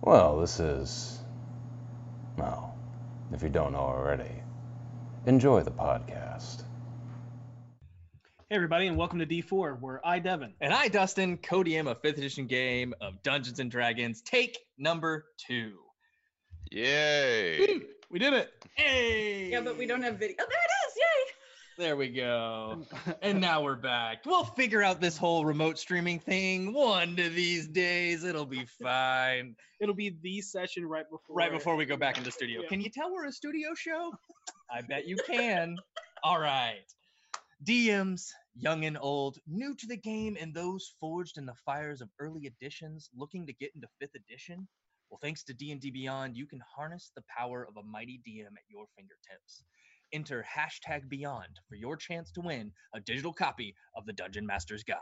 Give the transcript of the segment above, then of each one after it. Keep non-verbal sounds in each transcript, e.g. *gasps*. Well, this is. Well, if you don't know already, enjoy the podcast. Hey everybody, and welcome to D4, where I, Devin, And I, Dustin, co-DM a fifth edition game of Dungeons and Dragons, take number two. Yay! We did it. Hey. Yeah, but we don't have video. Oh, there it is! Yay! There *laughs* we go. and now we're back. We'll figure out this whole remote streaming thing one of these days. It'll be fine. it'll be the session right before. Right before we go back into studio. Yeah. Can you tell we're a studio show? I bet you can. All right. DMs, young and old, new to the game, and those forged in the fires of early editions, looking to get into fifth edition. Well, thanks to D&D Beyond, you can harness the power of a mighty DM at your fingertips. Enter hashtag Beyond for your chance to win a digital copy of the Dungeon Master's Guide.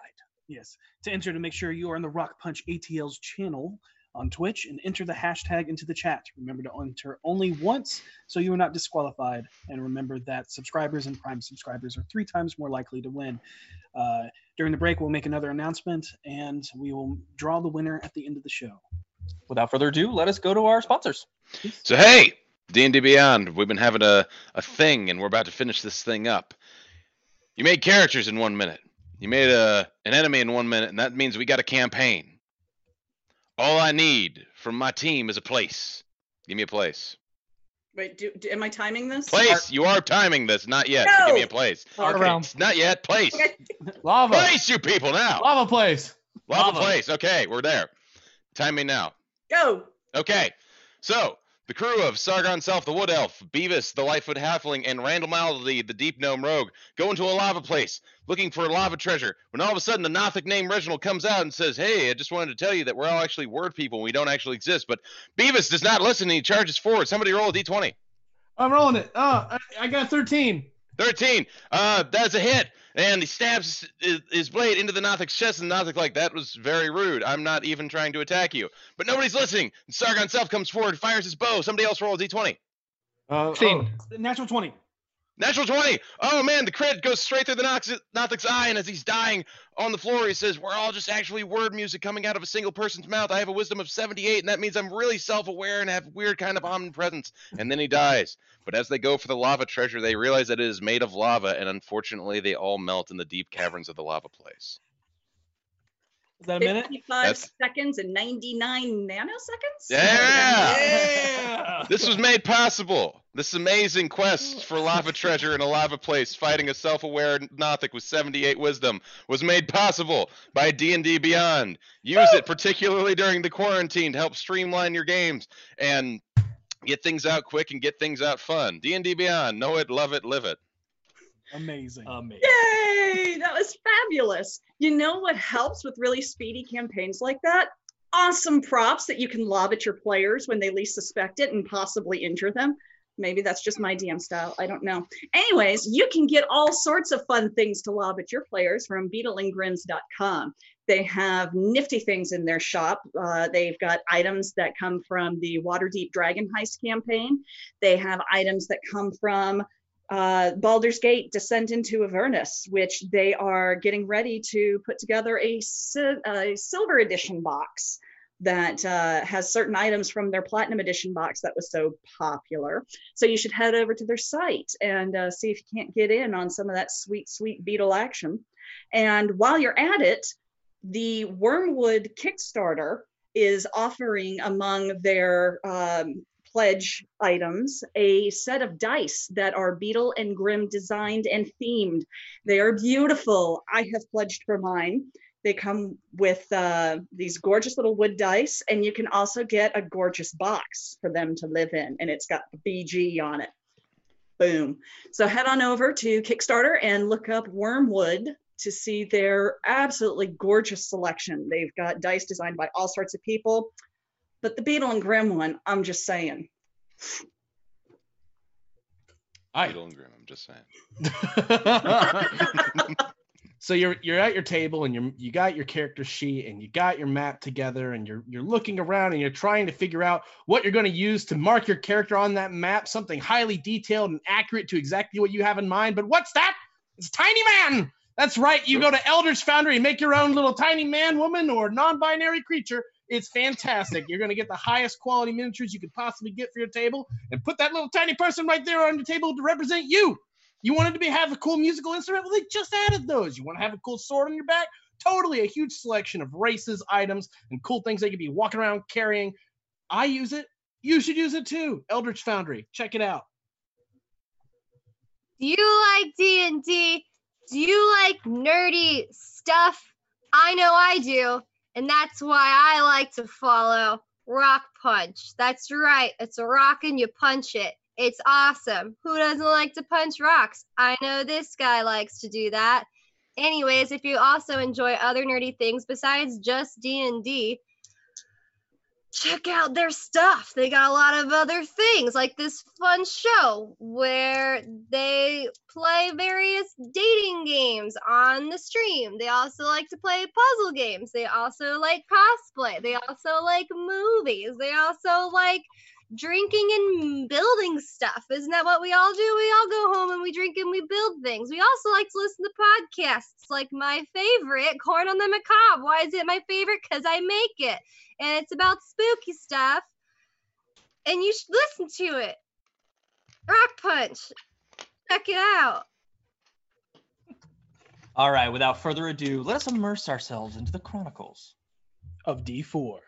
Yes, to enter to make sure you are in the Rock Punch ATL's channel on Twitch and enter the hashtag into the chat. Remember to enter only once so you are not disqualified. And remember that subscribers and Prime subscribers are three times more likely to win. Uh, during the break, we'll make another announcement and we will draw the winner at the end of the show. Without further ado, let us go to our sponsors. So hey, D and D Beyond, we've been having a, a thing, and we're about to finish this thing up. You made characters in one minute. You made a an enemy in one minute, and that means we got a campaign. All I need from my team is a place. Give me a place. Wait, do, do, am I timing this? Place. You are timing this. Not yet. but Give me No! a place. Okay. Around. It's not yet. Place. Okay. Lava. Place you people now. Lava place. Love Lava. a place. Okay, we're there. Time me now. Go. Okay, so the crew of Sargon Self, the Wood Elf, Beavis, the Lightfoot Halfling, and Randall Malady, the Deep Gnome Rogue, go into a lava place looking for a lava treasure. When all of a sudden, the Nothic name Reginald comes out and says, "Hey, I just wanted to tell you that we're all actually word people and we don't actually exist." But Beavis does not listen and he charges forward. Somebody roll a d20. I'm rolling it. Oh, I, I got 13. 13. Uh, that's a hit. And he stabs his, his blade into the Nothic's chest, and the Nothic, like, that was very rude. I'm not even trying to attack you. But nobody's listening. Sargon self comes forward, fires his bow. Somebody else rolls d20. Uh, Fifteen. Natural 20. Natural 20. Oh, man, the crit goes straight through the Nothic's, Nothic's eye, and as he's dying on the floor, he says, We're all just actually word music coming out of a single person's mouth. I have a wisdom of 78, and that means I'm really self aware and have weird kind of omnipresence. And then he dies. But as they go for the lava treasure, they realize that it is made of lava, and unfortunately, they all melt in the deep caverns of the lava place. Is that a minute? 55 That's- seconds and 99 nanoseconds? Yeah! Yeah. This was made possible. This amazing quest for *laughs* lava treasure in a lava place, fighting a self-aware Nothic with 78 wisdom, was made possible by D&D Beyond. Use it particularly during the quarantine to help streamline your games and get things out quick and get things out fun. D&D Beyond, know it, love it, live it. Amazing. Amazing. Yay! That was fabulous. You know what helps with really speedy campaigns like that? Awesome props that you can lob at your players when they least suspect it and possibly injure them. Maybe that's just my DM style. I don't know. Anyways, you can get all sorts of fun things to lob at your players from beetleandgrins.com. They have nifty things in their shop. Uh, they've got items that come from the Waterdeep Dragon Heist campaign. They have items that come from uh, Baldur's Gate Descent into Avernus, which they are getting ready to put together a, si- a silver edition box that uh, has certain items from their platinum edition box that was so popular. So you should head over to their site and uh, see if you can't get in on some of that sweet, sweet beetle action. And while you're at it, the Wormwood Kickstarter is offering among their um, pledge items a set of dice that are beetle and grim designed and themed they are beautiful i have pledged for mine they come with uh, these gorgeous little wood dice and you can also get a gorgeous box for them to live in and it's got the bg on it boom so head on over to kickstarter and look up wormwood to see their absolutely gorgeous selection they've got dice designed by all sorts of people but the beetle and grim one i'm just saying Hi. Beetle and Grim, I'm just saying. *laughs* so you're you're at your table and you you got your character sheet and you got your map together and you're you're looking around and you're trying to figure out what you're going to use to mark your character on that map, something highly detailed and accurate to exactly what you have in mind. But what's that? It's Tiny Man. That's right. You go to Elder's Foundry and make your own little tiny man, woman, or non-binary creature It's fantastic. You're going to get the highest quality miniatures you could possibly get for your table and put that little tiny person right there on your table to represent you. You wanted to be have a cool musical instrument? Well, they just added those. You want to have a cool sword on your back? Totally a huge selection of races, items, and cool things they could be walking around carrying. I use it. You should use it too. Eldritch Foundry. Check it out. Do you like D and D? Do you like nerdy stuff? I know I do, and that's why I like to follow Rock Punch. That's right, it's a rock and you punch it. It's awesome. Who doesn't like to punch rocks? I know this guy likes to do that. Anyways, if you also enjoy other nerdy things besides just D and D, check out their stuff. They got a lot of other things, like this fun show where they play various dating games on the stream. They also like to play puzzle games. They also like cosplay. They also like movies. They also like drinking and building stuff. Isn't that what we all do? We all go home and we drink and we build things. We also like to listen to podcasts, like my favorite, Corn on the Macabre. Why is it my favorite? Because I make it and it's about spooky stuff. And you should listen to it. Rock Punch. Check it out. All right, without further ado, let us immerse ourselves into the Chronicles. of D4.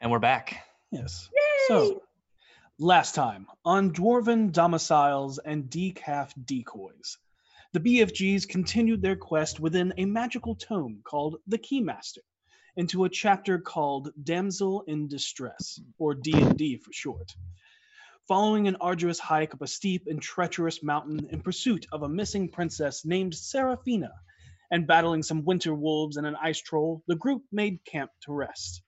And we're back. Yes. So, last time on Dwarven domiciles and decaf decoys, the BFGs continued their quest within a magical tome called The Keymaster into a chapter called Damsel in Distress, or D&D for short. Following an arduous hike up a steep and treacherous mountain in pursuit of a missing princess named Seraphina, and battling some winter wolves and an ice troll, the group made camp to rest.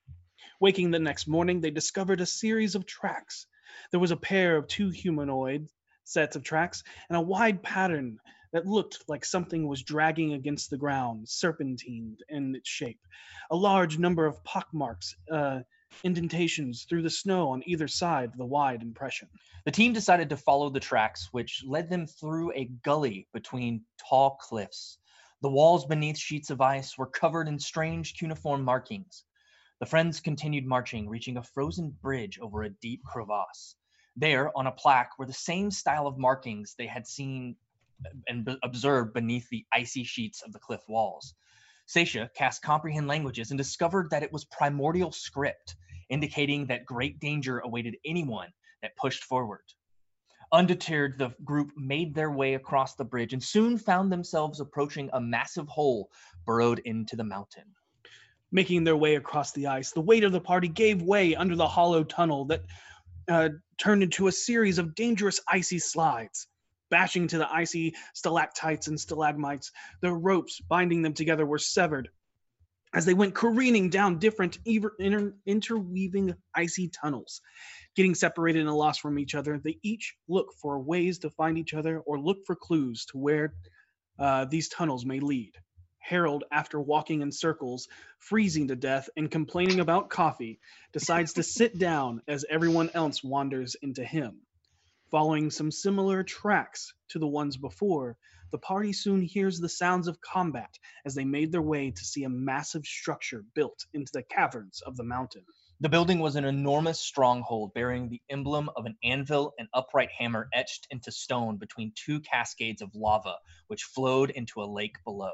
Waking the next morning, they discovered a series of tracks. There was a pair of two humanoid sets of tracks and a wide pattern that looked like something was dragging against the ground, serpentined in its shape. A large number of pockmarks, uh, indentations through the snow on either side of the wide impression. The team decided to follow the tracks, which led them through a gully between tall cliffs. The walls beneath sheets of ice were covered in strange cuneiform markings. The friends continued marching, reaching a frozen bridge over a deep crevasse. There, on a plaque, were the same style of markings they had seen and b- observed beneath the icy sheets of the cliff walls. Sasha cast comprehend languages and discovered that it was primordial script, indicating that great danger awaited anyone that pushed forward. Undeterred, the group made their way across the bridge and soon found themselves approaching a massive hole burrowed into the mountain. Making their way across the ice, the weight of the party gave way under the hollow tunnel that uh, turned into a series of dangerous icy slides. Bashing to the icy stalactites and stalagmites, the ropes binding them together were severed as they went careening down different ever- inter- interweaving icy tunnels. Getting separated and lost from each other, they each look for ways to find each other or look for clues to where uh, these tunnels may lead. Harold, after walking in circles, freezing to death, and complaining about coffee, decides to sit down as everyone else wanders into him. Following some similar tracks to the ones before, the party soon hears the sounds of combat as they made their way to see a massive structure built into the caverns of the mountain. The building was an enormous stronghold bearing the emblem of an anvil and upright hammer etched into stone between two cascades of lava, which flowed into a lake below.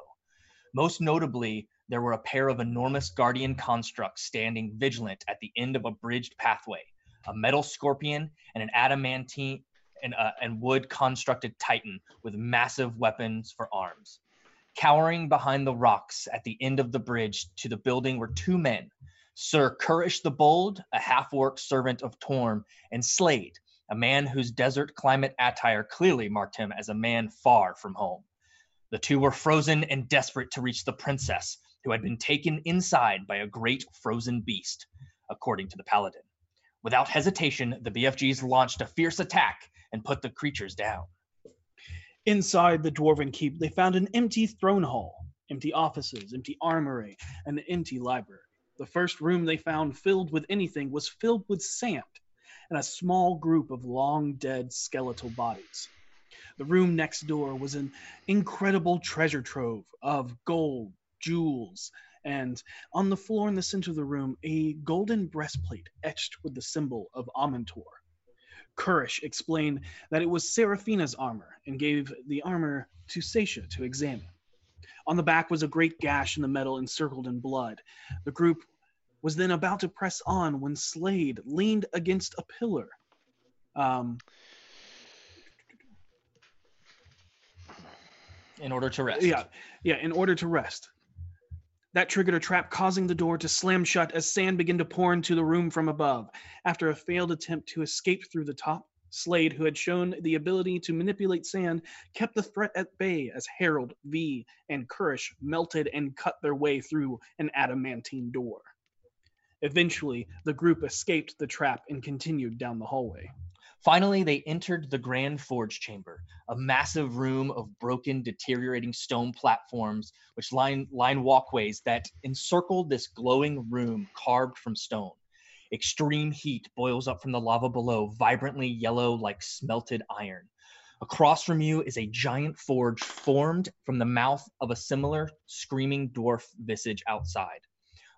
Most notably, there were a pair of enormous guardian constructs standing vigilant at the end of a bridged pathway a metal scorpion and an adamantine and, uh, and wood constructed titan with massive weapons for arms. Cowering behind the rocks at the end of the bridge to the building were two men Sir Kurish the Bold, a half orc servant of Torm, and Slade, a man whose desert climate attire clearly marked him as a man far from home. The two were frozen and desperate to reach the princess, who had been taken inside by a great frozen beast, according to the paladin. Without hesitation, the BFGs launched a fierce attack and put the creatures down. Inside the dwarven keep, they found an empty throne hall, empty offices, empty armory, and an empty library. The first room they found filled with anything was filled with sand and a small group of long dead skeletal bodies. The room next door was an incredible treasure trove of gold, jewels, and on the floor in the center of the room, a golden breastplate etched with the symbol of Amentor. Kurish explained that it was Seraphina's armor and gave the armor to Sasha to examine. On the back was a great gash in the metal encircled in blood. The group was then about to press on when Slade leaned against a pillar. Um, In order to rest. Yeah, yeah, in order to rest. That triggered a trap, causing the door to slam shut as sand began to pour into the room from above. After a failed attempt to escape through the top, Slade, who had shown the ability to manipulate sand, kept the threat at bay as Harold, V, and Kurish melted and cut their way through an adamantine door. Eventually, the group escaped the trap and continued down the hallway. Finally, they entered the Grand Forge Chamber, a massive room of broken, deteriorating stone platforms which line, line walkways that encircle this glowing room carved from stone. Extreme heat boils up from the lava below, vibrantly yellow like smelted iron. Across from you is a giant forge formed from the mouth of a similar screaming dwarf visage outside.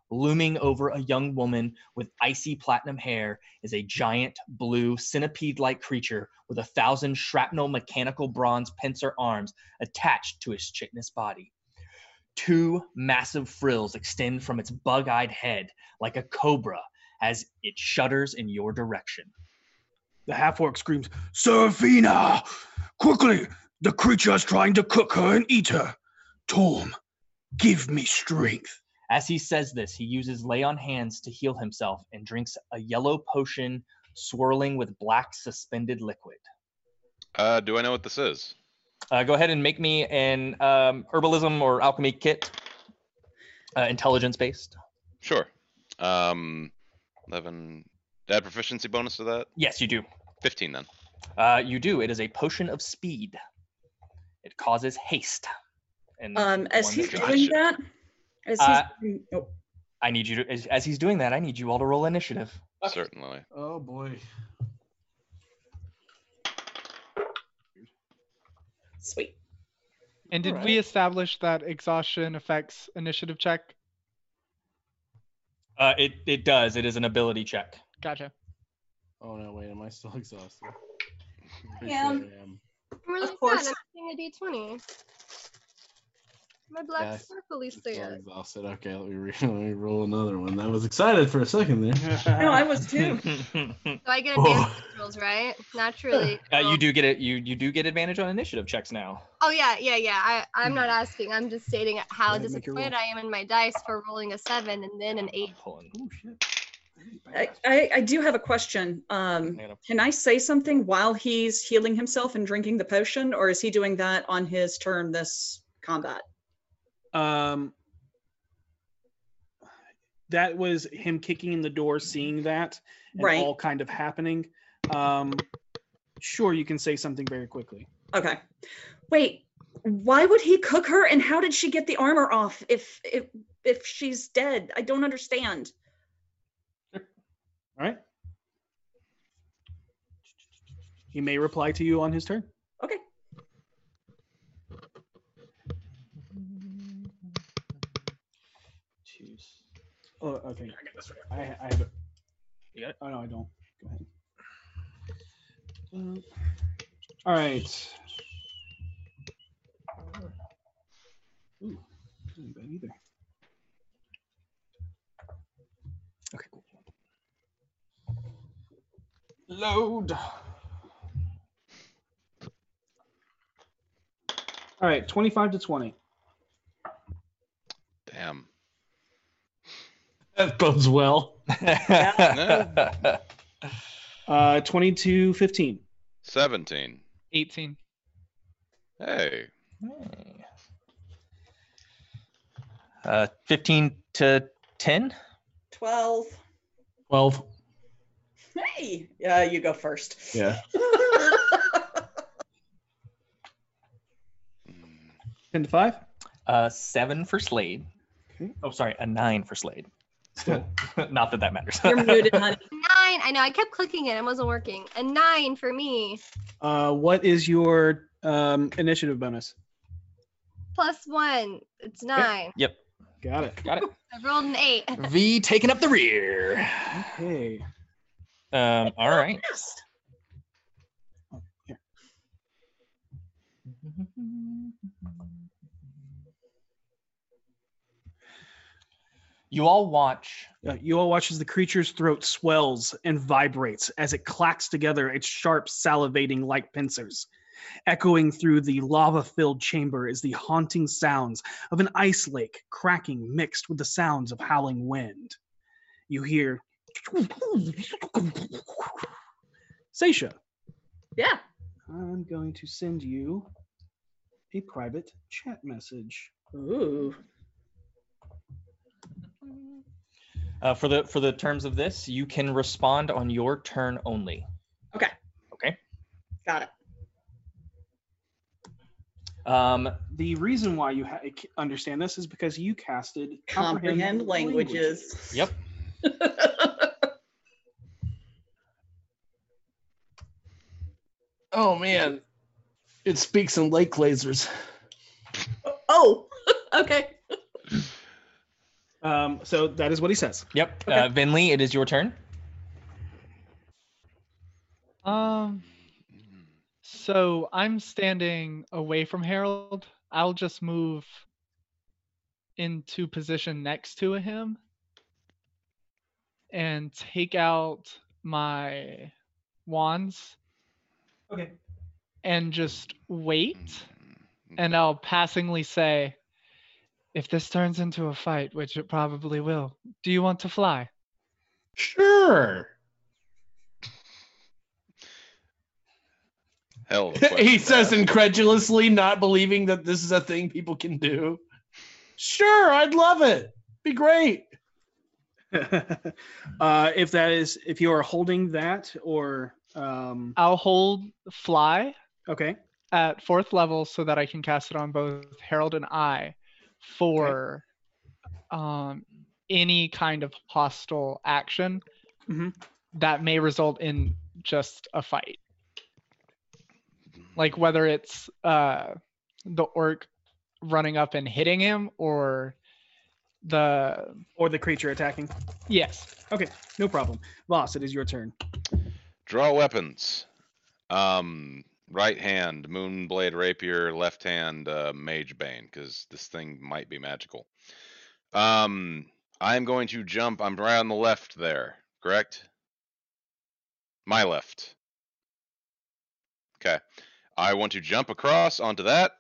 Looming over a young woman with icy platinum hair is a giant blue centipede like creature with a thousand shrapnel mechanical bronze pincer arms attached to its chitinous body. Two massive frills extend from its bug eyed head like a cobra as it shudders in your direction. The half orc screams, Seraphina! Quickly! The creature is trying to cook her and eat her! Torm, give me strength! As he says this, he uses lay on hands to heal himself and drinks a yellow potion swirling with black suspended liquid. Uh, do I know what this is? Uh, go ahead and make me an um, herbalism or alchemy kit, uh, intelligence based. Sure. Um, 11. Add proficiency bonus to that? Yes, you do. 15 then. Uh, you do. It is a potion of speed. It causes haste. And Um, as one he's is- Wonderful. doing that, as he's Uh, doing- oh, I need you to, as, as he's doing that, I need you all to roll initiative. Certainly. Oh boy. sweet. And did Alright. we establish that exhaustion affects initiative check? Uh, it it does. It is an ability check. Gotcha. Oh no, wait, am I still exhausted? Pretty Yeah. sure I am. I'm really course. sad. I'm seeing a D20. My black Yeah, I- circle is Still there. exhausted. Okay, let me, re- let me roll another one. That was excited for a second there. No, *laughs* I was *laughs* too. So I get Whoa. advantage rolls, right? Naturally. *laughs* uh, you Um, roll. do get it. You you do get advantage on initiative checks now. Oh yeah, yeah, yeah. I, I'm not asking. I'm just stating how Alright, Hmm. make your roll. disappointed I am in my dice for rolling a seven and then an eight. I'm pulling. Oh, shit. I, I, I do have a question. Um, I gotta- can I say something while he's healing himself and drinking the potion, or is he doing that on his turn this combat? Um, that was him kicking in the door, seeing that, and Right. all kind of happening. Um, sure, you can say something very quickly. Okay. Wait, why would he cook her and how did she get the armor off if if if she's dead? I don't understand. All right. He may reply to you on his turn. Okay. Choose. Oh, okay. I, I have it. You got it? Oh no, I don't. Go ahead. Um, All right. Ooh, that ain't bad either. Okay, cool. Load. All right, twenty-five to twenty. Damn. That bodes well. *laughs* Uh, twenty to fifteen. 17. 18. Hey. Hey. Uh, 15 to 10? 12. Twelve. Hey. Yeah, you go *laughs* first. Yeah. Mm. Ten to five. Uh, 7 for Slade. Okay. Oh, sorry, a 9 for Slade. Cool. *laughs* Not that that matters. You're muted, *laughs* honey. Nine. I know. I kept clicking it. It wasn't working. A nine for me. Uh, what is your um, initiative bonus? Plus one. It's nine. Got it. Got it. I rolled an eight. V taking up the rear. Okay. Um, all right. Best. You all watch Uh, you all watch as the creature's throat swells and vibrates as it clacks together its sharp, salivating like pincers. Echoing through the lava filled chamber is the haunting sounds of an ice lake cracking mixed with the sounds of howling wind. You hear. Seisha, Yeah. I'm going to send you a private chat message. Ooh. uh, for the for the terms of this. You can respond on your turn only. Got it. Um, The reason why you ha- c- understand this is because you casted Comprehend languages. Yep. *laughs* Oh man. It speaks in lake lasers. oh, *laughs* okay. Um, so that is what he says. yep. Uh, Vinley, it is your turn. Um, so I'm standing away from Harold. I'll just move into position next to him and take out my wands Okay. and just wait. and I'll passingly say, if this turns into a fight, which it probably will, do you want to fly? Sure. Hell of a question. *laughs* he says that. incredulously, not believing that this is a thing people can do. Sure, I'd love it. *laughs* Be great. *laughs* uh, if that is, if you are holding that or um, I'll hold fly okay, at fourth level so that I can cast it on both Harold and I for um, any kind of hostile action Mhm. that may result in just a fight. Like whether it's uh, the orc running up and hitting him or Uh, the. or the creature attacking, Yes. no problem. Boss, it is your turn. Draw weapons. Um, right hand moonblade rapier, left hand uh, mage bane, because this thing might be magical. Um, I'm going to jump. I'm right on the left there, correct? My left. Okay. I want to jump across onto that.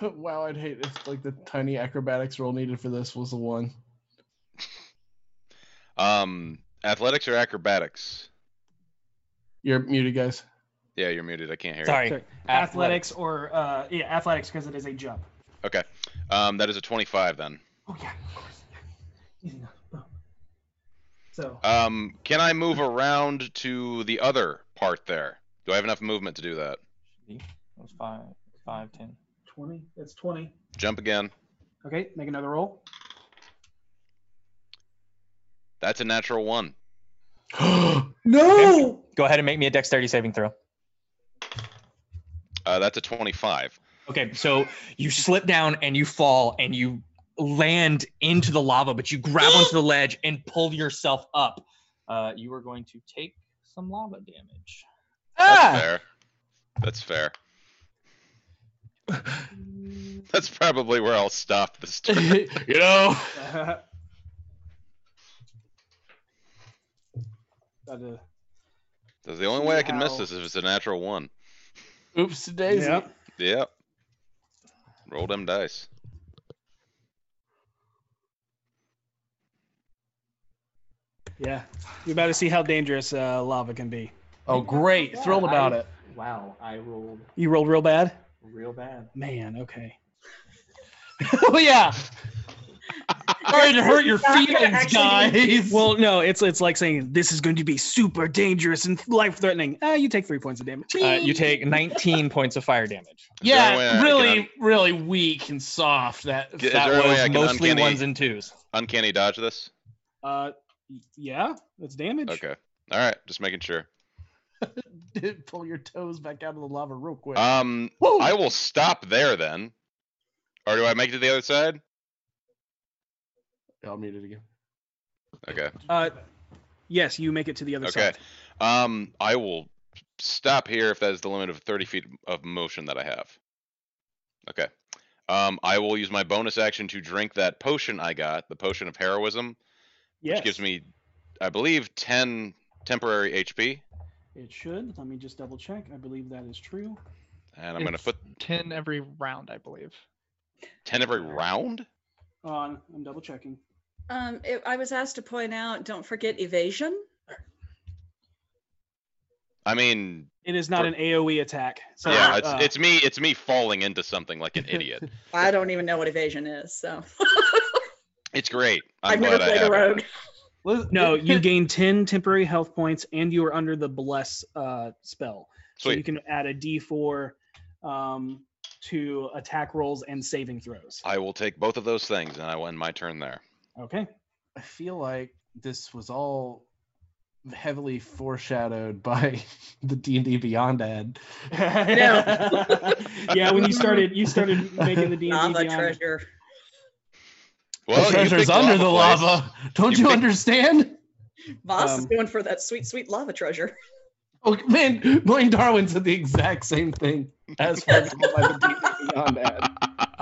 wow, I'd hate if like the tiny acrobatics roll needed for this was the one. Um, athletics or acrobatics? You're muted, guys. Yeah, you're muted. I can't hear Sorry. Sorry. Athletics. Athletics or uh, yeah, athletics because it is a jump. you. Um, that is a 25 then. Oh yeah, of course. Easy enough. Boom. So Um, can I move around to the other part there? Do I have enough movement to do that? That was five, five, ten. 20. That's 20. Jump again. Okay, make another roll. That's a natural one. No! Go ahead and make me a dexterity saving throw. Uh, that's a 25. Okay, so you slip down and you fall and you land into the lava, but you grab onto the ledge and pull yourself up. Uh, you are going to take some lava damage. That's ah! fair. That's fair. *laughs* That's probably where I'll stop *laughs* this turn. you know. that uh, That's the only way I can miss Wow. this is if it's a natural one. Oops, daisy. yep. Yep. Roll them dice. Yeah. You're about to see how dangerous uh, lava can be. Oh, great! Thrilled about it. Wow, I rolled You rolled real bad? real bad. *laughs* Man, okay. oh yeah. Sorry to hurt your It's not gonna feelings, actually *laughs* guys. Well, no, it's it's like saying this is going to be super dangerous and life threatening. Ah, you take three points of damage. Uh, you take 19 points of fire damage. Is there any way I yeah, can really, un- really weak and soft. That Is That there any way I was can mostly uncanny- ones and twos. Uncanny dodge this? Uh, y- yeah, that's damage. Okay. All right, just making sure. *laughs* pull your toes back out of the lava real quick. Um, Whoa. I will stop there then. Or do I make it to the other side? I'll mute it again. Okay. Uh, yes, you make it to the other Okay. side. Um, I will stop here if that is the limit of 30 feet of motion that I have. Okay. Um, I will use my bonus action to drink that potion I got, the potion of heroism, Yes. which gives me, I believe, 10 temporary HP. It should. Let me just double check. I believe that is true. And I'm going to It's put 10 every round, I believe. 10 every round? On, I'm double checking. Um, it, I was asked to point out, don't forget evasion. I mean, It is not an AOE attack. So, yeah, it's, uh, it's me it's me falling into something *laughs* like an idiot. I don't even know what evasion is, so It's great. I'm I've never glad I played a have it. rogue. *laughs* no. You gain ten temporary health points, and you are under the bless uh, spell. So you Sweet. can add a D4 um, to attack rolls and saving throws. I will take both of those things and I will end my turn there. Okay. I feel like this was all heavily foreshadowed by *laughs* the D&D Beyond ad. *laughs* Yeah, when you started, you started making the D&D Lava Beyond- treasure. Well, the you treasure's picked under the place. lava. Don't You you, picked- understand? Voss is Um, going for that sweet, sweet lava treasure. *laughs* Oh man, Blaine Darwin said the exact same thing as foretold by the D&D Beyond ad.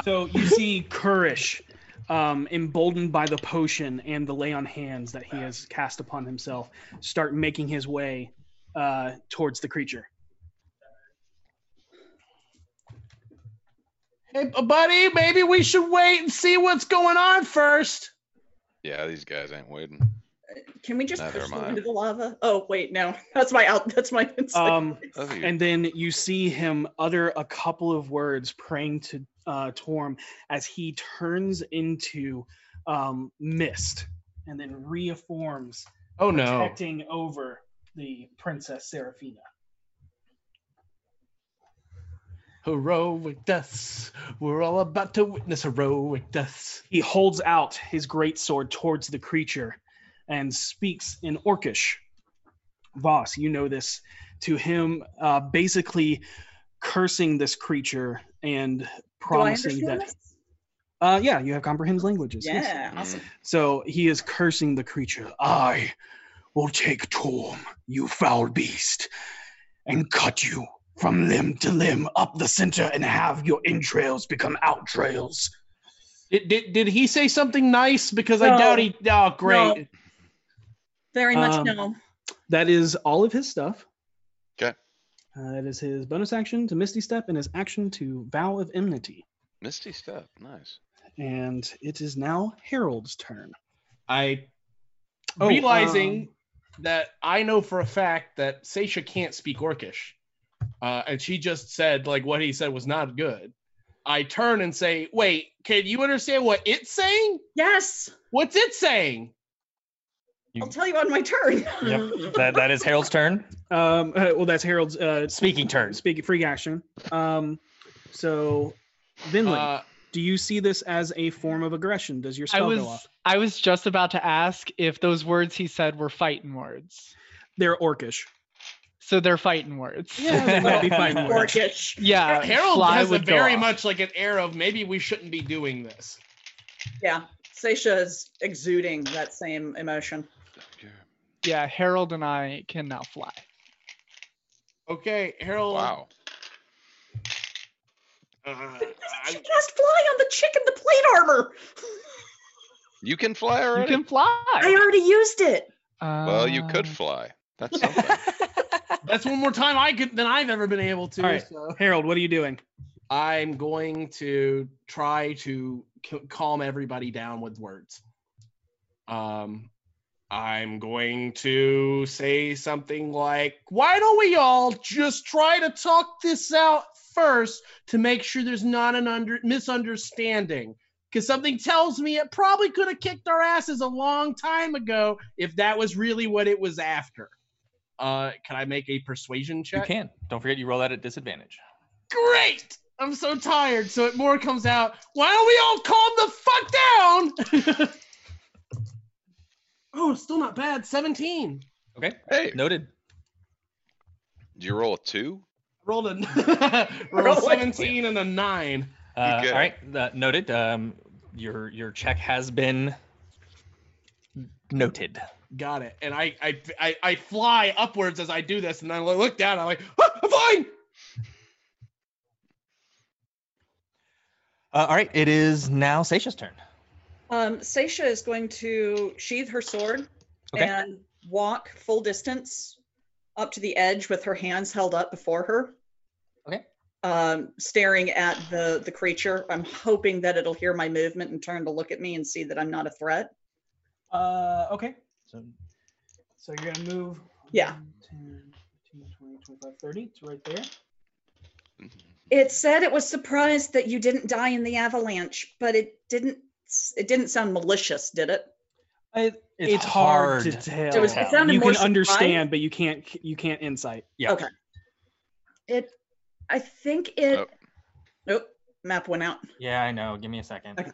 So you see Kurish, um, emboldened by the potion and the lay on hands that he has cast upon himself, start making his way uh, towards the creature. Hey, buddy, maybe we should wait and see what's going on first. Yeah, these guys ain't waiting. Can we just Neither push am them I. into *laughs* the lava? Oh wait, no. *laughs* That's my out. That's my. *laughs* Um, Those are you- and then you see him utter a couple of words praying to uh, Torm as he turns into um, mist and then reforms, Oh no. acting over the Princess Seraphina. Heroic deaths. We're all about to witness heroic deaths. he holds out his great sword towards the creature and speaks in orcish voss you know this to him uh, basically cursing this creature and promising Do I understand that this? uh, yeah you have comprehends languages yes. Yeah. Mm. so he is cursing the creature i will take torm you foul beast and cut you from limb to limb up the center and have your entrails become outrails Did, did, did he say something nice? Because I No. doubt he. Oh, great. No. Very much Um, no. That is all of his stuff. 'Kay. Uh, that is his bonus action to Misty Step and his action to Vow of Enmity. Misty step. *laughs* Nice. And it is now Harold's turn. I Oh, um, realizing that I know for a fact that Seisha can't speak Orcish, uh, and she just said like what he said was not good. I turn and say, "Wait, can you understand what it's saying? Yes. What's it saying?" I'll tell you on my turn. *laughs* Yep. That, that is Harold's turn. Um, uh, well, that's Harold's uh, Speaking turns. speaking free action. Um, so, Vinland, Uh, do you see this as a form of aggression? Does your I spell go was off? I was just about to ask if those words he said were fighting words. They're orcish. So they're fighting words. Yeah, *laughs* they *laughs* might be fighting words. Orcish. Yeah, Harold fly has a would go very off. much like an air of maybe we shouldn't be doing this. Yeah. Seisha is exuding that same emotion. Yeah, Harold and I can now fly. Okay, Harold. Wow. Uh, She I- cast fly on the chick in the plate armor. You can fly You already? can fly. I already used it. Well, you could Uh, fly. That's something. that's one more time I could than I've ever been able to. All right. so. Harold, what are you doing? I'm going to try to c- calm everybody down with words. Um, I'm going to say something like, "Why don't we all just try to talk this out first to make sure there's not an under misunderstanding?" Because something tells me it probably could have kicked our asses a long time ago if that was really what it was after. Uh, can I make a persuasion You check? can. Don't forget you roll that at disadvantage. great. I'm so tired. So it more comes out. Why don't we all calm the fuck down? *laughs* oh, still not bad. 17. Okay. hey, Noted. did you roll a two? Rolled a *laughs* rolled a 17 and a nine. Uh, good. all right. Uh, noted. Um, your your check has been noted. Got it. And I I, I, I fly upwards as I do this, and I lo- look down. I'm like, "Ah, I'm flying. Uh, all right. It is now Seisha's turn. Um, Seisha is going to sheathe her sword Okay. and walk full distance up to the edge with her hands held up before her. Okay. Um, staring at the the creature. I'm hoping that it'll hear my movement and turn to look at me and see that I'm not a threat. Uh, okay. So So you're gonna move. Yeah. 10, 15, 20, 25, 30. It's right there. It said it was surprised that you didn't die in the avalanche, but it didn't. It didn't sound malicious, did it? It, it's, it's hard. hard, to tell. It was- it sounded you more can surprised. understand, but you can't. You can't insight. Yeah. Okay. It. I think it. Oh. Nope. Map went out. Yeah, I know. Give me a second. Okay.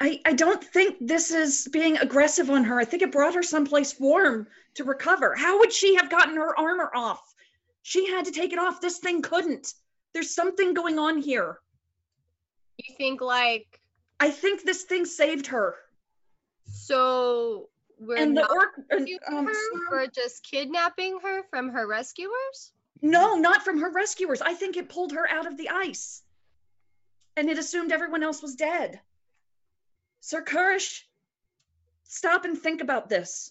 I, I don't think this is being aggressive on her. I think it brought her someplace warm to recover. How would she have gotten her armor off? She had to take it off. This thing couldn't. There's something going on here. You think like I think this thing saved her. *laughs* so we're and the not orc. and, rescuing um, her for just kidnapping her from her rescuers? no, not from her rescuers. I think it pulled her out of the ice. And it assumed everyone else was dead. Sir Kurish, stop and think about this.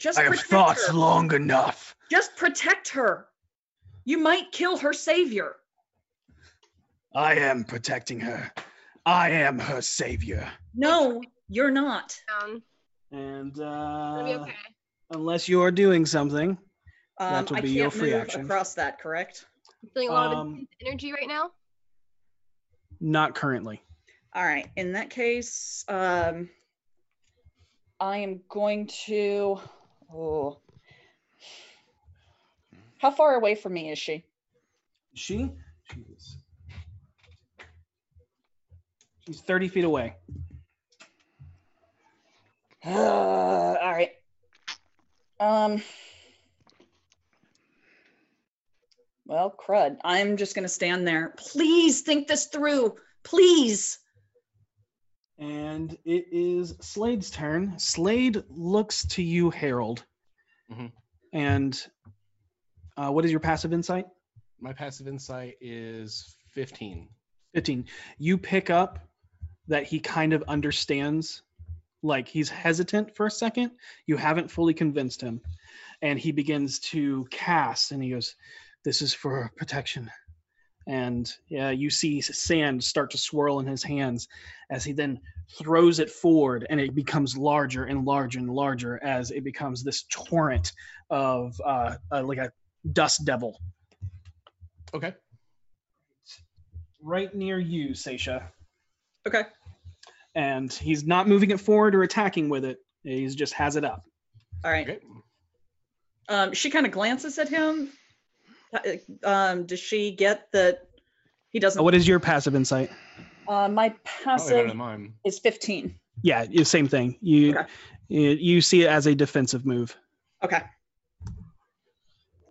Just protect her. long enough. Just protect her. You might kill her savior. I am protecting her. I am her savior. No, you're not. Um, And it'll be uh, okay. unless you are doing something, Um, That would I be can't your free move action. across that, correct? I'm feeling a lot um, of intense energy right now. not currently. All right. In that case, um, I am going to. Oh. How far away from me is she? She. She's. She's thirty feet *sighs* away. Uh, all right. Um. Well, crud. I'm just going to stand there. Please think this through. Please. And it is Slade's turn. Slade looks to you, Harold. Mm-hmm. Mhm. And uh, what is your passive insight? My passive insight is 15. 15. You pick up that he kind of understands. Like he's hesitant for a second. You haven't fully convinced him. And he begins to cast and he goes, This is for protection. And yeah, you see sand start to swirl in his hands as he then throws it forward and it becomes larger and larger and larger as it becomes this torrent of uh, uh, like a dust devil. Okay. Right near you, Seisha. Okay. and he's not moving it forward or attacking with it. He just has it up. All right. Okay. Um, she kind of glances at him. Uh, Um, does she get that he doesn't? Oh, What is Oh, your passive insight? Uh, my Probably better passive than mine. is 15. Yeah, you- same thing. You Okay. you, you see it as a defensive move. Okay.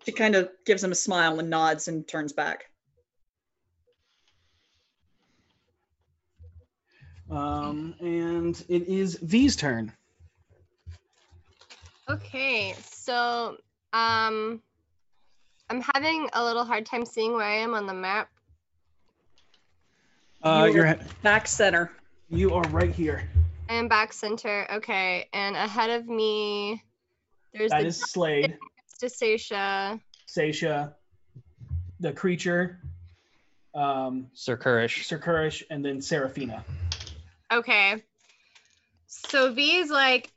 She kind of gives him a smile and nods and turns back. Um, and it is V's turn. Okay, so um, I'm having a little hard time seeing where I am on the map. Uh, Uh, You you're are- ha- Back center. you are right here. I am back center. Okay, and ahead of me, there's That the is Slade, Justacia. Seisha, the creature, um, Sir Kurish. Sir Kurish, and then Seraphina. Okay, so V is like,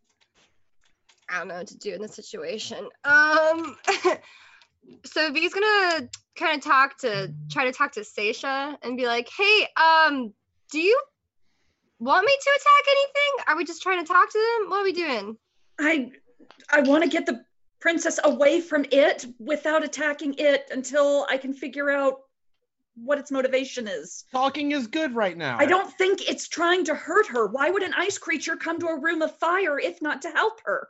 I don't know what to do in this situation. Um, *laughs* so V's gonna kind of talk to try to talk to Seisha and be like, hey, um, do you want me to attack anything? Are we just trying to talk to them? What are we doing? I I want to get the princess away from it without attacking it until I can figure out what its motivation is. Talking is good right now. I don't think it's trying to hurt her. Why would an ice creature come to a room of fire if not to help her?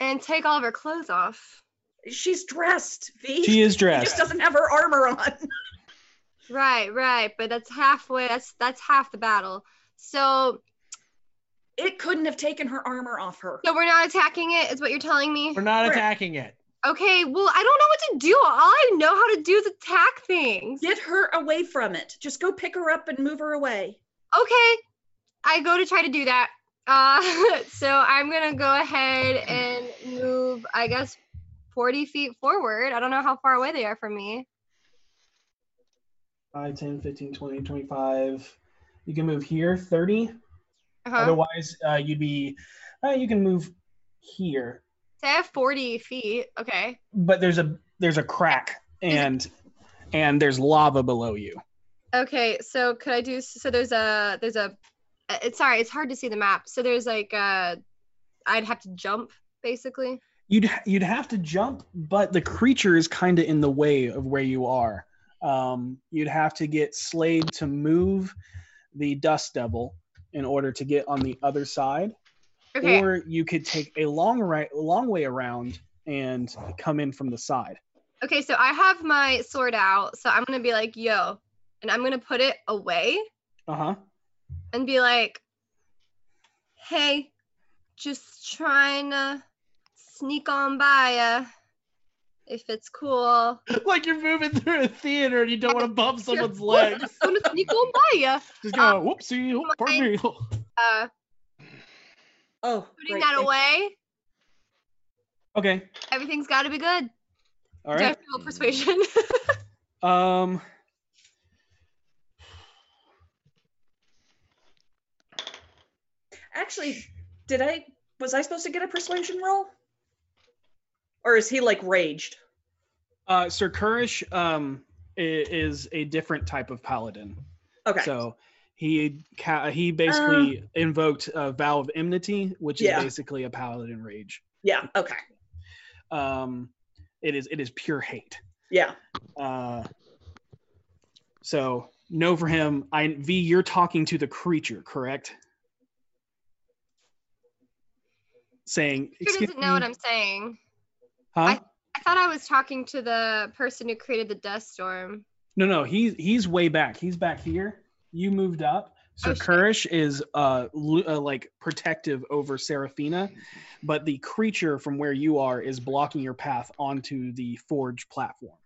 And take all of her clothes off. She's dressed, V. *laughs* She is She just dressed. doesn't have her armor on. *laughs* Right, right, but that's halfway. That's that's half the battle. So, It couldn't have taken her armor off her. so we're not attacking it, is what you're telling me? We're not We're- attacking it. *laughs* Okay. Well, I don't know what to do. All I know how to do is attack things. Get her away from it. Just go pick her up and move her away. Okay, I go to try to do that. Uh, *laughs* so I'm gonna go ahead and move. I guess 40 feet forward. I don't know how far away they are from me. 5, 10, 15, 20, 25. You can move here, 30. Uh-huh. Otherwise, uh, you'd be. Uh, you can move here, So I have 40 feet. Okay. but there's a there's a crack and and there's lava below you. Okay, so could I do so there's a there's a uh, it's sorry, it's hard to see the map. So there's like uh I'd have to jump basically. You'd you'd have to jump, but the creature is kind of in the way of where you are. Um, you'd have to get Slade to move the dust devil in order to get on the other side, Okay. or you could take a long right long way around and come in from the side. okay, so I have my sword out. So I'm going to be like, "Yo." And I'm going to put it away Uh huh. and be like, "Hey, just trying to sneak on by ya if it's cool." Like you're moving through a theater and you don't want to *laughs* bump someone's What? legs. I'm going to sneak on by ya. Just go, whoopsie, oh, pardon me. Uh Oh, putting great. that away. Okay. Everything's got to be good. Do All I right. have to roll persuasion? *laughs* Um. Actually, did I was I supposed to get a persuasion roll? Or is he like raged? Uh, Sir Kurish um, i- is a different type of paladin. Okay. Uh. So he ca- he basically invoked a vow of enmity, which Yeah. is basically a paladin rage. yeah, okay. Um, it is it is pure hate. Yeah. Uh, so no for him. I V, you're talking to the creature, correct? Saying Who doesn't know what I'm saying? huh? I thought I was talking to the person who created the dust storm. No, no, he's he's way back. He's back here. You moved up. So Oh, shit. Kurish is uh, lu- uh like protective over Seraphina, but the creature from where you are is blocking your path onto the forge platform.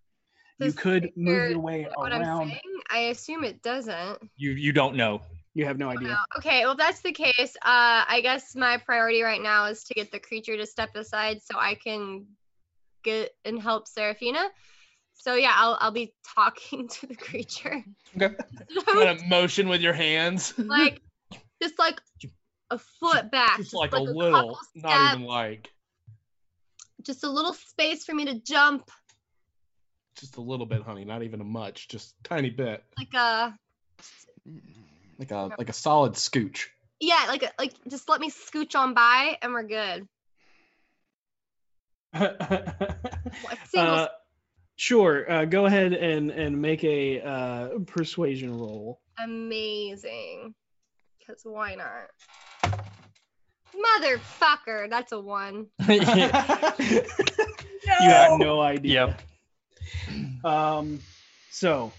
you Does could move creature your way know What I'm around. saying? I assume it doesn't. You you don't know. You have no idea. Wow. Okay, well if that's the case. Uh, I guess my priority right now is to get the creature to step aside so I can get and help Seraphina. So yeah, I'll I'll be talking *laughs* to the creature. Okay. So, Kind of motion with your hands. like just like a foot back, Just like a couple little, steps. not even like, just a little space for me to jump, just a little bit, honey. Not even a much, just tiny bit, like a like a like a solid scooch. yeah, like like just let me scooch on by and we're good. What single Uh, sure. Uh, go ahead and and make a uh, persuasion roll. *laughs* amazing. Cause why not? Motherfucker, that's a one. You have No! no idea. Yep. Um, so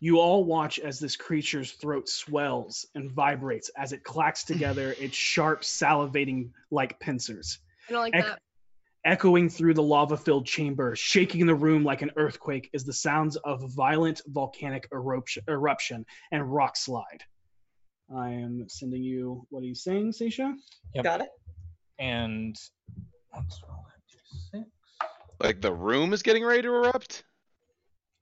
you all watch as this creature's throat swells and vibrates as it clacks together its sharp, salivating like pincers, I don't like Ec- that. echoing through the lava-filled chamber, shaking the room like an earthquake. Is the sounds of violent volcanic eruption, eruption and rock slide. I am sending you what he's saying, Seisha. Got it. and let's roll that d6. Like the room is getting ready to erupt.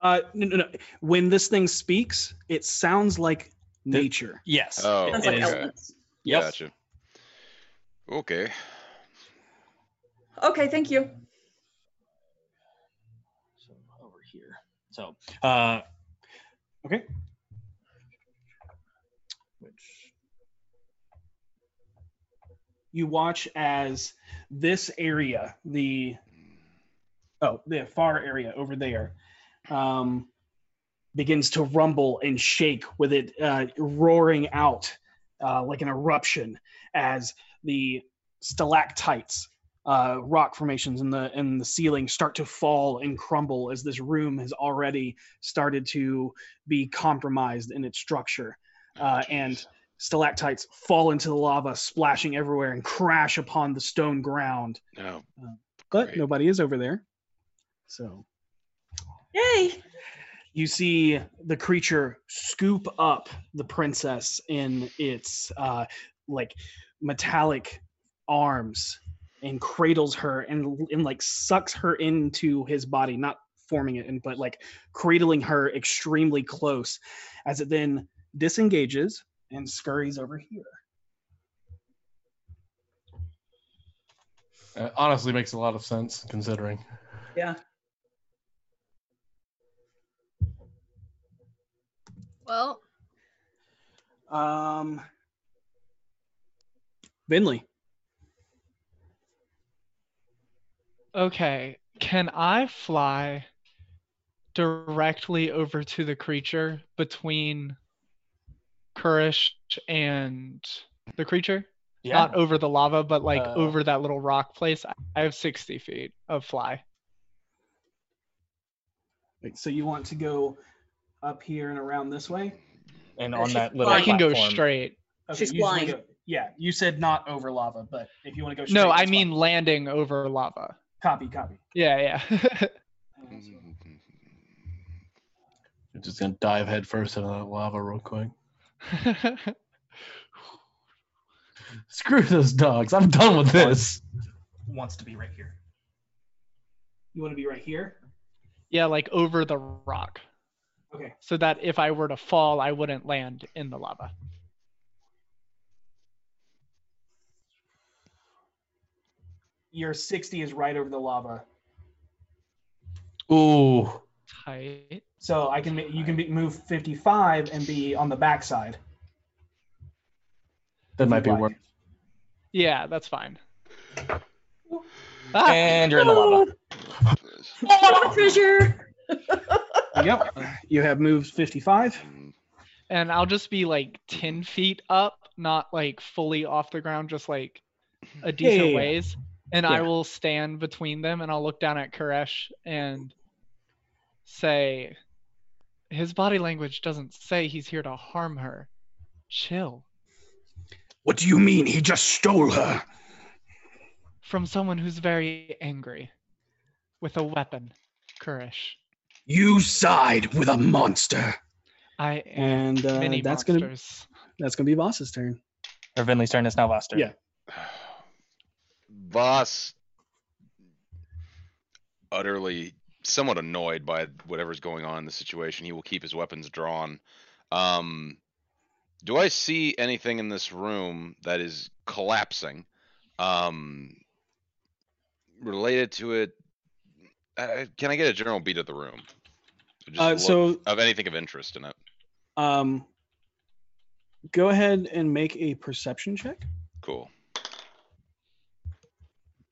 Uh, no, no, no. When this thing speaks, it sounds like nature. Yes. Oh, Sounds It like is. elements. Yep. Gotcha. Okay. Okay, thank you. So over here. So uh Okay. which You watch as this area, the oh, the far area over there, um, begins to rumble and shake with it uh, roaring out uh, like an eruption as the stalactites. Uh, rock formations in the in the ceiling start to fall and crumble as this room has already started to be compromised in its structure, uh, and stalactites fall into the lava, splashing everywhere and crash upon the stone ground. No. But Great. nobody is over there. So Yay! you see the creature scoop up the princess in its uh, like metallic arms and cradles her and and like sucks her into his body, not forming it, and but like cradling her extremely close as it then disengages and scurries over here. Uh, honestly, makes a lot of sense considering. Well, Um, Vinley. Okay, can I fly directly over to the creature between Kurish and the creature? yeah. Not over the lava, but like Uh, over that little rock place. I- I have 60 feet of fly. Like, so you want to go up here and around this way? and Uh, on she's that little I can go platform- straight. She's you just wanna blind. go- yeah, you said not over lava, but if you want to go. Straight, No, I that's mean fine. landing over lava. copy, copy. Yeah, yeah. *laughs* I'm just gonna dive headfirst into that lava real *laughs* quick. Screw those dogs. I'm done with this. wants to be right here. You want to be right here? yeah, like over the rock. Okay. So that if I were to fall, I wouldn't land in the lava. Your sixty is right over the lava, Ooh. Tight. so I can ma- you can be, move fifty-five and be on the backside. That might be Right. worse. Yeah, that's fine. Ah, And you're in the lava. Oh, treasure! yep. You have moved fifty-five. and I'll just be like 10 feet up, not like fully off the ground, just like a decent yeah, yeah. ways. And I Yeah. will stand between them and I'll look down at Koresh and say, his body language doesn't say he's here to harm her. Chill. What do you mean? He just stole her. From someone who's very angry with a weapon. Koresh. You side with a monster. I am And uh, many that's gonna monsters. that's gonna be Boss's turn. Or Vinley's turn is now Voster. Yeah. Boss utterly somewhat annoyed by whatever's going on in the situation. He will keep his weapons drawn. Um do I see anything in this room that is collapsing? Um related to it uh, can I get a general beat of the room? Just Uh, look so of anything of interest in it. um Go ahead and make a perception check. Cool.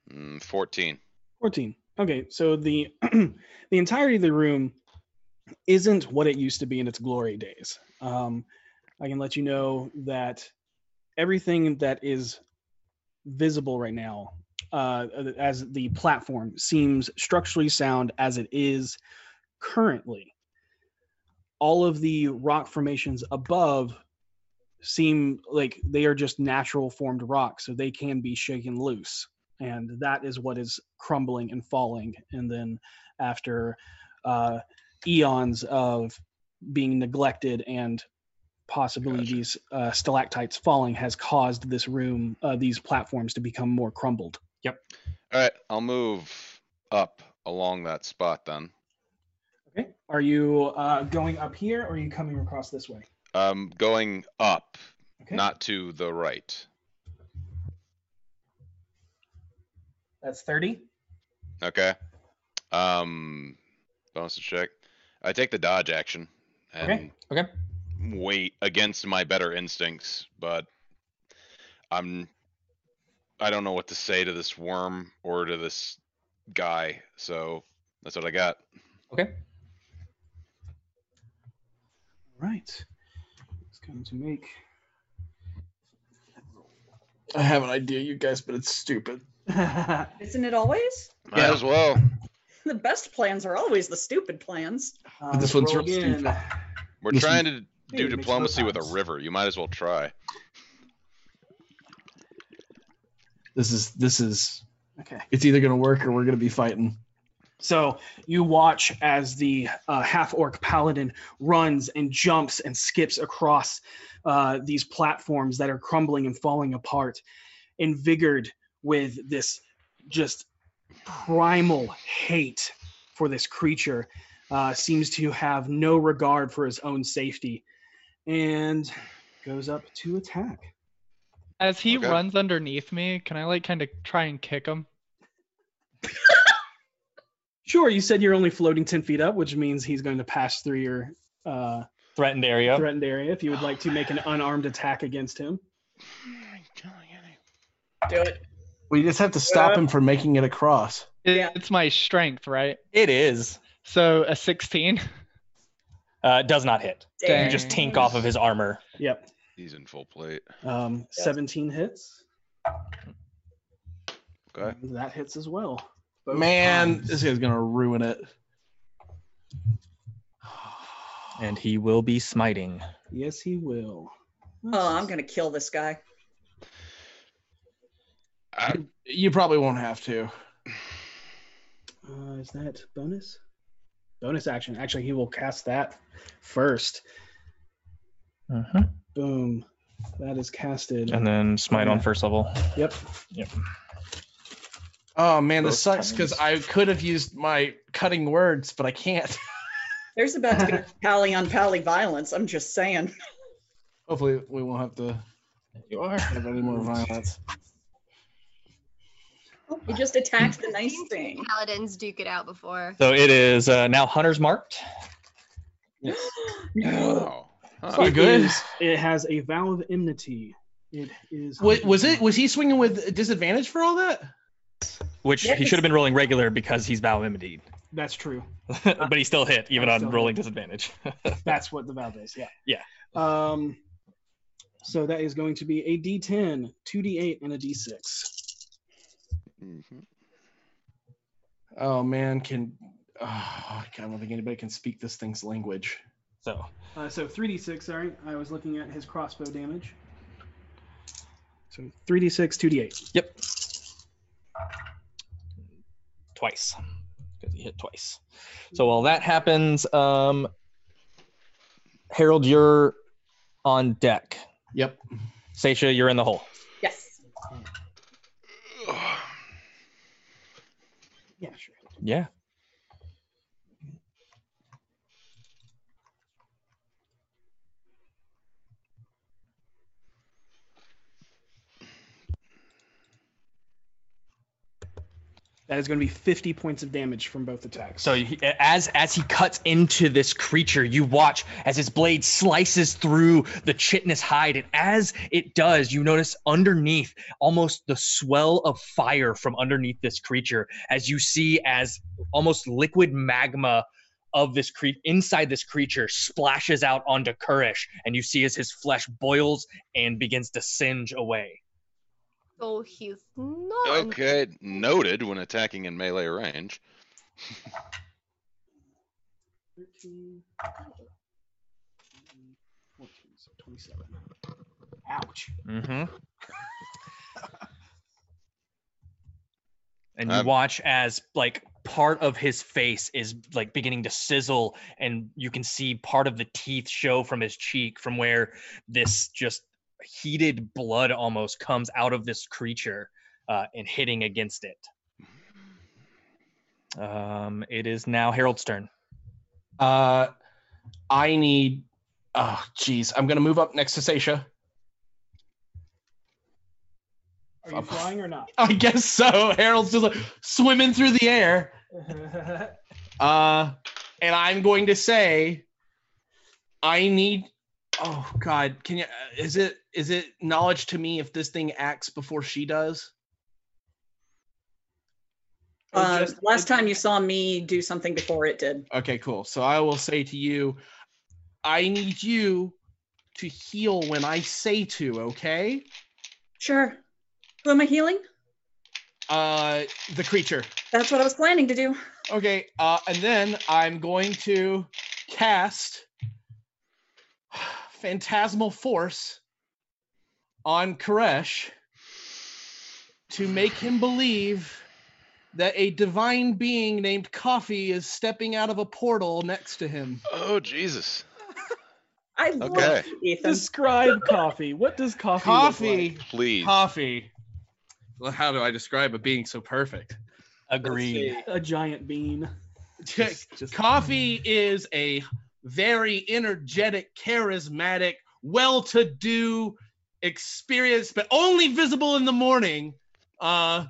Mm, 14. 14. Okay, so the *clears throat* the entirety of the room isn't what it used to be in its glory days. Um, I can let you know that everything that is visible right now, uh, as the platform seems structurally sound as it is currently, all of the rock formations above seem like they are just natural formed rocks, so they can be shaken loose. And that is what is crumbling and falling. And then after uh, eons of being neglected and possibly Gotcha. these uh, stalactites falling has caused this room, uh, these platforms to become more crumbled. All right, I'll move up along that spot then. Okay. Are you uh, going up here or are you coming across this way? Um, going up, Okay. not to the right. That's 30. Okay. Um, bonus to check. I take the dodge action and Okay. Okay. wait against my better instincts, but I'm I don't know what to say to this worm or to this guy, so that's what I got. Okay. All right. It's going to make. I have an idea, you guys, but it's stupid. *laughs* Isn't it always? Might Yeah. as well. The best plans are always the stupid plans. Uh, This one's roll real again. We're Listen- trying to Hey, do it makes no diplomacy with a sense. river. You might as well try. This is this is Okay. it's either gonna work or we're gonna be fighting. So you watch as the uh, half orc paladin runs and jumps and skips across uh, these platforms that are crumbling and falling apart, invigored with this just primal hate for this creature. Uh, seems to have no regard for his own safety and goes up to attack. As he Okay. runs underneath me, can I like kind of try and kick him? Sure, you said you're only floating 10 feet up, which means he's going to pass through your. Uh, Threatened area. threatened area if you would like to make an unarmed attack against him. Do it. We just have to stop him from making it across. It- Yeah. It's my strength, right? It is. So a *laughs* 16. Uh, does not hit. You just Dang. tink off of his armor. Yep. He's in full plate. Um, 17 hits. Okay. And that hits as well. Both Man, times. this guy's gonna ruin it. *sighs* And he will be smiting. *laughs* Yes, he will. Oh, I'm gonna kill this guy. uh, I, You probably won't have to. Uh, is that bonus? Bonus action. Actually, he will cast that first. Boom. That is casted. And then smite on first level. Yep. Oh man, this Both sucks because I could have used my cutting words, but I can't. There's about to be *laughs* pally on pally violence. I'm just saying. Hopefully, we won't have to *laughs* You are. have any more violence. He just attacked the nice Seen two thing. Paladins duke it out before. So it is uh, now Hunter's marked. no. *gasps* wow. It's Huh. not good. is- It has a vow of enmity. It is. Was, was it? Was he swinging with a disadvantage for all that? which he Yes. should have been rolling regular because he's Val Imidied. That's true. *laughs* but he still hit, even I on still rolling disadvantage. *laughs* That's what the valve is. Yeah. Yeah. Um, so that is going to be a D10, two D8, and a D6. Mhm. Mm-hmm. Oh man, can oh, God, I don't think anybody can speak this thing's language. so Uh, so three D6. Sorry, I was looking at his crossbow damage. So three D6, two D8. twice. Because he hit twice. So while that happens, um, Harold, you're on deck. Yep. Seisha, you're in the hole. Yes. Yeah, sure. Yeah. That is going to be 50 points of damage from both attacks. So he, as as he cuts into this creature, you watch as his blade slices through the chitinous hide, and as it does, you notice underneath almost the swell of fire from underneath this creature. As you see, as almost liquid magma of this cre- inside this creature splashes out onto Kurish, and you see as his flesh boils and begins to singe away. So he's not. Oh, Okay, noted when attacking in melee range. 13, 14, so 27. Ouch. Mm-hmm. and you Um, watch as like part of his face is like beginning to sizzle, and you can see part of the teeth show from his cheek, from where this just heated blood almost comes out of this creature uh, and hitting against it. Um, it is now Harold's turn. Uh, I need. Oh, jeez. I'm gonna move up next to Seisha. Are you flying or not? I guess so. Harold's just like, swimming through the air. Uh, and I'm going to say, I need. Oh God, can you? Is it is it knowledge to me if this thing acts before she does? Or Uh, just- last time you saw me do something before it did. Okay, cool. So I will say to you, I need you to heal when I say to. Okay. Sure. Who am I healing? Uh, the creature. That's what I was planning to do. Okay, uh, and then I'm going to cast Phantasmal Force on Koresh to make him believe that a divine being named Coffee is stepping out of a portal next to him. Oh Jesus! *laughs* I love Okay. you, Ethan. Describe coffee. What does coffee? look like? Coffee, Please. coffee. Well, how do I describe a being so perfect? Agreed. A giant bean. Just- just- Coffee is a very energetic, charismatic, well to do experience, but only visible in the morning. Uh,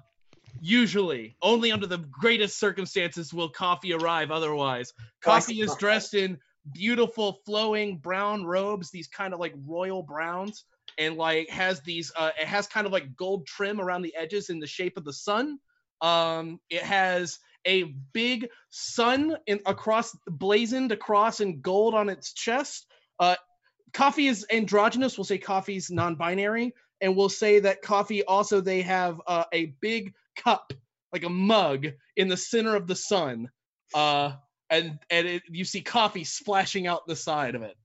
usually, only under the greatest circumstances will coffee arrive otherwise. Oh, I see. Coffee is dressed in beautiful, flowing brown robes, these kind of like royal browns. And like has these, uh, it has kind of like gold trim around the edges in the shape of the sun. Um, it has a big sun in, across blazoned across in gold on its chest. Uh, coffee is androgynous. We'll say coffee's non-binary, and we'll say that coffee also they have uh, a big cup, like a mug, in the center of the sun, uh, and and it, you see coffee splashing out the side of it.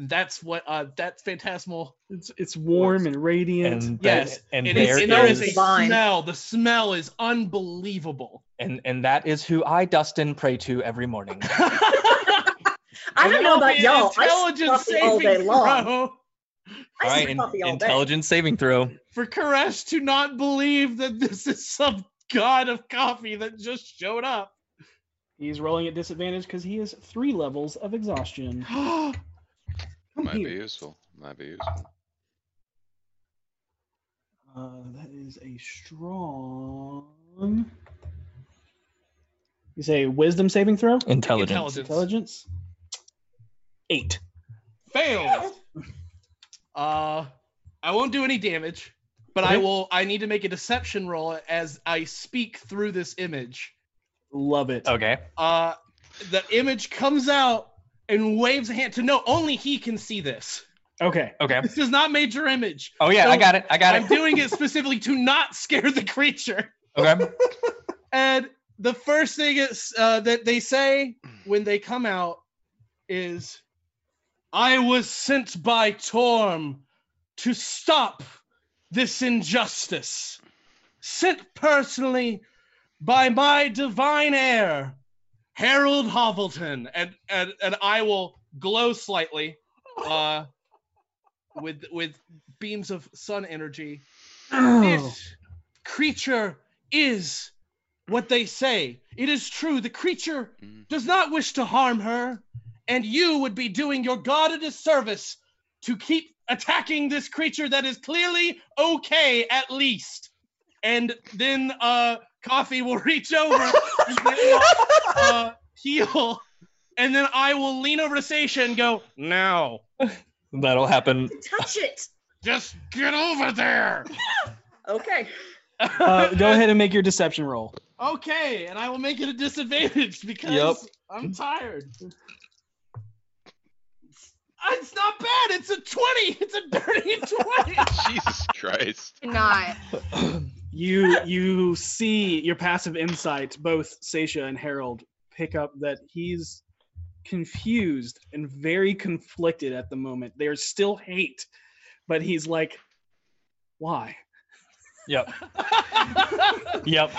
That's what uh, that's phantasmal. It's, it's warm and radiant. And Yes, and It there is, and there is a is- Divine. smell. The smell is unbelievable. and and that is who I Dustin pray to every *laughs* morning. I don't know That'll about be an y'all. I sip Intelligence coffee all saving day *laughs* long. throw I Alright, sip in- coffee all day. intelligence saving throw. for Koresh to not believe that this is some god of coffee that just showed up. He's rolling at disadvantage because he has three levels of *gasps* exhaustion. Uh, Come Might be here. useful. Might be useful. *laughs* Uh, that is a strong. You say wisdom saving throw? Intelligence. Intelligence. Intelligence? Eight. *laughs* Failed. Uh, I won't do any damage, but I Okay. will. I need to make a deception roll as I speak through this image. Love it. Okay. Uh, the image comes out and waves a hand to no. Only he can see this. Okay. Okay. This is not major image. Oh yeah, I got it. I got I'm it. doing it specifically to not scare the creature. Okay. And the first thing is, uh, that they say when they come out is, I was sent by Torm to stop this injustice, sent personally by my divine heir, Harold Hovelton. And, and, and I will glow slightly uh, with, with beams of sun energy. This creature is what they say. It is true. The creature Mm. does not wish to harm her, and you would be doing your god a disservice to keep attacking this creature that is clearly okay, at least. and then uh, Coffee will *laughs* reach over and then, uh, heal, and then I will lean over to Seisha and go, "Now, That'll happen. Touch it. just get over there." Okay. Uh, *laughs* go ahead and make your deception roll. Okay, and I will make it a disadvantage because Yep. I'm tired. It's not bad. It's a 20. It's a dirty 20. Jesus Christ. Not. *clears throat* You you see your passive insight, both Sasha and Harold pick up that he's confused and very conflicted at the moment. There's still hate, but he's like, why? Yep. Yep.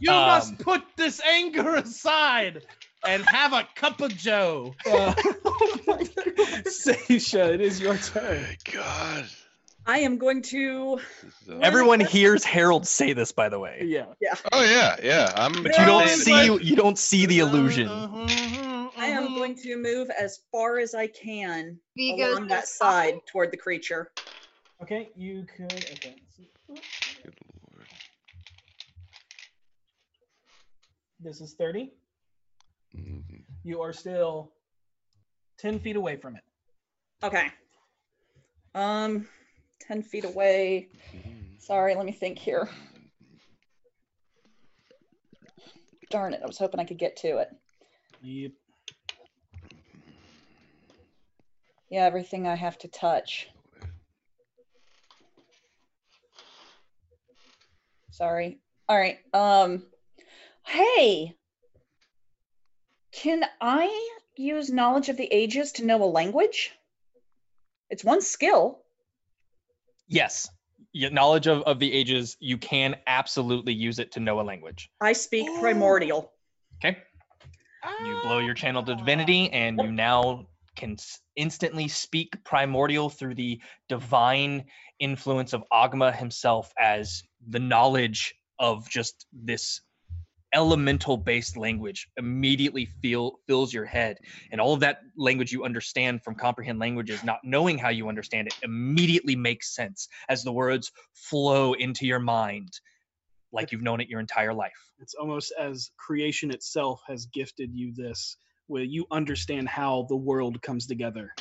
you Um, must put this anger aside and have a cup of *laughs* joe. *laughs* Sasha, it is your turn. God. I am going to. This is, uh, Everyone hears Harold say this, by the way. Yeah. Oh yeah, yeah. I'm. Uh, But you don't I'm- see you don't see the illusion. I am going to move as far as I can V goes along that side toward the creature. Okay, you could. Okay. Good lord. This is 30. Mhm. You are still 10 feet away from it. Okay. Um, 10 feet away. Sorry, let me think here. Darn it, I was hoping I could get to it. Yep. Yeah, everything I have to touch. Sorry. All right. Um hey. Can I use knowledge of the ages to know a language? It's one skill. Yes. Your knowledge of, of the ages, you can absolutely use it to know a language. I speak primordial. Okay. You blow your channel to divinity, and you now can s- instantly speak primordial through the divine influence of Agma himself as the knowledge of just this elemental based language immediately feel fills your head and all of that language you understand from comprehend languages not knowing how you understand it immediately makes sense as the words flow into your mind like you've known it your entire life It's almost as creation itself has gifted you this, where you understand how the world comes together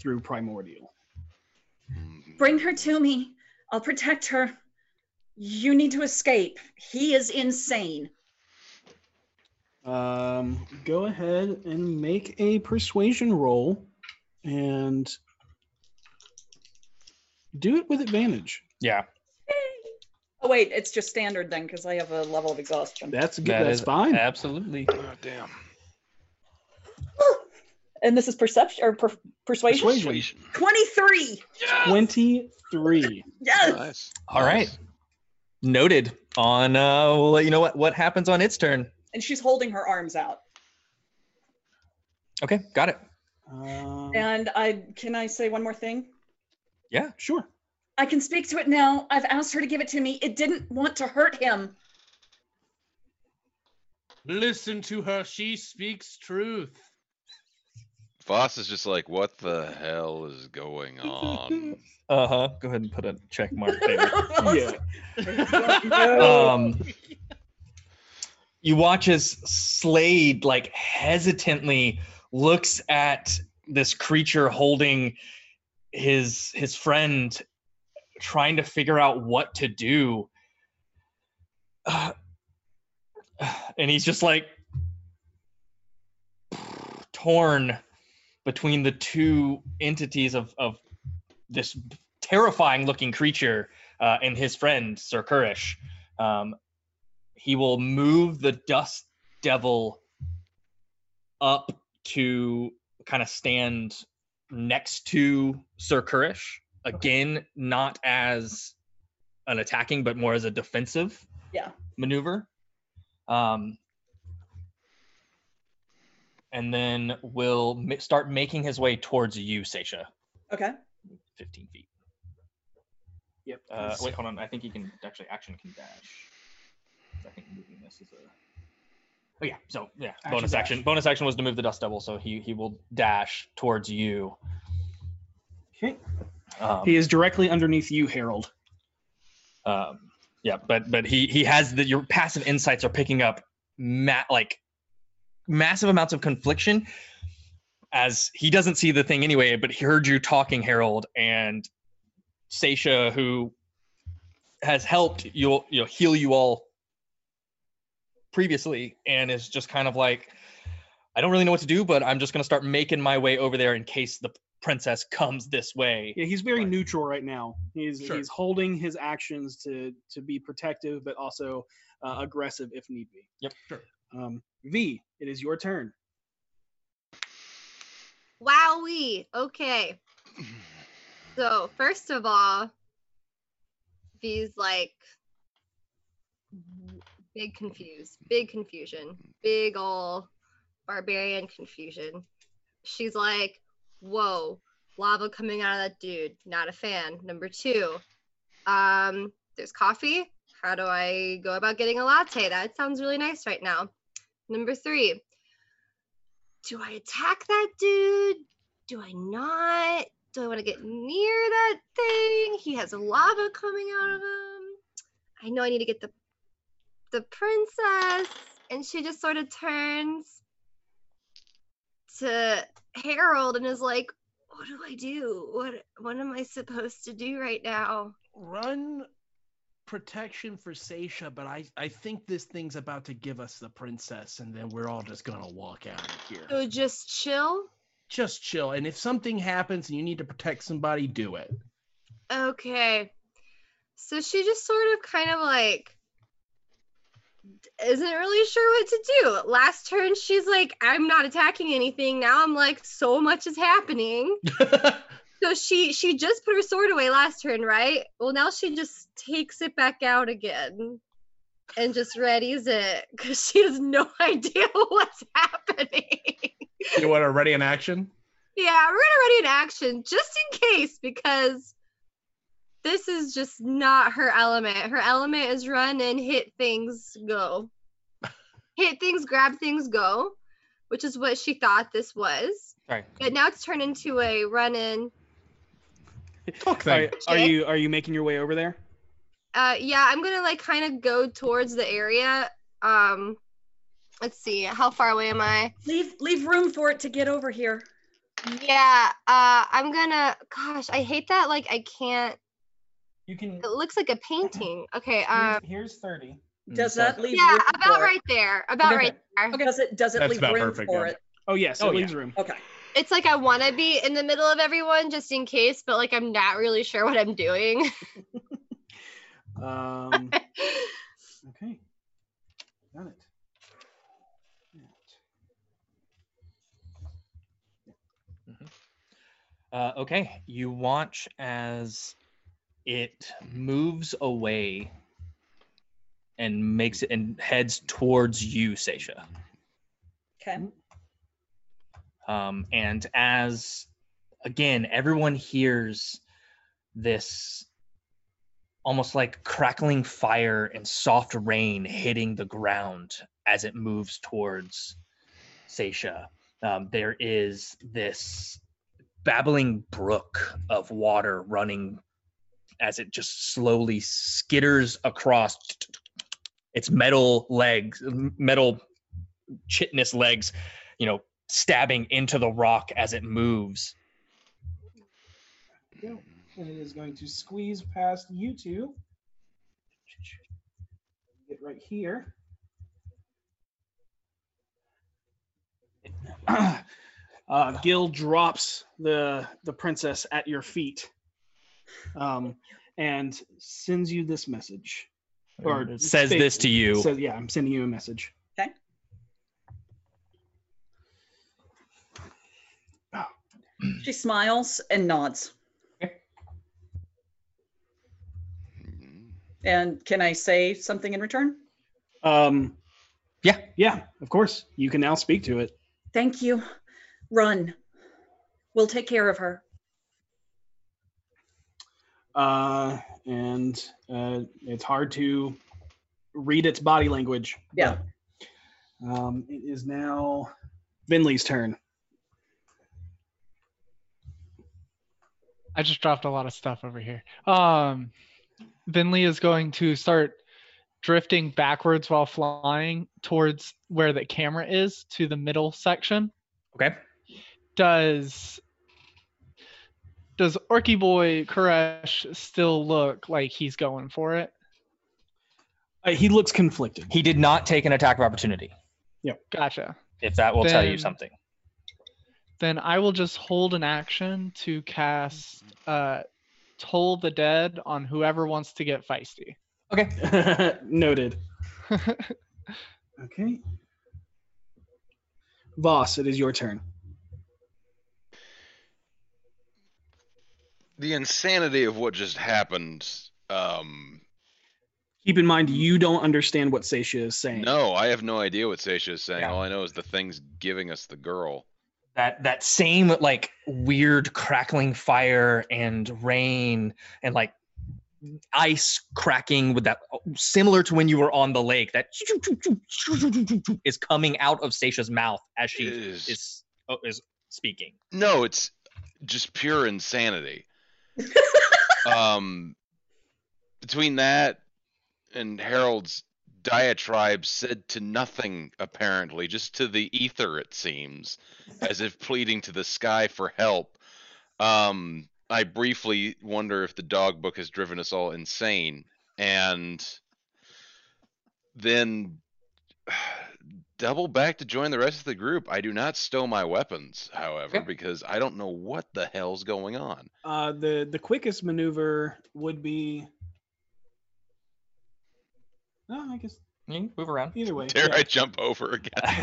through primordial. Mhm. Bring her to me. I'll protect her. You need to escape. He is insane. Um, go ahead and make a persuasion roll and do it with advantage. yeah Oh wait, it's just standard then because I have a level of exhaustion. That's good. That that's is fine. absolutely Oh, damn. And this is perception or per- persuasion? Persuasion. Persuasion. 23. 23. Yes. Nice. All right. noted on uh we'll let you know what what happens on its turn And she's holding her arms out. okay got it Um, And I can I say one more thing? Sure. I can speak to it now. I've asked her to give it to me. It didn't want to hurt him. Listen to her. She speaks truth. Voss is just like, what the hell is going on? *laughs* uh-huh go ahead and put a check mark there Yeah. *laughs* *laughs* um you watch as slade like hesitantly looks at this creature holding his his friend trying to figure out what to do *sighs* Uh, and he's just like torn between the two entities of of this terrifying looking creature uh, and his friend Sir Kurish. Um, he will move the Dust Devil up to kind of stand next to Sir Kurish. Again, not as an attacking, but more as a defensive Yeah. maneuver. Um, and then will ma- start making his way towards you, Seisha, Okay. 15 feet. Yep. Uh, wait, hold on. I think you can actually action can dash. I think moving this is a. Oh yeah, so yeah, Action bonus dash. action. Bonus action was to move the dust devil, so he he will dash towards you. Okay. Um, He is directly underneath you, Harold. um, Yeah, but but he he has the your passive insights are picking up ma- like massive amounts of confliction as he doesn't see the thing anyway, but he heard you talking, Harold, and Sasha, who has helped you you know, heal you all previously, and is just kind of like, I don't really know what to do, but I'm just gonna start making my way over there in case the princess comes this way. Yeah, he's very Right. neutral right now. He's Sure. he's holding his actions to to be protective, but also uh, aggressive if need be. Yep, sure. Um, v, it is your turn. Wowee. Okay. So first of all, V's like w- big confused, big confusion, big ol' barbarian confusion. She's like, whoa, lava coming out of that dude. Not a fan. Number two, um, there's coffee. How do I go about getting a latte? That sounds really nice right now. Number three, do I attack that dude? Do I not? Do I want to get near that thing? He has lava coming out of him. I know I need to get the the princess. And she just sort of turns to Harold and is like, "What do I do? What what am I supposed to do right now?" Run protection for Seisha, but I, I think this thing's about to give us the princess, and then we're all just gonna walk out of here. So just chill. Just chill. And if something happens and you need to protect somebody, do it. Okay. So she just sort of kind of like d- isn't really sure what to do. Last turn she's like I'm not attacking anything. Now I'm like so much is happening. So she she just put her sword away last turn, right? Well, now she just takes it back out again and just readies it cuz she has no *laughs* idea what's happening. you want to ready in action? Yeah, we're gonna ready in action just in case because this is just not her element. Her element is run and hit things, go. hit things, grab things, go, which is what she thought this was. Sorry. But now it's turned into a run in. Talk Are, thing. are Shit. you are you making your way over there? Uh, yeah, I'm gonna like kind of go towards the area. Um, let's see, how far away am I? Leave leave room for it to get over here. Yeah, uh, I'm gonna. Gosh, I hate that. Like, I can't. You can. It looks like a painting. Okay. Um. here's thirty. Does Mm, that so- leave Yeah, room about for it? right there. About Okay. right there. Does it does it That's leave about room perfect, for yeah. it? Oh yes, it Oh, yeah. leaves room. Okay. It's like I want to be in the middle of everyone just in case, but like I'm not really sure what I'm doing. Um, okay, got it. Uh, okay, you watch as it moves away and makes it and heads towards you, Seisha. Mm-hmm. Okay. Um, and as again, everyone hears this almost like crackling fire and soft rain hitting the ground as it moves towards Seisha. Um, there is this babbling brook of water running as it just slowly skitters across its metal legs, metal chitinous legs, you know, stabbing into the rock as it moves. Mm-hmm. And it is going to squeeze past you two. Get right here. *clears throat* uh, Gil drops the the princess at your feet, um, and sends you this message. Or It says this to you. Says, yeah, I'm sending you a message. Okay. Mm. She smiles and nods. And can I say something in return? Um, Yeah. yeah, of course. You can now speak to it. Thank you. Run. We'll take care of her. uh, and uh, it's hard to read its body language. Yeah. but, Um, it is now Vinley's turn. I just dropped a lot of stuff over here. Um, Vinley is going to start drifting backwards while flying towards where the camera is to the middle section. Okay. Does does Orky Boy Koresh still look like he's going for it? Uh, he looks conflicted. He did not take an attack of opportunity. Gotcha. If that will tell you Then- something. Then I will just hold an action to cast uh, Toll the Dead on whoever wants to get feisty. *laughs* Noted. Okay. Voss, it is your turn. The insanity of what just happened. Um, Keep in mind, you don't understand what Seisha is saying. no, I have no idea what Seisha is saying. Yeah. All I know is the thing's giving us the girl. that that same like weird crackling fire and rain and like ice cracking with that uh, similar to when you were on the lake that *laughs* is coming out of Stacia's mouth as she Is- is oh, is speaking. No, it's just pure insanity. um, between that and Harold's diatribe said to nothing, apparently, just to the ether, it seems, as if pleading to the sky for help. Um, I briefly wonder if the dog book has driven us all insane. And then double back to join the rest of the group. I do not stow my weapons, however, Okay. because I don't know what the hell's going on. Uh, the the quickest maneuver would be. No, I guess You can move around. either way. Dare yeah. I jump over again? *laughs*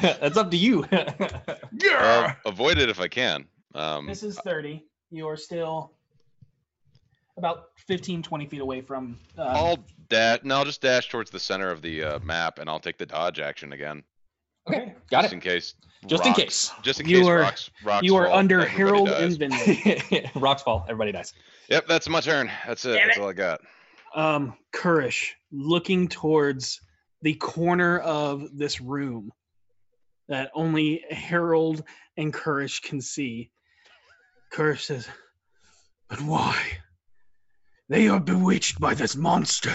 That's up *laughs* to you. Uh, avoid it if I can. Um, This is 30. You are still about 15, 20 feet away from. Uh, I'll dash. No, I'll just dash towards the center of the uh, map, and I'll take the dodge action again, okay, got just it. in case. Just in rocks- case. Just in You case are- rocks, rocks. you are fall, under everybody Harold dies. and Vinley. *laughs* *laughs* Rocks fall. Everybody dies. Yep, that's my turn. That's it. Damn That's all I got. um, Kurish looking towards the corner of this room that only Harold and Kurish can see. Kurish says, But why? They are bewitched by this monster.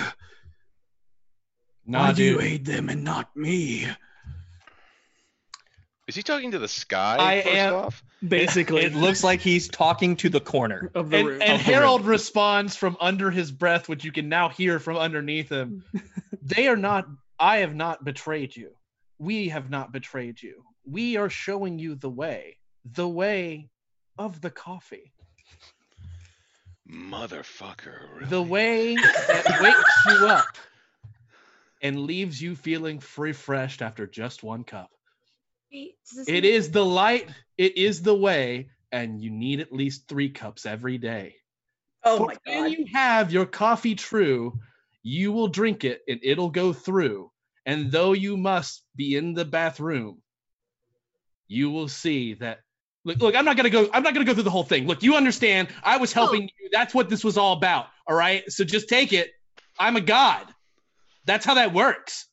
Nah, dude. aid them and not me? Is he talking to the sky? I first am- off, Basically, it looks like he's talking to the corner. of the And, room. and of the room. Harold responds from under his breath, which you can now hear from underneath him. they are not, I have not betrayed you. We have not betrayed you. We are showing you the way, the way of the coffee, motherfucker. the really? *laughs* way that wakes you up and leaves you feeling refreshed after just one cup. Wait, does this mean- It is the light, it is the way, and you need at least three cups every day. Oh For my when god. you have your coffee true, you will drink it and it'll go through. And though you must be in the bathroom, you will see that. Look, look, I'm not gonna go. I'm not gonna go through the whole thing. Look, you understand. I Oh. was helping you. That's what this was all about. All right. So just take it. I'm a god. That's how that works.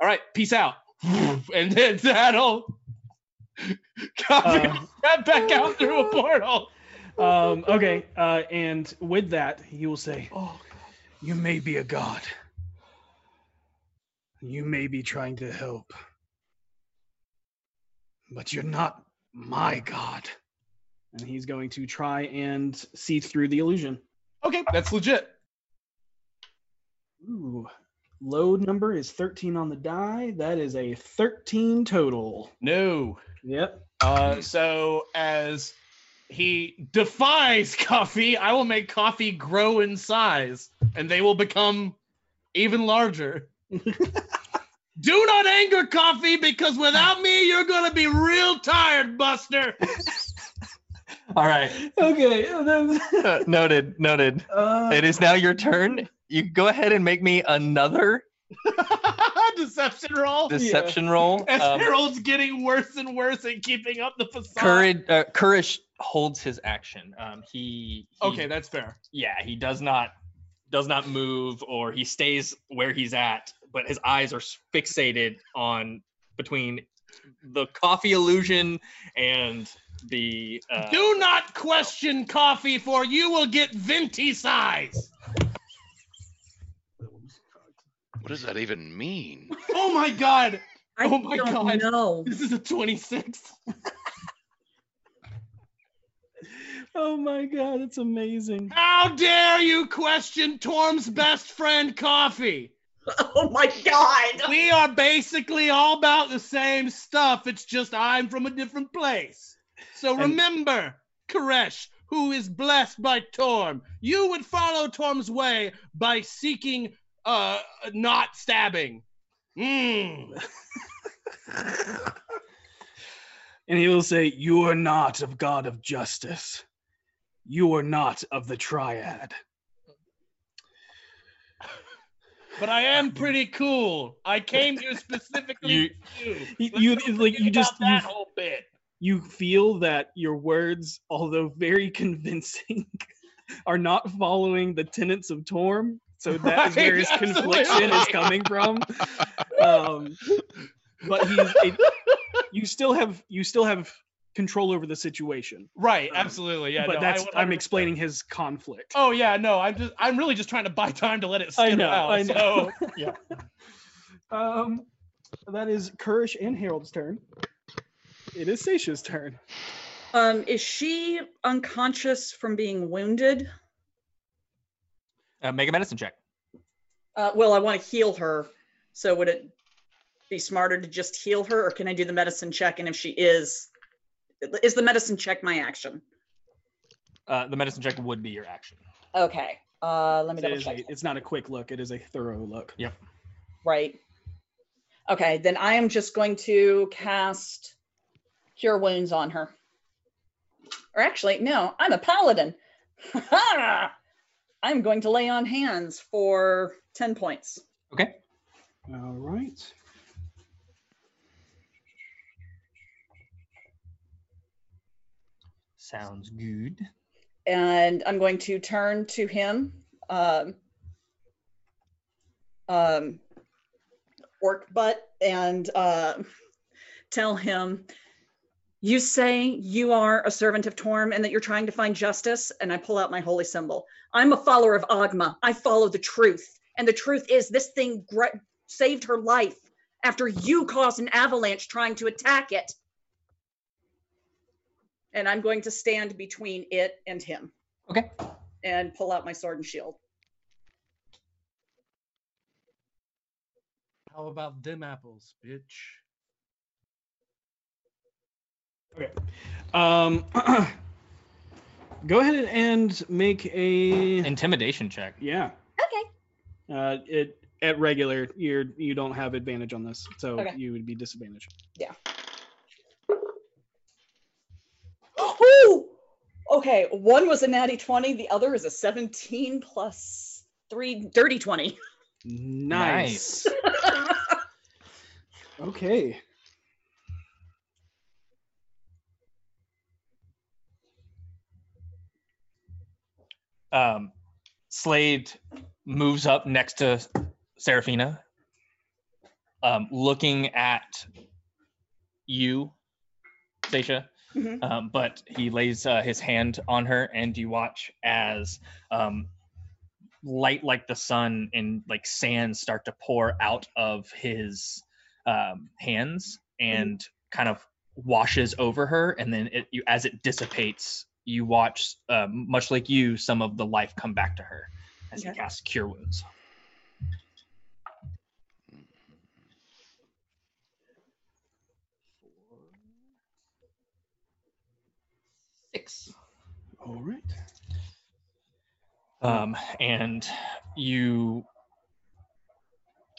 All right. Peace out. *laughs* And then *laughs* that'll. Uh, got back out through a portal. um, okay, uh, and with that, he will say, Oh, You may be a god. You may be trying to help. But you're not my god. And he's going to try and see through the illusion. Okay, that's legit. Ooh. Load number is 13 on the die. That is a 13 total. No. Yep. Uh, so as he defies coffee, I will make coffee grow in size, and they will become *laughs* even larger. Do not anger coffee, because without me, you're gonna be real tired, Buster. All right. Okay. that's- Uh, *laughs* noted. Noted. uh, It is *laughs* now your turn. You go ahead and make me another Deception roll. deception roll. As Um, Harold's getting worse and worse at keeping up the facade. courage, uh, courage holds his action. Um, he, he- Okay, that's fair. yeah, he does not does not move, or he stays where he's at, but his eyes are fixated on between the coffee illusion and the. Uh, Do not question coffee, for you will get venti size. What does that even *laughs* mean? Oh my god! I Oh my don't God. know. This is a 26. *laughs* Oh my god, that's amazing. How dare you question Torm's best friend, Coffee? *laughs* Oh my god. We are basically all about the same stuff. It's just I'm from a different place. So And- remember, Koresh, who is blessed by Torm, you would follow Torm's way by seeking uh not stabbing. Mm. And he will say, You are not of God of justice. You are not of the triad. But I am pretty cool. I came here specifically You- for you. You- Let's you- don't like, forget you just- about that you- whole bit. You feel that your words, although very *laughs* convincing, are not following the tenets of Torm. So that is where his Right, confliction is absolutely. coming from. Um, but he's it, you still have you still have control over the situation. Right, Um, absolutely. Yeah, but no, that's I I'm 100% explaining his conflict. Oh yeah, no, I'm just I'm really just trying to buy time to let it sit I know, out. I know. *laughs* So yeah. Um, that is Kurish and Harold's turn. It is Seisha's turn. Um, is she unconscious from being wounded? Uh, make a medicine check. Uh, well, I want to heal her. So would it be smarter to just heal her, or can I do the medicine check? And if she is, is the medicine check my action? Uh, the medicine check would be your action. Okay. Uh, let me It double is check. a, it's not a quick look. It is a thorough look. Right. Okay, then I am just going to cast Cure Wounds on her. Or actually, no, I'm a paladin. *laughs* I'm going to lay on hands for 10 points. All right. Sounds good. and I'm going to turn to him. Um, um, orc butt and uh, tell him, You say you are a servant of Torm and that you're trying to find justice. And I pull out my holy symbol. I'm a follower of Agma. I follow the truth. And the truth is, this thing gr- saved her life after you caused an avalanche trying to attack it. And I'm going to stand between it and him. Okay. And pull out my sword and shield. How about them apples, bitch? Um, *clears throat* go ahead and make a Intimidation check. yeah. Okay. Uh, it at regular you're you don't have advantage on this, so Okay. you would be disadvantaged. Ooh! Okay, one was a natty 20, the other is a 17 plus 3 dirty 20. Nice. *laughs* okay. Um, Slade moves up next to Seraphina, um, looking at you, Stacia. Mhm. Um, but he lays uh, his hand on her, and you watch as um, light, like the sun, and like sand start to pour out of his um, hands, and kind of washes over her. And then, it, you, as it dissipates, you watch, uh, much like you, some of the life come back to her as he Okay. casts Cure Wounds. Six. All right. Um, and you,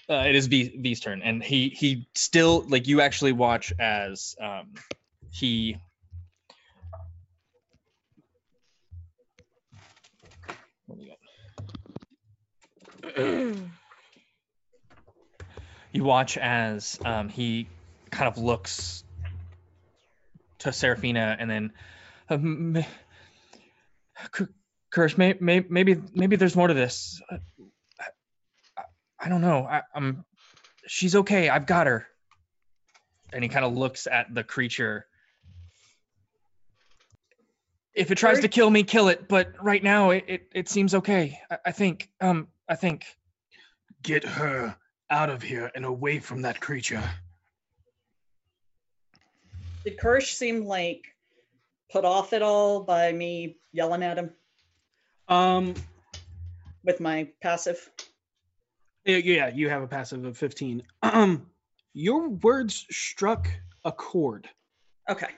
uh, it is V V's turn, and he he still like you actually watch as um, he. *clears throat* What do we got? You watch as um, he kind of looks to Seraphina, and then. Um, m- Cur- Kirsch, may, may, maybe maybe there's more to this. Uh, I, I, I don't know. I, I'm she's okay. I've got her. And he kind of looks at the creature. If it tries to Kirsch- kill me, kill it. But right now, it, it, it seems okay. I, I think. Um, I think. Get her out of here and away from that creature. Did Kirsch seem like put off at all by me yelling at him Um, with my passive? Yeah, yeah, you have a passive of 15. Um, your words struck a chord Okay.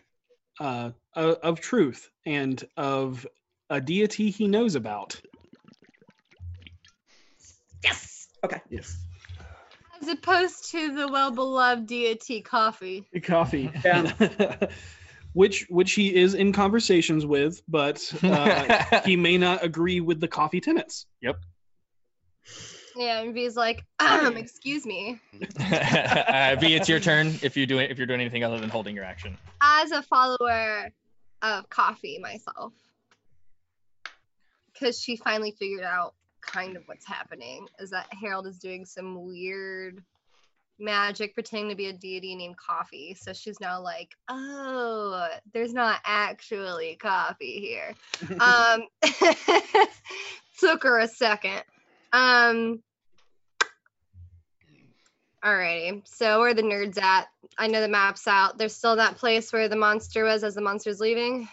uh, o- of truth and of a deity he knows about. Yes. Okay. Yes. As opposed to the well beloved deity coffee. *laughs* Coffee. Yeah. which which he is in conversations with, but uh, *laughs* he may not agree with the coffee tenants. Yep. Yeah, and V's like, um, excuse me. *laughs* uh, v, it's your turn if you do it, if you're doing anything other than holding your action. As a follower of coffee myself. Because she finally figured out kind of what's happening is that Harold is doing some weird magic pretending to be a deity named coffee. So she's now like, oh, there's not actually coffee here. um *laughs* took her a second um alrighty so where are the nerds at i know the map's out there's still that place where the monster was as the monster's leaving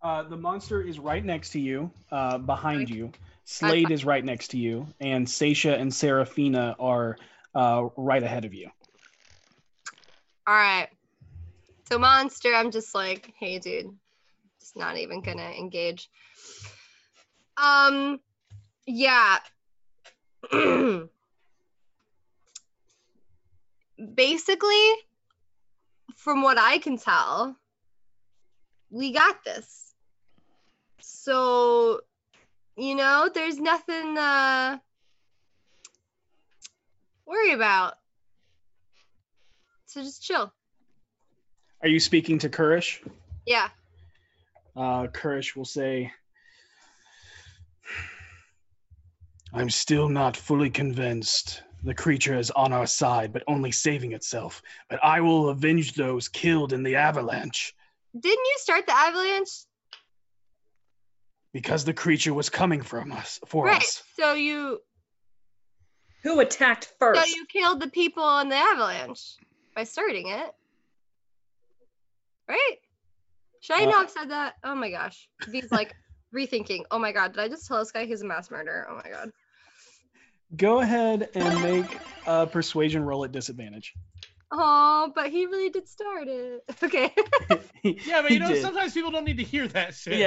Uh, the monster is right next to you, uh, behind you. Slade is right next to you, and Sasha and Seraphina are uh, right ahead of you. all right so monster i'm just like hey dude just not even gonna engage um yeah *clears throat* basically from what i can tell we got this so you know there's nothing uh worry about so just chill Are you speaking to Kurish? yeah Uh, Kurish will say, I'm still not fully convinced the creature is on our side, but only saving itself. But I will avenge those killed in the avalanche. didn't you start the avalanche Because the creature was coming from us for right us. so you Who attacked so first? you killed the people on the avalanche by starting it right should i Uh, not have said that oh my gosh he's like *laughs* rethinking oh my god did i just tell this guy he's a mass murderer oh my god Go ahead and make a persuasion roll at disadvantage. *laughs* Oh, but he really did start it. *laughs* Okay. *laughs* Yeah, but He you know, did. sometimes people don't need to hear that shit.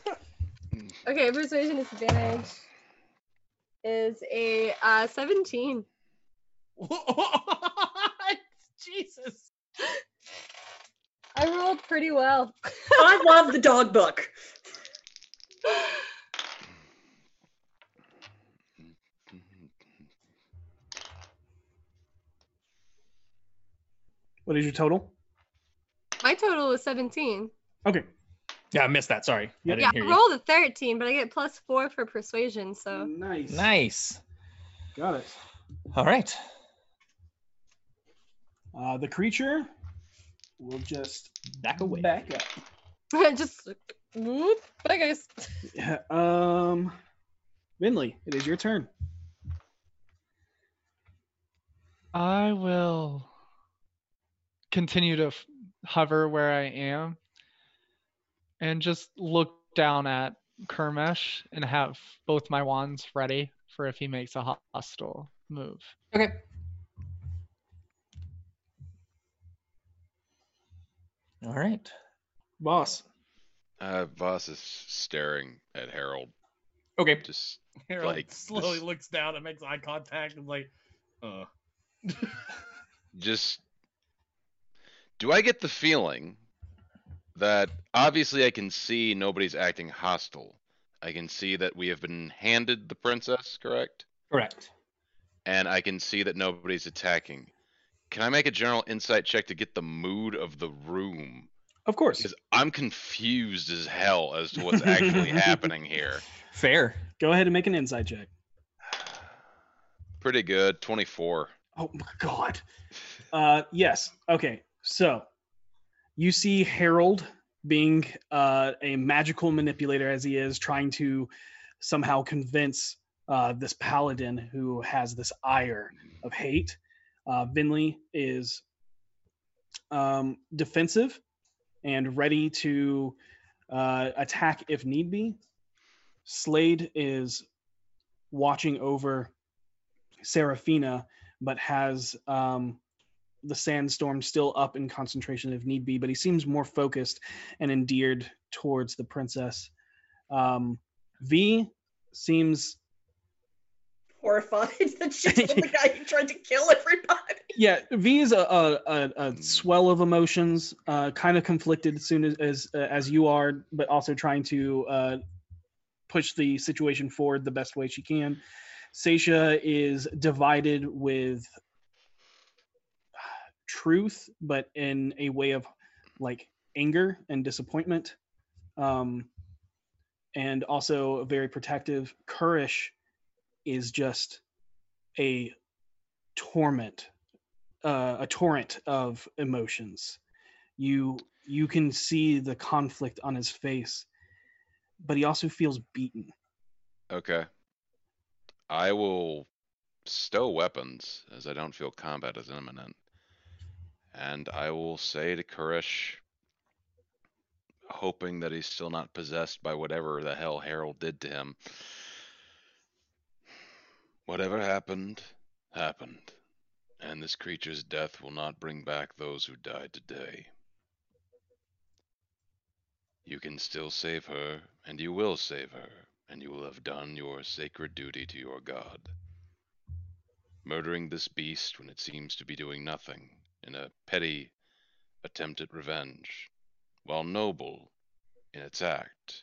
*laughs* okay, persuasion disadvantage is a uh, 17. What? Jesus. I rolled pretty well. *laughs* I love the dog book. What is your total? My total was 17. Okay. Yeah, I missed that. Sorry, I didn't Yeah, hear I you. rolled a 13, but I get plus four for persuasion, so. Nice. Nice. Got it. All right. Uh, the creature will just Back away. back up. *laughs* Just whoop, bye guys. Yeah, *laughs* um, Vinley, it is your turn. I will continue to f- hover where I am and just look down at Kermesh and have both my wands ready for if he makes a ho- hostile move. Okay. All right. Boss. Uh, Voss is staring at Harold. Okay. Just Harold Like, slowly this- looks down and makes eye contact and like, uh. *laughs* just do I get the feeling that obviously I can see nobody's acting hostile. I can see that we have been handed the princess, correct? Correct. And I can see that nobody's attacking. Can I make a general insight check to get the mood of the room? Of course. Because I'm confused as hell as to what's *laughs* actually happening here. Fair. Go ahead and make an inside check. Pretty good, 24. Oh my god. Uh, yes. Okay. So you see Harold being uh, a magical manipulator as he is trying to somehow convince uh, this paladin who has this ire of hate. Uh, Vinley is um, defensive and ready to uh, attack if need be. Slade is watching over Seraphina, but has um, the sandstorm still up in concentration if need be, but he seems more focused and endeared towards the princess. Um, v seems Horrified *laughs* that she's with the guy who tried to kill everybody. yeah v is a, a, a, a swell of emotions uh, kind of conflicted as soon as as, uh, as you are but also trying to uh, push the situation forward the best way she can Seisha is divided with uh, truth but in a way of like anger and disappointment um, and also very protective Kurish is just a torment uh, a torrent of emotions. You you can see the conflict on his face, but he also feels beaten. Okay. I will stow weapons as I don't feel combat is imminent. And I will say to Kurish, hoping that he's still not possessed by whatever the hell Harold did to him. Whatever happened, happened. And this creature's death will not bring back those who died today. You can still save her, and you will save her, and you will have done your sacred duty to your god. Murdering this beast when it seems to be doing nothing, in a petty attempt at revenge, while noble in its act,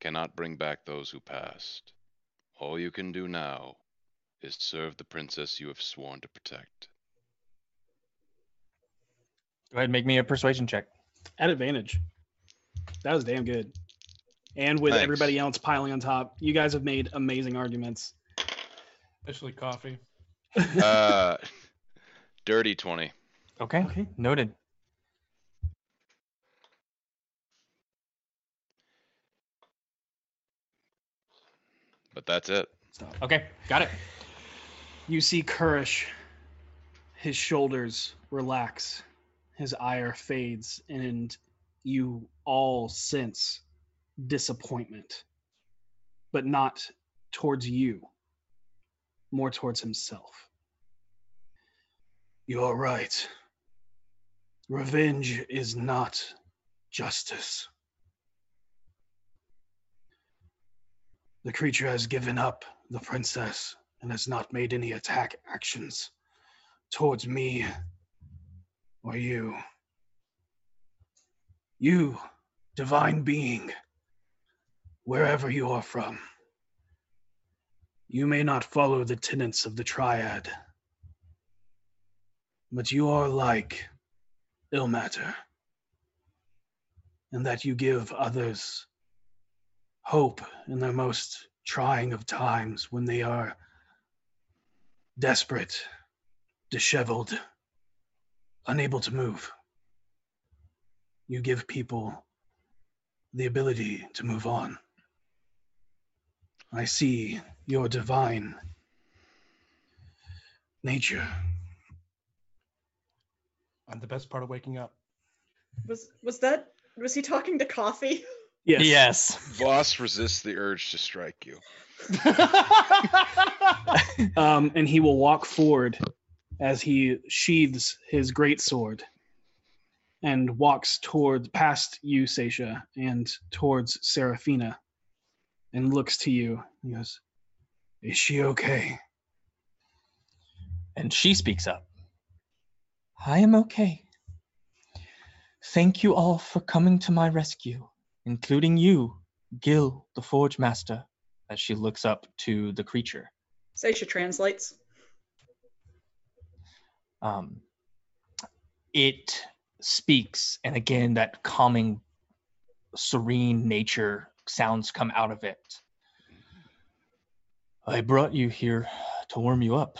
cannot bring back those who passed. All you can do now is serve the princess you have sworn to *laughs* protect. Go ahead, make me a persuasion check. At advantage. That was damn good. And with Thanks. everybody else piling on top, you guys have made amazing arguments. Especially coffee. uh, *laughs* dirty 20. Okay. Okay. Noted. But that's it. Stop. Okay. Got it. You see Kurish, his shoulders relax, his ire fades, and you all sense disappointment, but not towards you, more towards himself. You are right. Revenge is not justice. The creature has given up the princess and has not made any attack actions towards me or you. You, divine being, wherever you are from, you may not follow the tenets of the triad, but you are like ill matter, in that you give others hope in their most trying of times when they are desperate, disheveled, unable to move. You give people the ability to move on. I see your divine nature. I'm the best part of waking up. Was was that was he talking to coffee? Yes. Voss resists the urge to strike you. Um, and he will walk forward as he sheathes his great sword and walks toward past you, Seisha, and towards Seraphina, and looks to you. He goes, "Is she okay?" And she speaks up. I am okay. Thank you all for coming to my rescue, including you, Gil, the Forge Master, as she looks up to the creature. Seisha translates. um, it speaks and again that calming serene nature sounds come out of it i brought you here to warm you up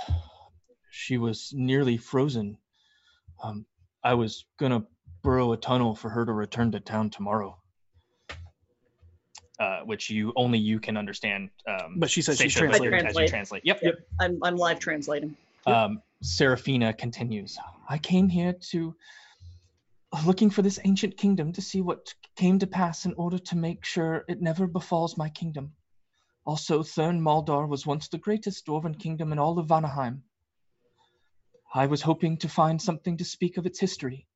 she was nearly frozen um, i was gonna burrow a tunnel for her to return to town tomorrow uh, which you only you can understand. Um, But she says she's Stacia, but translating. as you translate. Yep. Yep. I'm, I'm live translating. Um, Seraphina continues. I came here to looking for this ancient kingdom to see what came to pass in order to make sure it never befalls my kingdom. Also, Thurn Maldar was once the greatest dwarven kingdom in all of Vanaheim. I was hoping to find something to speak of its history.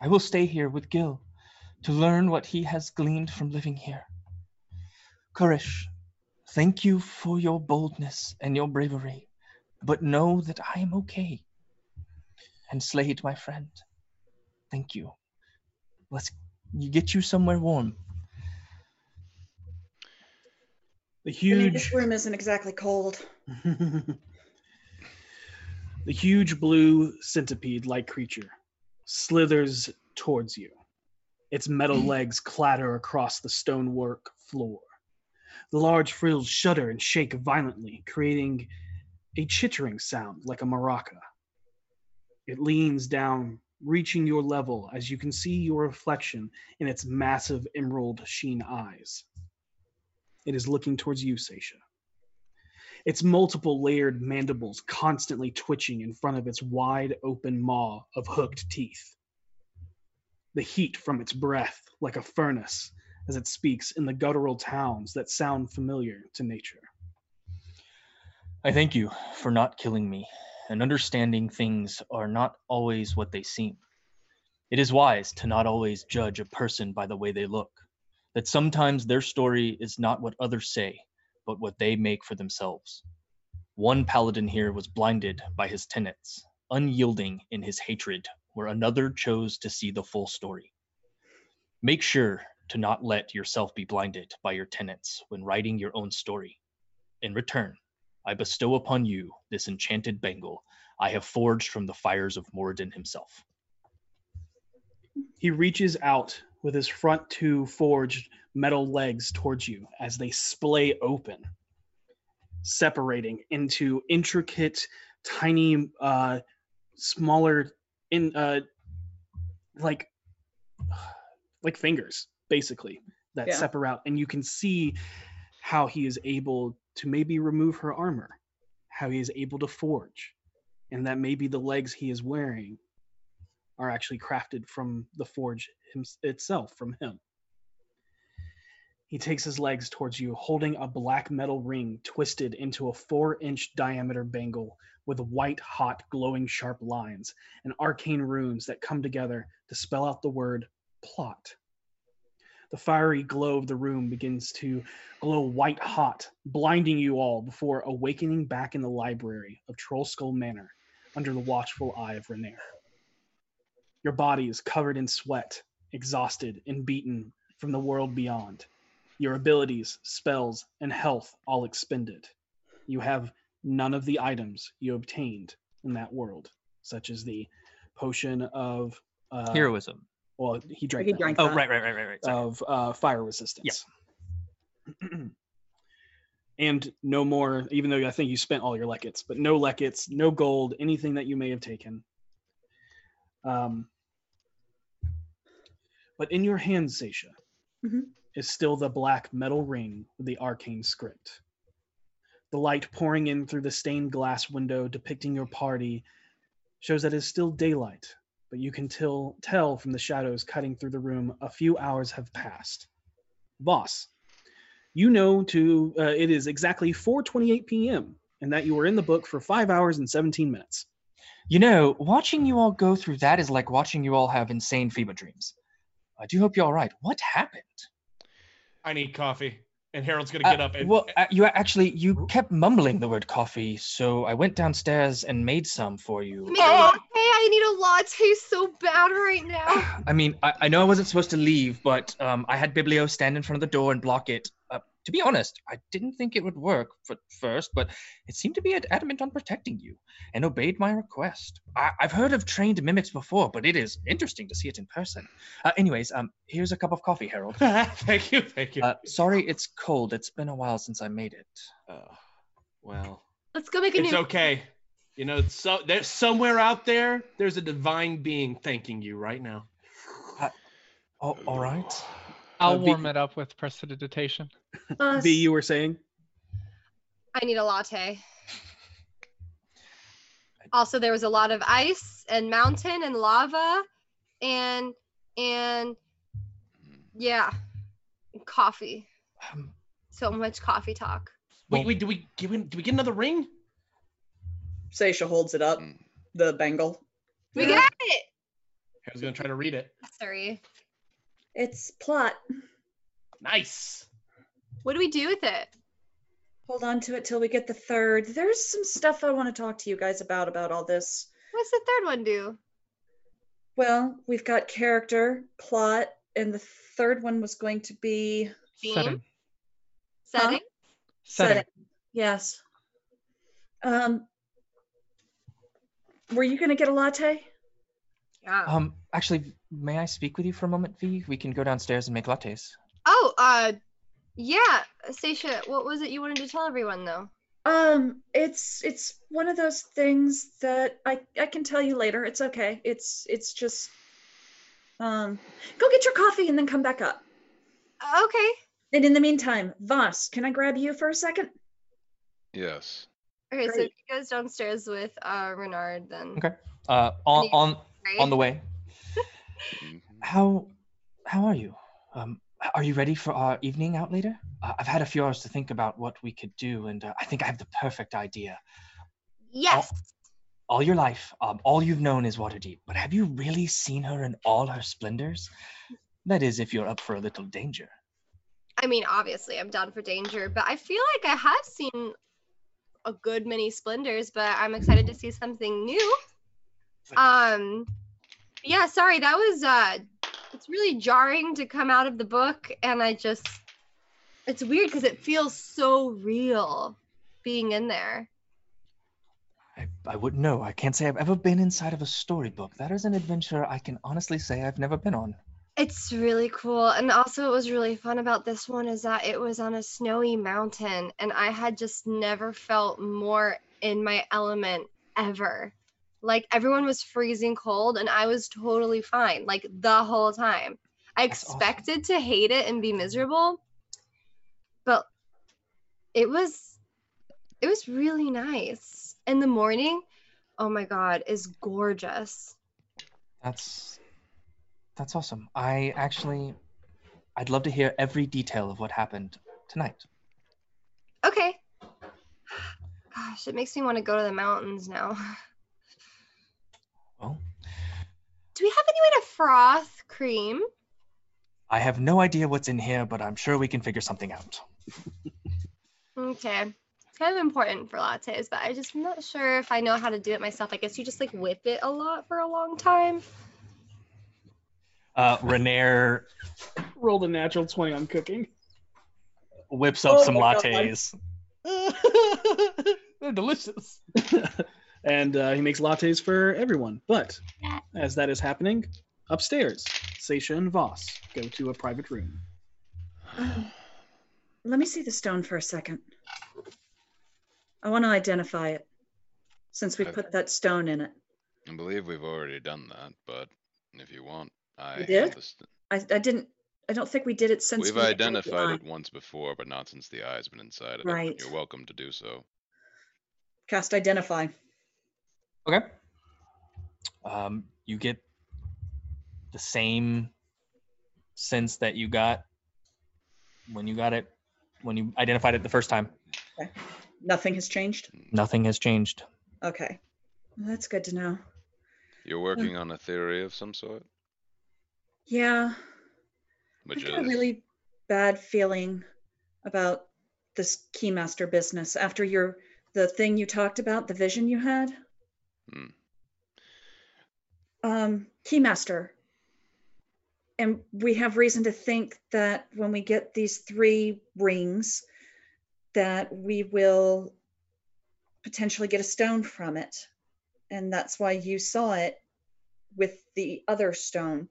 I will stay here with Gil to learn what he has gleaned from living here. Kurish, thank you for your boldness and your bravery but know that I am okay. And Slade, my friend, thank you. Let's you get you somewhere warm. I The mean, huge this room isn't exactly cold. *laughs* the huge blue centipede like creature slithers towards you. Its metal legs clatter across the stonework floor. The large frills shudder and shake violently, creating a chittering sound like a maraca. It leans down, reaching your level as you can see your reflection in its massive emerald sheen eyes. It is looking towards you, Seisha its multiple layered mandibles constantly twitching in front of its wide open maw of hooked teeth. The heat from its breath, like a furnace, as it speaks in the guttural towns that sound familiar to nature. I thank you for not killing me and understanding things are not always what they seem. It is wise to not always judge a person by the way they look, that sometimes their story is not what others say, but what they make for themselves. One paladin here was blinded by his tenets, unyielding in his hatred, where another chose to see the full story. Make sure to not let yourself be blinded by your tenets when writing your own story. In return, I bestow upon you this enchanted bangle I have forged from the fires of Moradin himself. He reaches out with his front two forged metal legs towards you as they splay open, separating into intricate, tiny, uh, smaller, in uh, like like fingers, basically that Yeah. separate out, and you can see how he is able to maybe remove her armor, how he is able to forge, and that maybe the legs he is wearing are actually crafted from the forge him- itself, from him. He takes his legs towards you, holding a black metal ring twisted into a four inch diameter bangle with white hot, glowing sharp lines and arcane runes that come together to spell out the word plot. The fiery glow of the room begins to glow white hot, blinding you all before awakening back in the library of Trollskull Manor under the watchful eye of Renair. Your body is covered in sweat, exhausted and beaten from the world beyond. Your abilities, spells, and health all expended. You have none of the items you obtained in that world, such as the potion of uh, Heroism. Well, he drank. He that drank Oh, that. right, right, right, right, right. Sorry. of uh, fire resistance. *clears throat* and no more, even though I think you spent all your leckets, but no leckets, no gold, anything that you may have taken. Um, but in your hand, Seisha, Mhm. is still the black metal ring with the arcane script. The light pouring in through the stained glass window depicting your party shows that it is still daylight, but you can till, tell from the shadows cutting through the room a few hours have passed. Voss, you know to uh, it is exactly 4:28 p.m. and that you were in the book for 5 hours and 17 minutes. You know, watching you all go through that is like watching you all have insane fever dreams. I do hope you're all right. What happened? I need coffee. And Harold's gonna get Uh, up and well, uh, you actually you kept mumbling the word coffee, so I went downstairs and made some for you. Make a latte. I need a latte so bad right now. I mean, I, I know I wasn't supposed to leave, but um, I had Biblio stand in front of the door and block it. Uh, to be honest, I didn't think it would work at first, but it seemed to be ad- adamant on protecting you and obeyed my request. I, I've heard of trained mimics before, but it is interesting to see it in person. Uh, anyways, um, here's a cup of coffee, *laughs* Harold. thank you, thank you. Uh, sorry, it's cold. It's been a while since I made it. Oh, well, Let's go make a it's new. okay. You know, so there's somewhere out there. There's a divine being thanking you right now. Oh, all right. I'll Uh, be- warm it up with prestidigitation. Plus, B, you were saying? I need a *laughs* latte. Also, there was a lot of ice and mountain and lava, and Mm. and yeah, and coffee. Um, So much coffee talk. Wait, wait, do we give him? Do we get another ring? Seisha holds it up, Hmm. Mm. the bangle. We got it. I was gonna try to read it. Sorry. It's plot. Nice. What do we do with it? Hold on to it till we get the third. There's some stuff I want to talk to you guys about about all this. What's the third one do? Well, we've got character, plot, and the third one was going to be Theme? Setting. Huh? Setting. Setting. Yes. Um were you gonna get a latte? Yeah. Um, actually, may I speak with you for a moment, V? We can go downstairs and make lattes. oh, uh, yeah, Stacia. What was it you wanted to tell everyone though? Um, it's it's one of those things that I I can tell you later. It's okay. It's it's just um go get your coffee and then come back up. Okay. And in the meantime, Voss, can I grab you for a second? Yes. Okay, so Great. he goes downstairs with uh Renard then. Okay. Uh, on Any- on Right? on the way. Mhm. How how are you? Um, h- are you ready for our evening out later? Uh, I've had a few hours to think about what we could do, and uh, I think I have the perfect idea. yes. All your life, um, all you've known is Waterdeep, but have you really seen her in all her splendors? That is, if you're up for a little danger. I mean, obviously, I'm down for danger, but I feel like I have seen a good many splendors, but I'm excited to see something new. Um, yeah, sorry, that was uh, it's really jarring to come out of the book, and I just, it's weird because it feels so real being in there. I, I wouldn't know. I can't say I've ever been inside of a storybook. That is an adventure I can honestly say I've never been on. It's really cool. And also, what was really fun about this one is that it was on a snowy mountain, and I had just never felt more in my element ever. Like, everyone was freezing cold, and I was totally fine, like, the whole time. I That's awesome. expected to hate it and be miserable, but it was it was really nice. And the morning, oh my god, is gorgeous. That's that's awesome. I actually I'd love to hear every detail of what happened tonight. Okay. Gosh, it makes me want to go to the mountains now. Well, Do we have any way to froth cream? I have no idea what's in here, but I'm sure we can figure something out. Okay. It's kind of important for lattes, but I just am not sure if I know how to do it myself. I guess you just like whip it a lot for a long time. Uh Renair Rolled a natural 20 on *laughs* cooking. whips up Oh some my God. lattes. They're delicious. *laughs* and uh, he makes lattes for everyone. But Yeah. as that is happening, upstairs, Seisha and Voss go to a private room. Let me see the stone for a second. I want to identify it since we Okay. put that stone in it. I believe we've already done that, but if you want, I have did? the st- I, I didn't, I don't think we did it since we've we identified outlined- it once before, but not since the eye's been inside of it. Right. but You're welcome to do so. Cast identify. Okay. Um, you get the same sense that you got when you got it when you identified it the first time. Nothing has changed. Nothing has changed. Okay. Well, that's good to know. You're Hmm. working on a theory of some sort, Yeah. which I've got is a really bad feeling about this keymaster business after your the thing you talked about, the vision you had. Hmm. Um, keymaster. And we have reason to think that when we get these three rings, that we will potentially get a stone from it. And that's why you saw it with the other stone.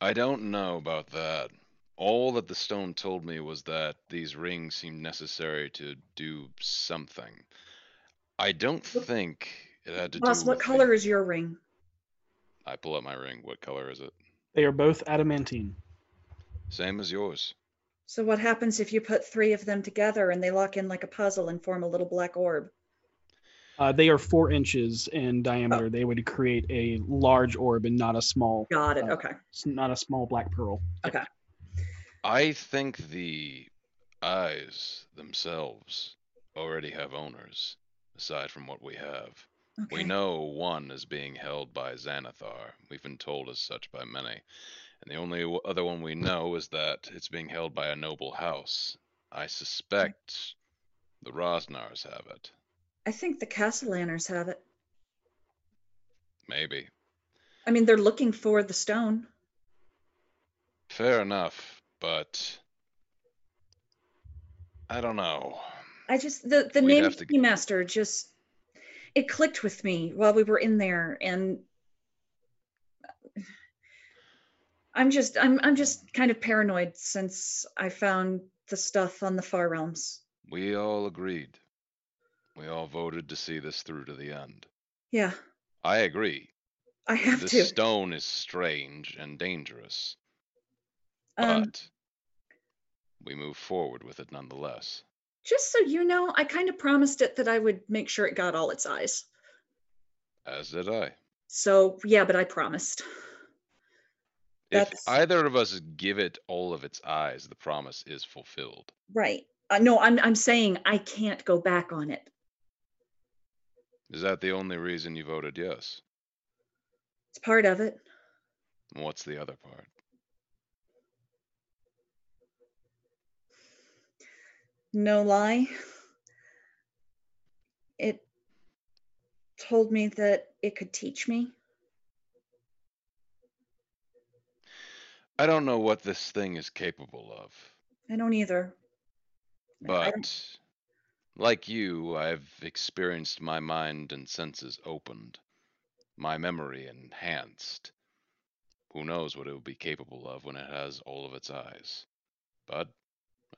I don't know about that. All that the stone told me was that these rings seemed necessary to do something. I don't think it had to Ross, do what with the- color is your ring? I pull out my ring. What color is it? They are both adamantine. Same as yours. So what happens if you put three of them together and they lock in like a puzzle and form a little black orb? Uh, they are four inches in Oh. diameter. They would create a large orb and not a small, Got it. Uh, Okay. not a small black pearl. I think the eyes themselves already have owners, aside from what we have. Okay. We know one is being held by Xanathar. We've been told as such by many. And the only w- other one we know is that it's being held by a noble house. I suspect the Rosnars have it. I think the Castellaners have it. Maybe. I mean, they're looking for the stone. Fair enough, but I don't know. I just the the We'd name have of to- Keymaster just it clicked with me while we were in there, and I'm just I'm I'm just kind of paranoid since I found the stuff on the Far Realms. We all agreed. We all voted to see this through to the end. Yeah, I agree. I have This to. stone is strange and dangerous, Um, but we move forward with it nonetheless. just so you know, I kind of promised it that I would make sure it got all its eyes. As did I. So yeah, but I promised. That's- If either of us give it all of its eyes, the promise is fulfilled. Right. Uh, no, I'm I'm saying I can't go back on it. Is that the only reason you voted yes? It's part of it. And What's the other part? no lie, it told me that it could teach me. I don't know what this thing is capable of, I don't either. I don't- but like you, I've experienced my mind and senses opened, my memory enhanced. Who knows what it will be capable of when it has all of its eyes? But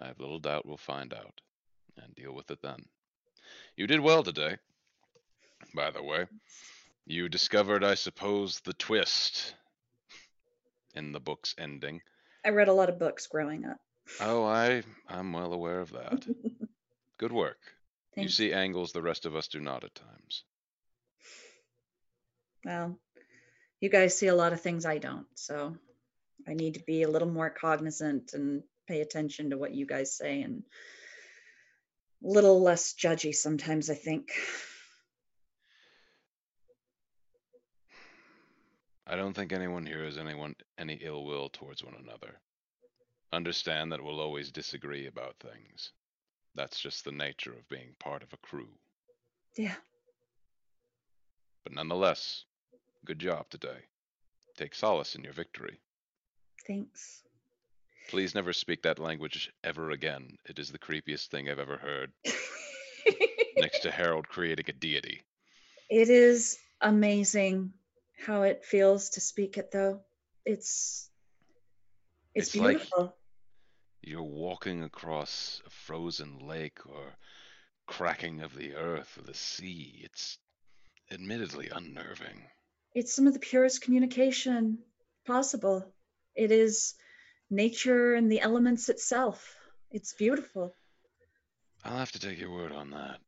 I have little doubt we'll find out and deal with it then. You did well today, by the way. You discovered, I suppose, the twist in the book's ending. I read a lot of books growing up. Oh, I I'm well aware of that. Good work. You Thanks. see angles the rest of us do not at times. Well, you guys see a lot of things I don't, so I need to be a little more cognizant and pay attention to what you guys say and a little less judgy sometimes, I think. I don't think anyone here has anyone any ill will towards one another. Understand that we'll always disagree about things. That's just the nature of being part of a crew. Yeah. But nonetheless, good job today. Take solace in your victory. Thanks. Please never speak that language ever again. It is the creepiest thing I've ever heard. Next to Harold creating a deity. It is amazing how it feels to speak it though. It's it's, It's like- beautiful. You're walking across a frozen lake or cracking of the earth or the sea. It's admittedly unnerving. It's some of the purest communication possible. It is nature and the elements itself. It's beautiful. I'll have to take your word on that.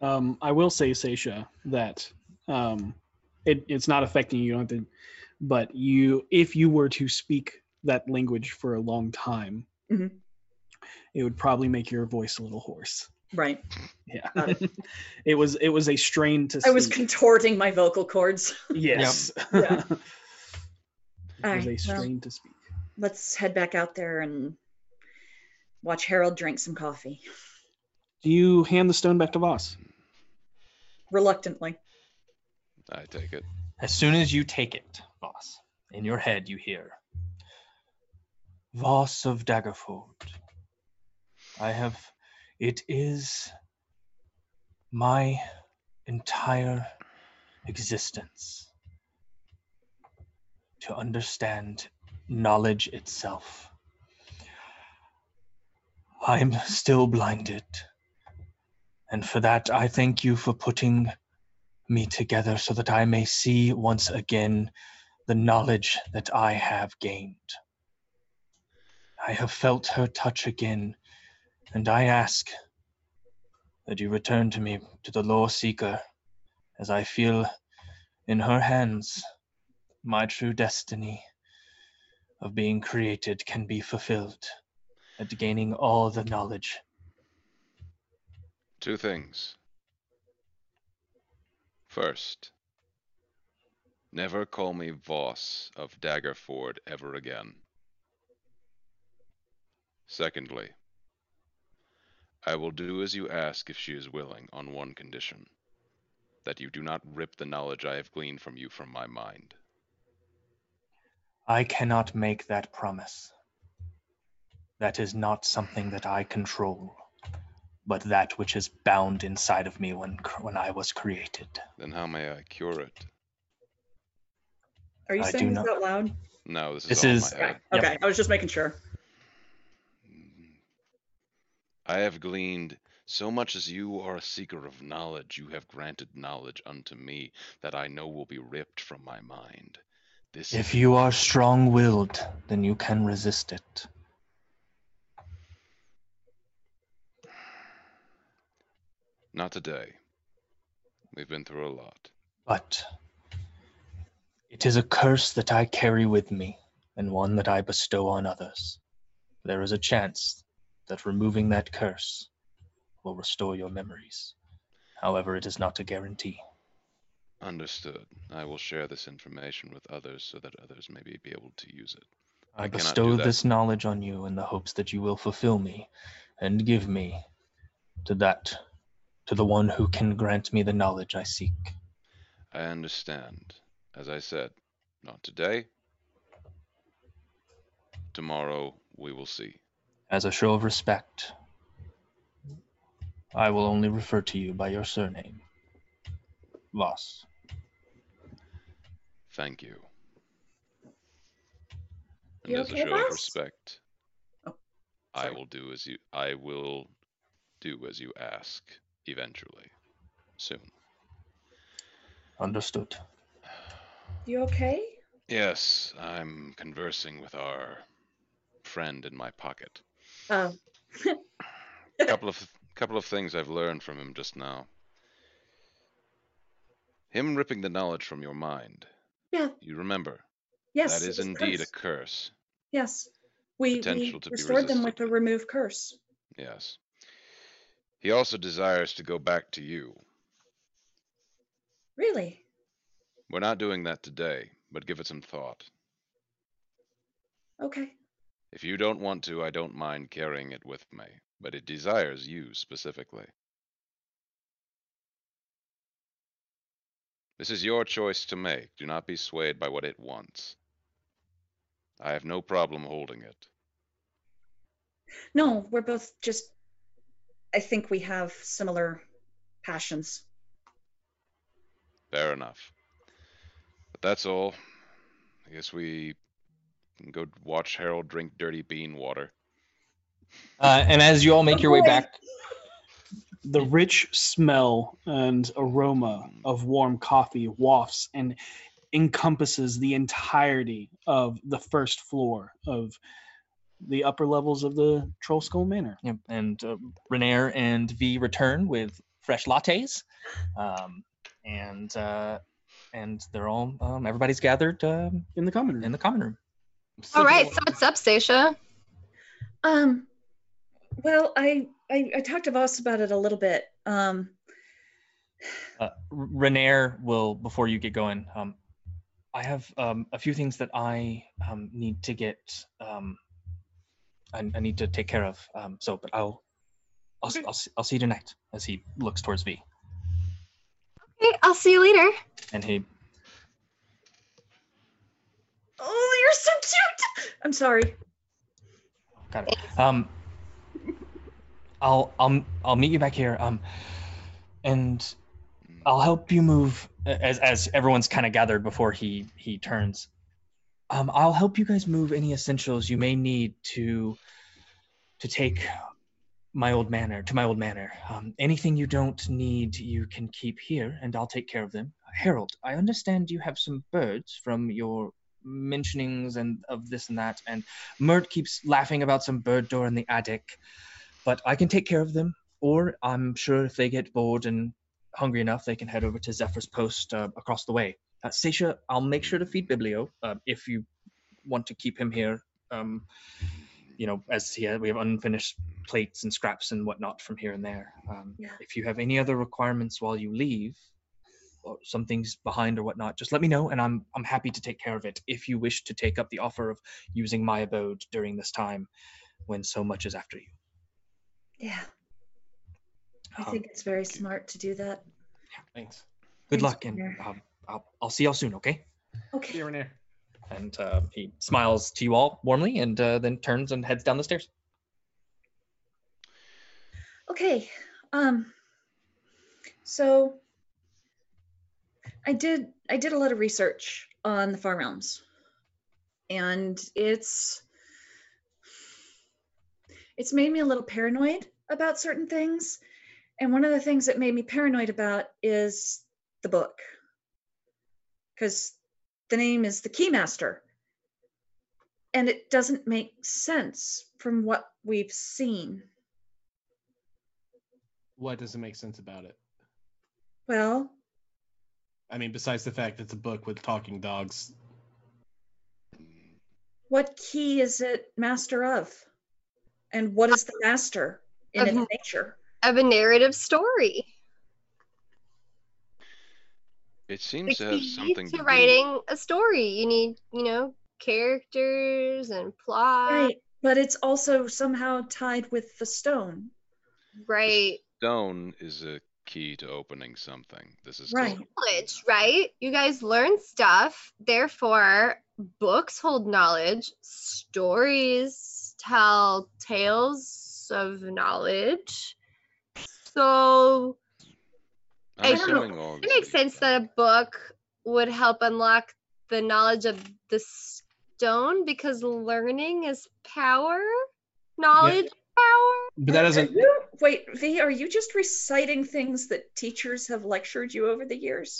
Um, I will say, Seisha, that um, it, it's not affecting you. you don't have to, but you, if you were to speak that language for a long time, Mhm. it would probably make your voice a little hoarse. Right. Yeah, Got *laughs* it was it was a strain to. I was sleep. contorting my vocal cords. yes. Yeah. *laughs* it All was a right, well, strain to speak. let's head back out there and watch Harold drink some coffee Do you hand the stone back to Voss? reluctantly. I take it. As soon as you take it, Voss, in your head you hear Voss of Daggerford. I have. It is my entire existence to understand knowledge itself. I'm still blinded. And for that, I thank you for putting me together so that I may see once again the knowledge that I have gained. I have felt her touch again, and I ask that you return to me to the law seeker, as I feel in her hands my true destiny of being created can be fulfilled, and gaining all the knowledge. Two things. First, never call me Voss of Daggerford ever again. Secondly, I will do as you ask if she is willing on one condition that you do not rip the knowledge I have gleaned from you from my mind. I cannot make that promise. That is not something that I control, but that which is bound inside of me when cr- when I was created. Then how may I cure it? Are you I saying do this not- Uh, out loud? No, this is This all is- in my head. Yep. Okay, I was just making sure. I have gleaned so much as you are a seeker of knowledge, you have granted knowledge unto me that I know will be ripped from my mind. This If is you not- are strong-willed, then you can resist it. not today. We've been through a lot. But it is a curse that I carry with me, and one that I bestow on others. There is a chance that removing that curse will restore your memories. However, it is not a guarantee. Understood. I will share this information with others so that others may be be able to use it. I, I cannot do bestow that. this knowledge on you in the hopes that you will fulfill me and give me to that, to the one who can grant me the knowledge I seek. I understand. As I said, not today. Tomorrow we will see. As a show of respect, I will only refer to you by your surname, Voss. Thank you. And You as okay, a show boss? of respect, Oh, I sorry. will do as you I will do as you ask eventually. Soon. Understood. You okay? Yes, I'm conversing with our friend in my *laughs* pocket. Oh, couple of couple of things I've learned from him just now. Him ripping the knowledge from your mind. Yeah. You remember yes. that it is was indeed cursed. a curse. Yes. We, we potential to be restored them with the resisted. remove curse. Yes. He also desires to go back to you. Really? We're not doing that today, but give it some thought. Okay. If you don't want to, I don't mind carrying it with me, but it desires you specifically. This is your choice to make. Do not be swayed by what it wants. I have no problem holding it. No, we're both just. I think we have similar passions. Fair enough. But that's all. I guess we can go watch Harold drink dirty bean water. Uh, and as you all make your way boy. back, The rich smell and aroma of warm coffee wafts and encompasses the entirety of the first floor of the upper levels of the Troll Skull Manor. yep, and uh, Renair and V return with fresh lattes, um, and uh, and they're all um, everybody's gathered um, In the common room. in the common room. All right, so what's up, Stacia? Um, well, I, I I talked to Voss about it a little bit. Um, Uh, R- Renair will before you get going. Um, I have um, a few things that I um, need to get. Um, I, I need to take care of. Um, so, but I'll I'll, s- I'll, s- I'll see you tonight. As he looks towards V, Okay, I'll see you later. and he oh, you're so cute. I'm sorry. Got it. Um, I'll I'll I'll meet you back here. Um, and I'll help you move as as everyone's kind of gathered before he he turns. Um, I'll help you guys move any essentials you may need to to take my old manor to my old manor. Um, anything you don't need, you can keep here, and I'll take care of them. Harold, I understand you have some birds from your mentionings and of this and that. And Mert keeps laughing about some bird door in the attic, but I can take care of them. Or I'm sure if they get bored and hungry enough, they can head over to Zephyr's post uh, across the way. Uh, Seisha, I'll make sure to feed Biblio uh, if you want to keep him here. Um, you know, as he we have unfinished plates and scraps and whatnot from here and there. Um, Yeah. If you have any other requirements while you leave, or something's behind or whatnot, just let me know, and I'm I'm happy to take care of it. If you wish to take up the offer of using my abode during this time, when so much is after you. Yeah, I Um, think it's very smart to do that. Thanks. good thanks, luck, and Peter. um, I'll I'll see y'all soon. Okay. Okay. Here and there. And uh, he smiles to you all warmly, and uh, then turns and heads down the stairs. Okay. Um so I did I did a lot of research on the farm realms. And it's it's made me a little paranoid about certain things. And one of the things that made me paranoid about is the book. Cuz the name is the keymaster. And it doesn't make sense from what we've seen. What doesn't make sense about it? Well, I mean, besides the fact it's a book with talking dogs. what key is it master of and what is the master in its Mhm. nature Of a narrative story. It seems It's to have something to do- writing a story. You need, you know, characters and plot. right but it's also somehow tied with the stone right. Stone is a key to opening something. This is Right. knowledge, right? You guys learn stuff. Therefore, books hold knowledge, stories tell tales of knowledge. So I'm I don't know. assuming all it makes sense that a book would help unlock the knowledge of the stone because learning is power, knowledge, is power. But that doesn't. wait v are you just reciting things that teachers have lectured you over the years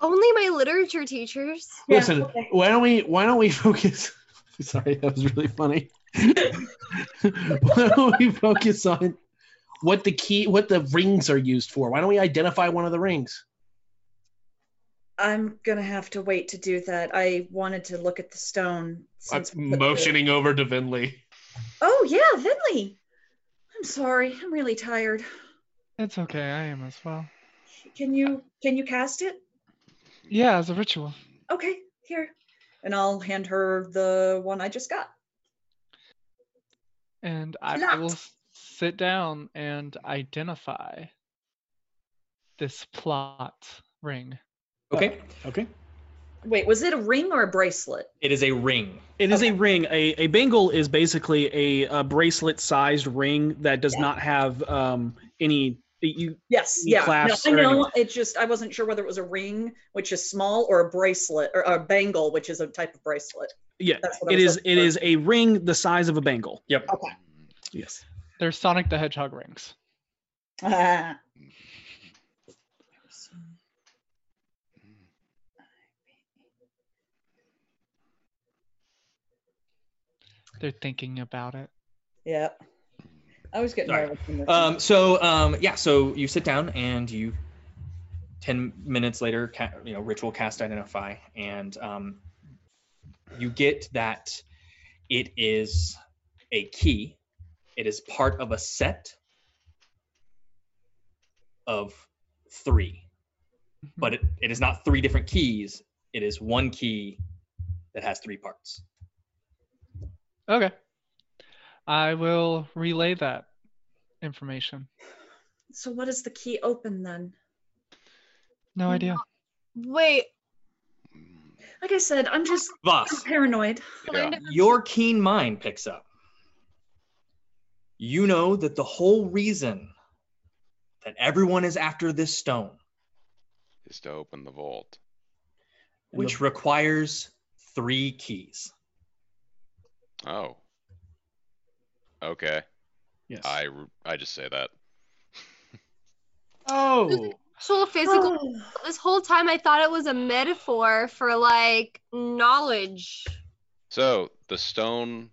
Only my literature teachers. Yeah, Listen, okay. why don't we why don't we *laughs* focus sorry, that was really funny. *laughs* why don't we focus on what the key what the rings are used for? Why don't we identify one of the rings? i'm gonna have to wait to do that i wanted to look at the stone since we put the- over to Vinley. oh yeah vinley i'm sorry i'm really tired It's okay, I am as well. can you can you cast it Yeah, as a ritual. okay here and i'll hand her the one i just got And I Locked. will s- sit down and identify this plot ring. Okay. Okay. Wait, was it a ring or a bracelet? It is a ring. It is a ring. A, a bangle is basically a, a bracelet sized ring that does not have um, any. You, Yes, You yeah. No, clasp I or know. It just I wasn't sure whether it was a ring, which is small, or a bracelet or a bangle, which is a type of bracelet. yeah, That's what I it was is. looking It for. is a ring the size of a bangle. Yep. Yes. They're Sonic the Hedgehog rings. Ah. *laughs* They're thinking about it. Yeah. I was getting Sorry. nervous. when this- Um, so um, yeah, so you sit down and you, ten minutes later, ca- you know, ritual cast identify, and um, you get that it is a key. It is part of a set of three, but it, it is not three different keys. It is one key that has three parts. Okay. I will relay that information. so what does the key open then? No idea. Wait, Like I said, I'm just Voss. paranoid. Yeah. your keen mind picks up. You know that the whole reason that everyone is after this stone, Is to open the vault. And which requires three keys. Oh. Okay. Yes. I, re- I just say that. Oh. actual physical *sighs* this whole time I thought it was a metaphor for like knowledge. So the stone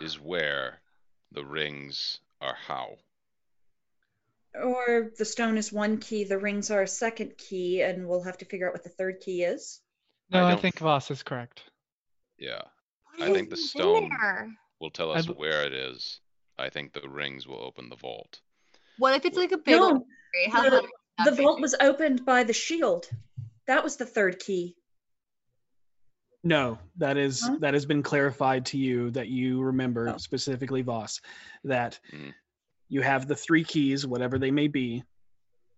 is where the rings are. How? Or the stone is one key, the rings are a second key, and we'll have to figure out what the third key is. No, I, don't- think Voss is correct. Yeah, Why I is think the it stone- there? will tell I us b- where it is. I think the rings will open the vault. What if it's like a big No, old tree? How the- about that The big? vault was opened by the shield. That was the third key. No, that is Huh? that has been clarified to you that you remember Oh. specifically Voss that Hmm. Mhm. you have the three keys, whatever they may be,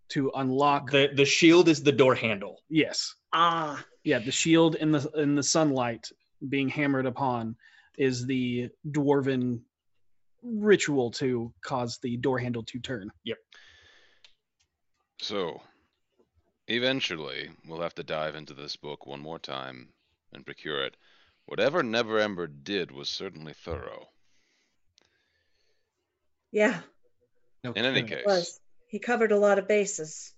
to unlock. The the shield is the door handle. yes, Ah, yeah, the shield in the in the sunlight being hammered upon is the dwarven ritual to cause the door handle to turn. So, eventually, we'll have to dive into this book one more time and procure it. Whatever Never Ember did was certainly thorough. yeah, No In any kidding. it case, was. He covered a lot of bases.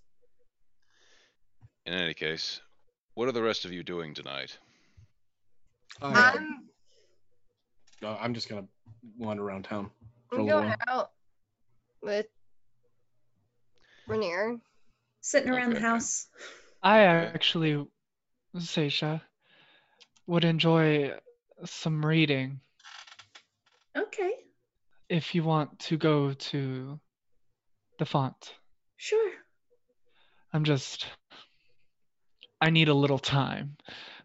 in any case, what are the rest of you doing tonight? Um, Oh, yeah. I'm, Uh, I'm just gonna wander around town. for a I'm little going while. out with Rainier. Sitting around Okay. the house. I Okay. actually, Seisha, would enjoy some reading Okay, if you want to go to the font. sure. I'm just. I need a little time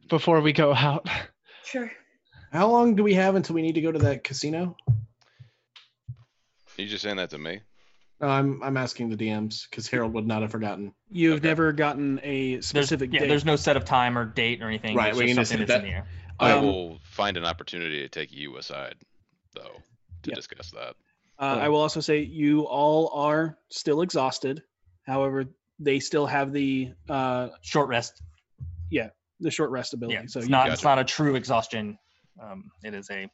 before we go out. Sure. How long do we have until we need to go to that casino? Are you just saying that to me? No, I'm I'm asking the DMs because Harold would not have forgotten. You've Okay. never gotten a There's, specific yeah, date. there's no set of time or date or anything. Right, it's we just can just something hit that's in the air. I Um, will find an opportunity to take you aside, though, to Yeah. discuss that. Oh. Uh, Yeah. I will also say you all are still exhausted. However, they still have the uh, Short rest. the short rest ability. Yeah, so it's you- not Gotcha. it's not a true exhaustion. Um, it is a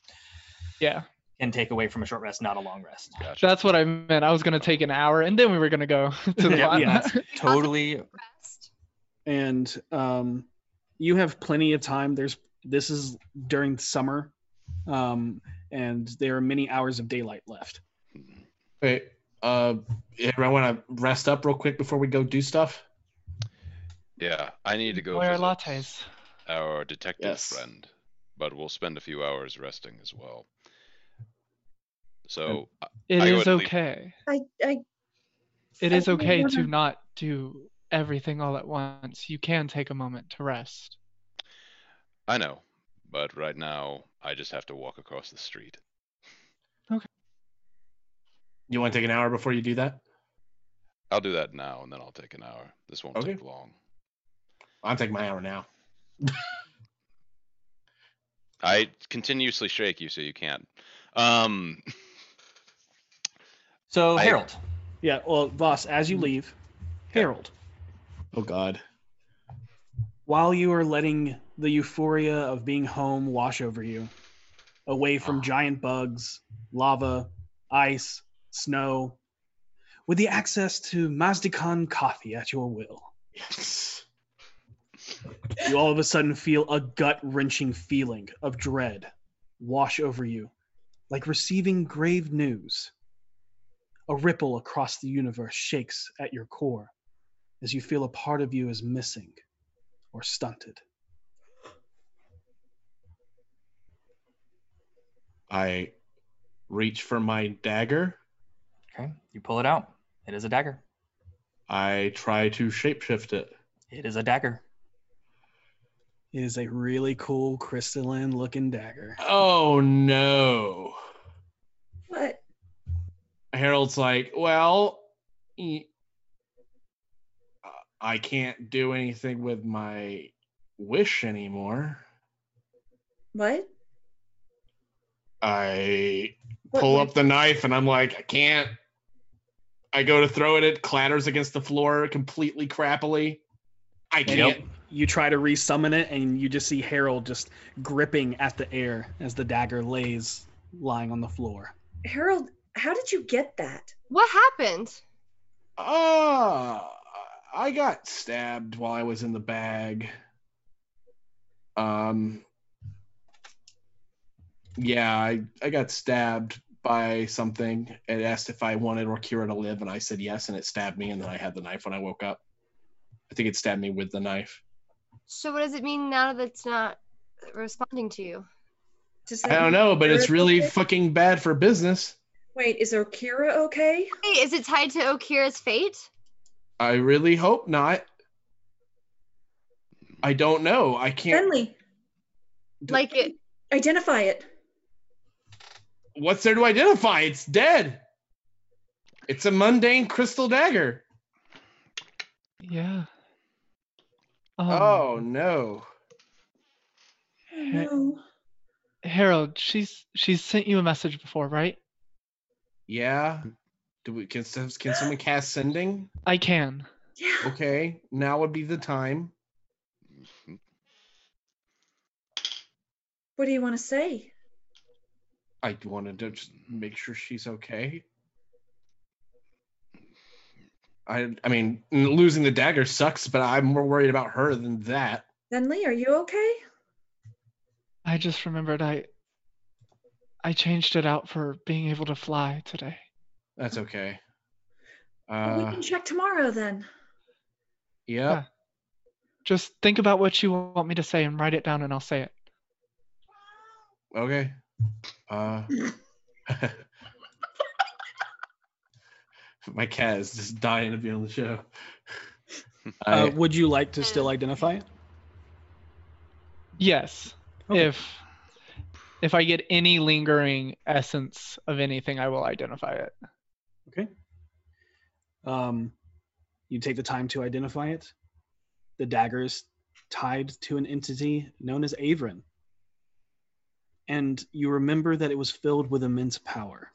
Yeah, can take away from a short rest, not a long rest. *laughs* Gotcha. that's what I meant. I was gonna take an hour, and then we were gonna go *laughs* to the Yeah, font. yeah. Totally. Rest. and um, you have plenty of time. There's this is during summer, um, and there are many hours of daylight left. Wait, uh, yeah, I want to rest up real quick before we go do stuff. Yeah, I need to go Wear visit lattes. our detective Yes. friend, but we'll spend a few hours resting as well. So, It I is would leave- okay. I, I, It I is really okay to wanna- not do everything all at once. You can take a moment to rest. I know, but right now I just have to walk across the street. You want to take an hour before you do that? I'll do that now, and then I'll take an hour. This won't Okay. take long. I'm taking my hour now. I continuously shake you, so you can't. Um, So I- Harold, Yeah. Well, Voss, as you leave, Harold, Oh God. while you are letting the euphoria of being home wash over you, away from giant bugs, lava, ice, snow, with the access to Mazdakan coffee at your will. Yes. you all of a sudden feel a gut wrenching feeling of dread wash over you, like receiving grave news. A ripple across the universe shakes at your core as you feel a part of you is missing or stunted. I reach for my dagger. okay, you pull it out. It is a dagger. I try to shapeshift it. It is a dagger. It is a really cool crystalline looking dagger. Oh no. What? Harold's like, well, e- I can't do anything with my wish anymore. What? I What pull wish? up the knife and I'm like, I can't. I go to throw it, it clatters against the floor completely crappily. I can't. You try to resummon it, and you just see Harold just gripping at the air as the dagger lays lying on the floor. Harold, how did you get that? What happened? Ah, I got stabbed while I was in the bag. Um, yeah, I, I got stabbed by something. It asked if I wanted Orkira to live, and I said yes, and it stabbed me, and then I had the knife when I woke up. I think it stabbed me with the knife. So what does it mean now that it's not responding to you? Does I that don't mean know, but it's Kira- really fucking bad for business. Wait, is Okira okay? Hey, is it tied to Okira's fate? I really hope not. I don't know. I can't. Friendly, D- Like it identify it. What's there to identify? It's dead. It's a mundane crystal dagger. Yeah. Um, oh no. No. Harold, she's she's sent you a message before, right? Yeah. Do we can some- can someone cast sending? I can. Yeah. Okay, now would be the time. What do you want to say? I wanted to just make sure she's okay. I I mean n- losing the dagger sucks, but I'm more worried about her than that. Venley, are you okay? I just remembered I I changed it out for being able to fly today. That's okay. Well, we Uh, can check tomorrow then. yeah. Just think about what you want me to say and write it down and I'll say it. Okay. Uh, *laughs* my cat is just dying to be on the show. I- Uh, would you like to still identify it? Yes. Okay. If if I get any lingering essence of anything, I will identify it. Um, you take the time to identify it. The dagger is tied to an entity known as Avrin. And you remember that it was filled with immense power,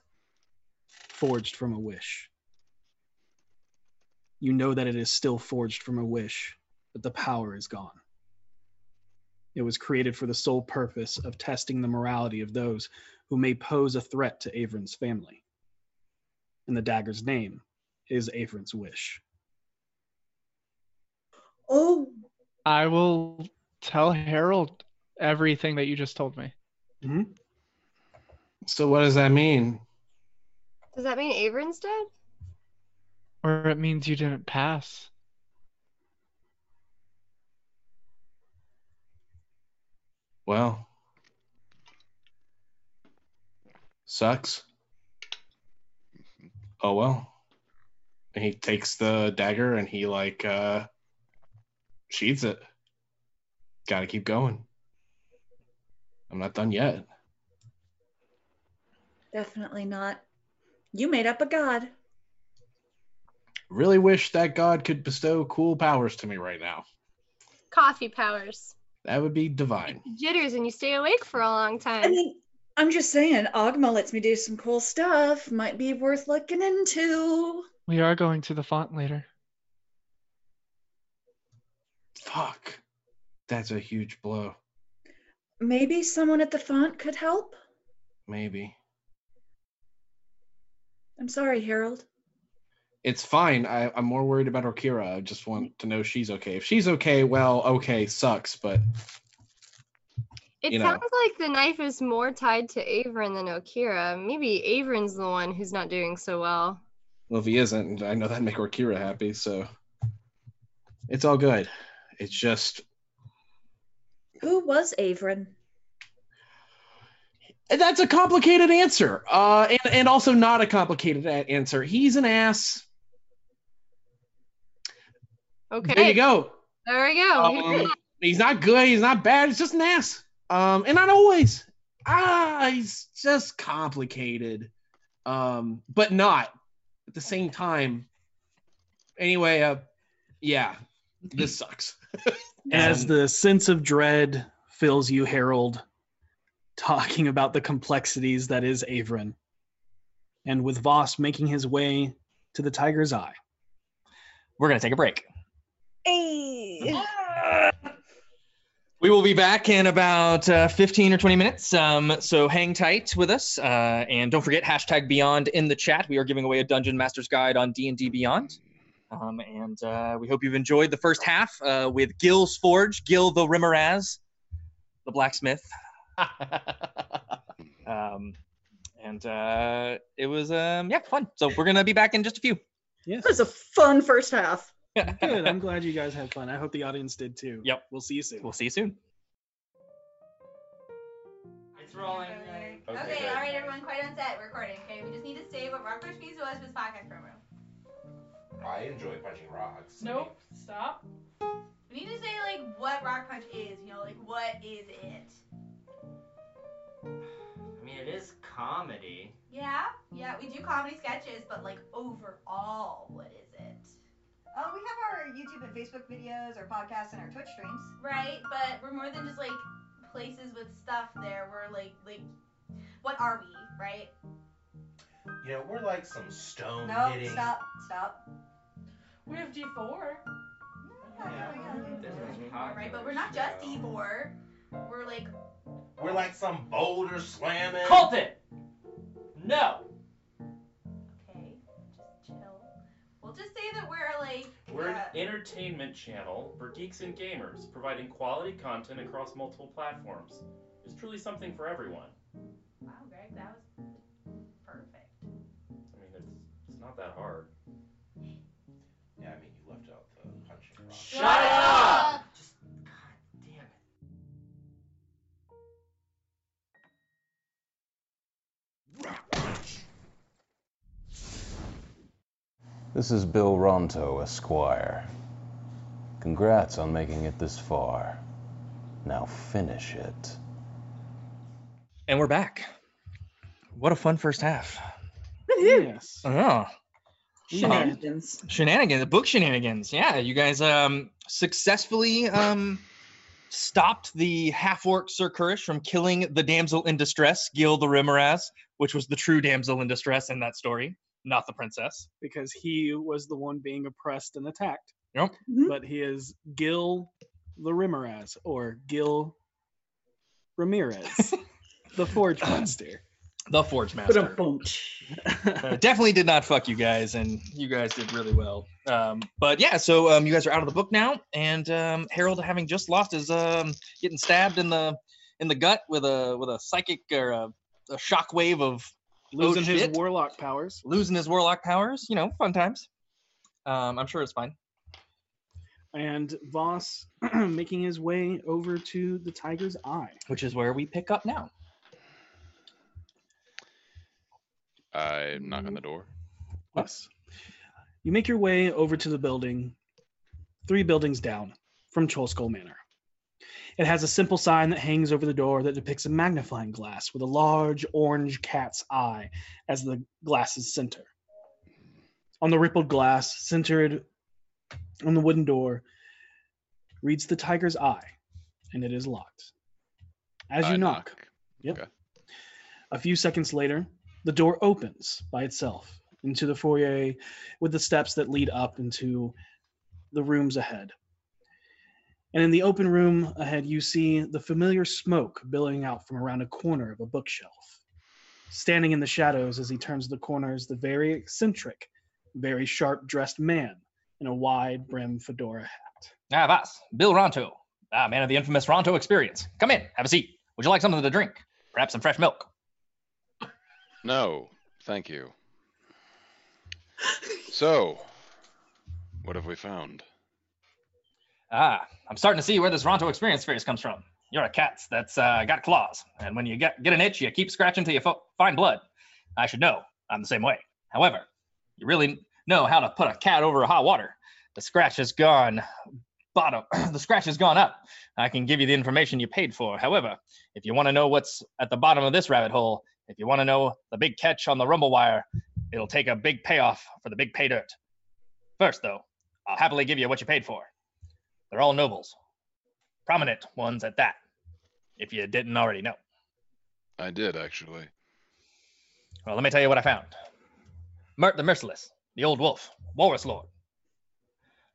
forged from a wish. You know that it is still forged from a wish, but the power is gone. It was created for the sole purpose of testing the morality of those who may pose a threat to Avrin's family. And the dagger's name is Avrin's wish. Oh, I will tell Harold everything that you just told me. So what does that mean? does that mean Averin's dead? Or it means you didn't pass. Well, sucks. Oh well. And he takes the dagger and he like uh sheathes it. Gotta keep going. I'm not done yet. definitely not. You made up a god. Really wish that god could bestow cool powers to me right now. Coffee powers. That would be divine. Jitters and you stay awake for a long I time. mean, I'm just saying, Ogma lets me do some cool stuff. Might be worth looking into. We are going to the font later. Fuck. That's a huge blow. Maybe someone at the font could help. Maybe. I'm sorry, Harold. It's fine. I, I'm more worried about Orkira. I just want to know she's okay. If she's okay, well, okay, sucks, but It you know. sounds like the knife is more tied to Averin than Okira. Maybe Averin's the one who's not doing so well. well, if he isn't, I know that'd make Orkira happy, so it's all good. It's just Who was Averin? that's a complicated answer. Uh and, and also not a complicated a- answer. He's an ass. Okay. There you go. There we go. We heard Um, he's not good, he's not bad, he's just an ass. Um and not always. Ah, he's just complicated. Um, but not at the same time. Anyway, uh yeah. This sucks. As the sense of dread fills you, Harold, talking about the complexities that is Averin, and with Voss making his way to the tiger's eye. We're going to take a break. We will be back in about uh, 15 or 20 minutes. Um, so hang tight with us, uh, and don't forget hashtag Beyond in the chat. We are giving away a Dungeon Master's Guide on D and D Beyond. Um, and uh, we hope you've enjoyed the first half uh, with Gil's Forge, Gil the Rimmeraz, the blacksmith. um, and uh, it was, um, yeah, fun. So we're going to be back in just a few. Yes. That was a fun first half. Good. *laughs* I'm glad you guys had fun. I hope the audience did too. Yep. We'll see you soon. we'll see you soon. It's rolling. Okay, all right, everyone, quiet on set. Recording. Okay, we just need to say what Rock Punch Means to us with podcast promo. I enjoy punching rocks. Nope. Stop. We need to say like what Rock Punch is. You know, like what is it? I mean, it is comedy. Yeah, yeah. We do comedy sketches, but like overall, what is it? Uh, we have our YouTube and Facebook videos, our podcasts, and our Twitch streams. Right, but we're more than just like places with stuff. There, we're like like, what are we? Right? You know, we're like some stone No, hitting. stop, stop. We have G4. Yeah, yeah, yeah, yeah. This is All popular right, but we're not just show. D4. We're like We're like some boulder slamming. Cult it! No. okay, just chill. We'll just say that we're like We're uh, an entertainment channel for geeks and gamers, providing quality content across multiple platforms. It's truly something for everyone. Wow, Greg, that was perfect. I mean, it's it's not that hard. Yeah, I mean, you left out the punching rock. Shut up! Just god damn it. This is Bill Ronto, Esquire. Congrats on making it this far. Now finish *laughs* it. And we're back. What a fun first half. Yes. Oh, Shenanigans. shenanigans, the book shenanigans. Yeah, you guys um successfully um stopped the half orc Sir Kurish from killing the damsel in distress, Gil the Rimmeraz, which was the true damsel in distress in that story, not the princess. Because he was the one being oppressed and attacked. Yep. Mhm. But he is Gil the Rimmeraz or Gil *laughs* Ramirez, the Forge Master. The Forge *laughs* Master. Ba-dum-bum-tsh. Uh, definitely did not fuck you guys, and you guys did really well. Um, but yeah, so um, you guys are out of the book now, and um, Harold, having just lost his um, getting stabbed in the in the gut with a with a psychic or a, a shockwave of Losing his Oh, shit. warlock powers. losing his warlock powers. You know, fun times. Um, I'm sure it's fine. And Voss *clears throat* making his way over to the Tiger's Eye. Which is where we pick up now. I knock on the door. Yes. You make your way over to the building, three buildings down from Cholskull Manor. It has a simple sign that hangs over the door that depicts a magnifying glass with a large orange cat's eye as the glass's center. On the rippled glass, centered on the wooden door, reads the tiger's eye, and it is locked. As you I knock, a few seconds later, the door opens by itself into the foyer with the steps that lead up into the rooms ahead. And in the open room ahead, you see the familiar smoke billowing out from around a corner of a bookshelf. Standing in the shadows as he turns the corner is the very eccentric, very sharp dressed man in a wide brim fedora hat. Ah, Vas, Bill Ronto, ah, man of the infamous Ronto experience. Come in, have a seat. Would you like something to drink? Perhaps some fresh milk. No, thank you. So, what have we found? Ah, I'm starting to see where this Ronto experience phrase comes from. You're a cat that's uh, got claws, and when you get, get an itch, you keep scratching till you fo- find blood. I should know. I'm the same way. However, you really know how to put a cat over hot water. The scratch has gone bottom. *clears throat* the scratch has gone up. I can give you the information you paid for. However, if you want to know what's at the bottom of this rabbit hole, if you want to know the big catch on the rumble wire, it'll take a big payoff for the big pay dirt. First, though, I'll happily give you what you paid for. They're all nobles, prominent ones at that, if you didn't already know. I did, actually. Well, let me tell you what I found Mert the Merciless, the old wolf, walrus lord.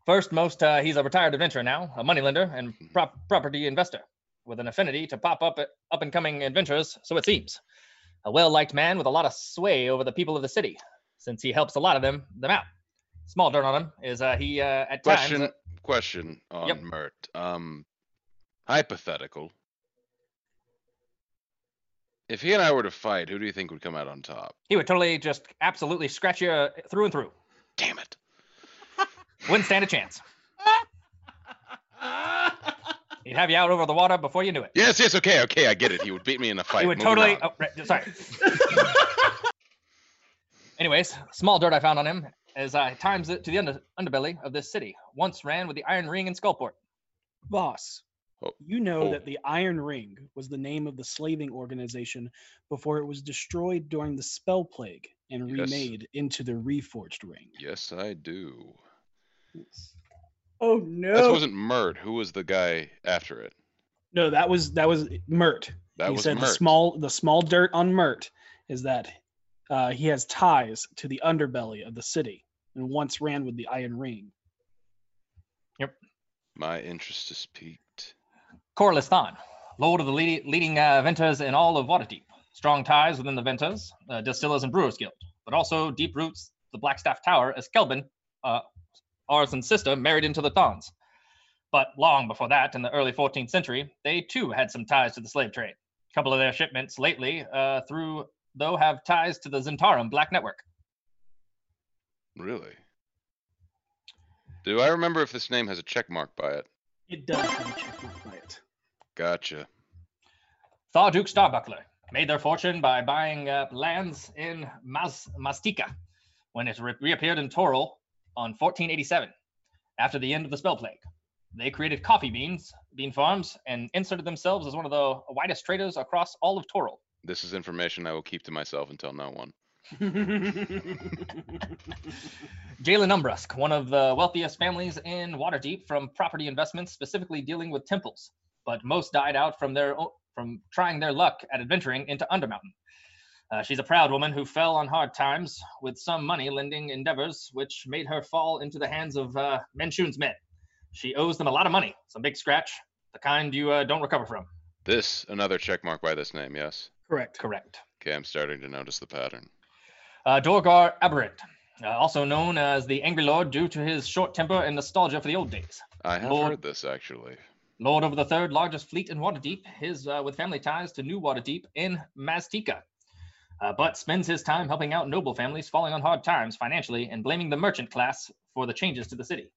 First, most, uh, he's a retired adventurer now, a moneylender and Hmm. prop- property investor with an affinity to pop up up and coming adventurers, so it seems. A well liked man with a lot of sway over the people of the city, since he helps a lot of them, them out. small dirt on him is uh, he uh, at Question times. question on Yep. Mert. Um hypothetical. If he and I were to fight, who do you think would come out on top? He would totally just absolutely scratch you uh, through and through. Damn it. *laughs* Wouldn't stand a chance. He'd have you out over the water before you knew it. Yes, yes, okay, okay, I get it. He would beat *laughs* me in a fight. He would Moving totally. on. Oh, right, sorry. *laughs* Anyways, small dirt I found on him is uh, times it to the under, underbelly of this city. Once ran with the Iron Ring in Skullport. Boss, you know oh. that the Iron Ring was the name of the slaving organization before it was destroyed during the Spell Plague and Yes. remade into the Reforged Ring. Yes, I do. Oh no! This wasn't Mert. Who was the guy after it? No, that was that was Mert. That he was said the Mert. small the small dirt on Mert is that uh, he has ties to the underbelly of the city and once ran with the Iron *laughs* *laughs* Ring. My interest is piqued. Corlisthan, lord of the lead, leading uh, venters in all of Waterdeep. Strong ties within the venters, uh, distillers and brewers guild, but also deep roots, the Blackstaff Tower, as Kelvin, uh, Arthur's sister, married into the Thons. But long before that, in the early 14th century, they too had some ties to the slave trade. A couple of their shipments lately, uh, through though, have ties to the Zentarum Black Network. Really? Do I remember if this name has a check mark by it? It does have a check mark by it. Gotcha. Thaw Duke Starbuckler made their fortune by buying up lands in Mas- Mastika when it re- reappeared in Toril on 1487 after the end of the Spell Plague. They created coffee beans, bean farms, and inserted themselves as one of the widest traders across all of Toril. This is information I will keep to myself until no one. Jalen Umbrusk, one of the wealthiest families in Waterdeep from property investments, specifically dealing with temples, but most died out from their o- from trying their luck at adventuring into Undermountain. Uh, she's a proud woman who fell on hard times with some money lending endeavors, which made her fall into the hands of uh, Menshun's men. She owes them a lot of money, some big scratch, the kind you uh, don't recover from. This, another check mark by this name, yes? Correct. Correct. Okay, I'm starting to notice the pattern. Uh, Dorgar Aberrant, uh, also known as the Angry Lord due to his short temper and nostalgia for the old days. I have Lord- heard this, actually. Lord of the third largest fleet in Waterdeep, his uh, with family ties to New Waterdeep in Mastika, uh, but spends his time helping out noble families falling on hard times financially and blaming the merchant class for the changes to the city.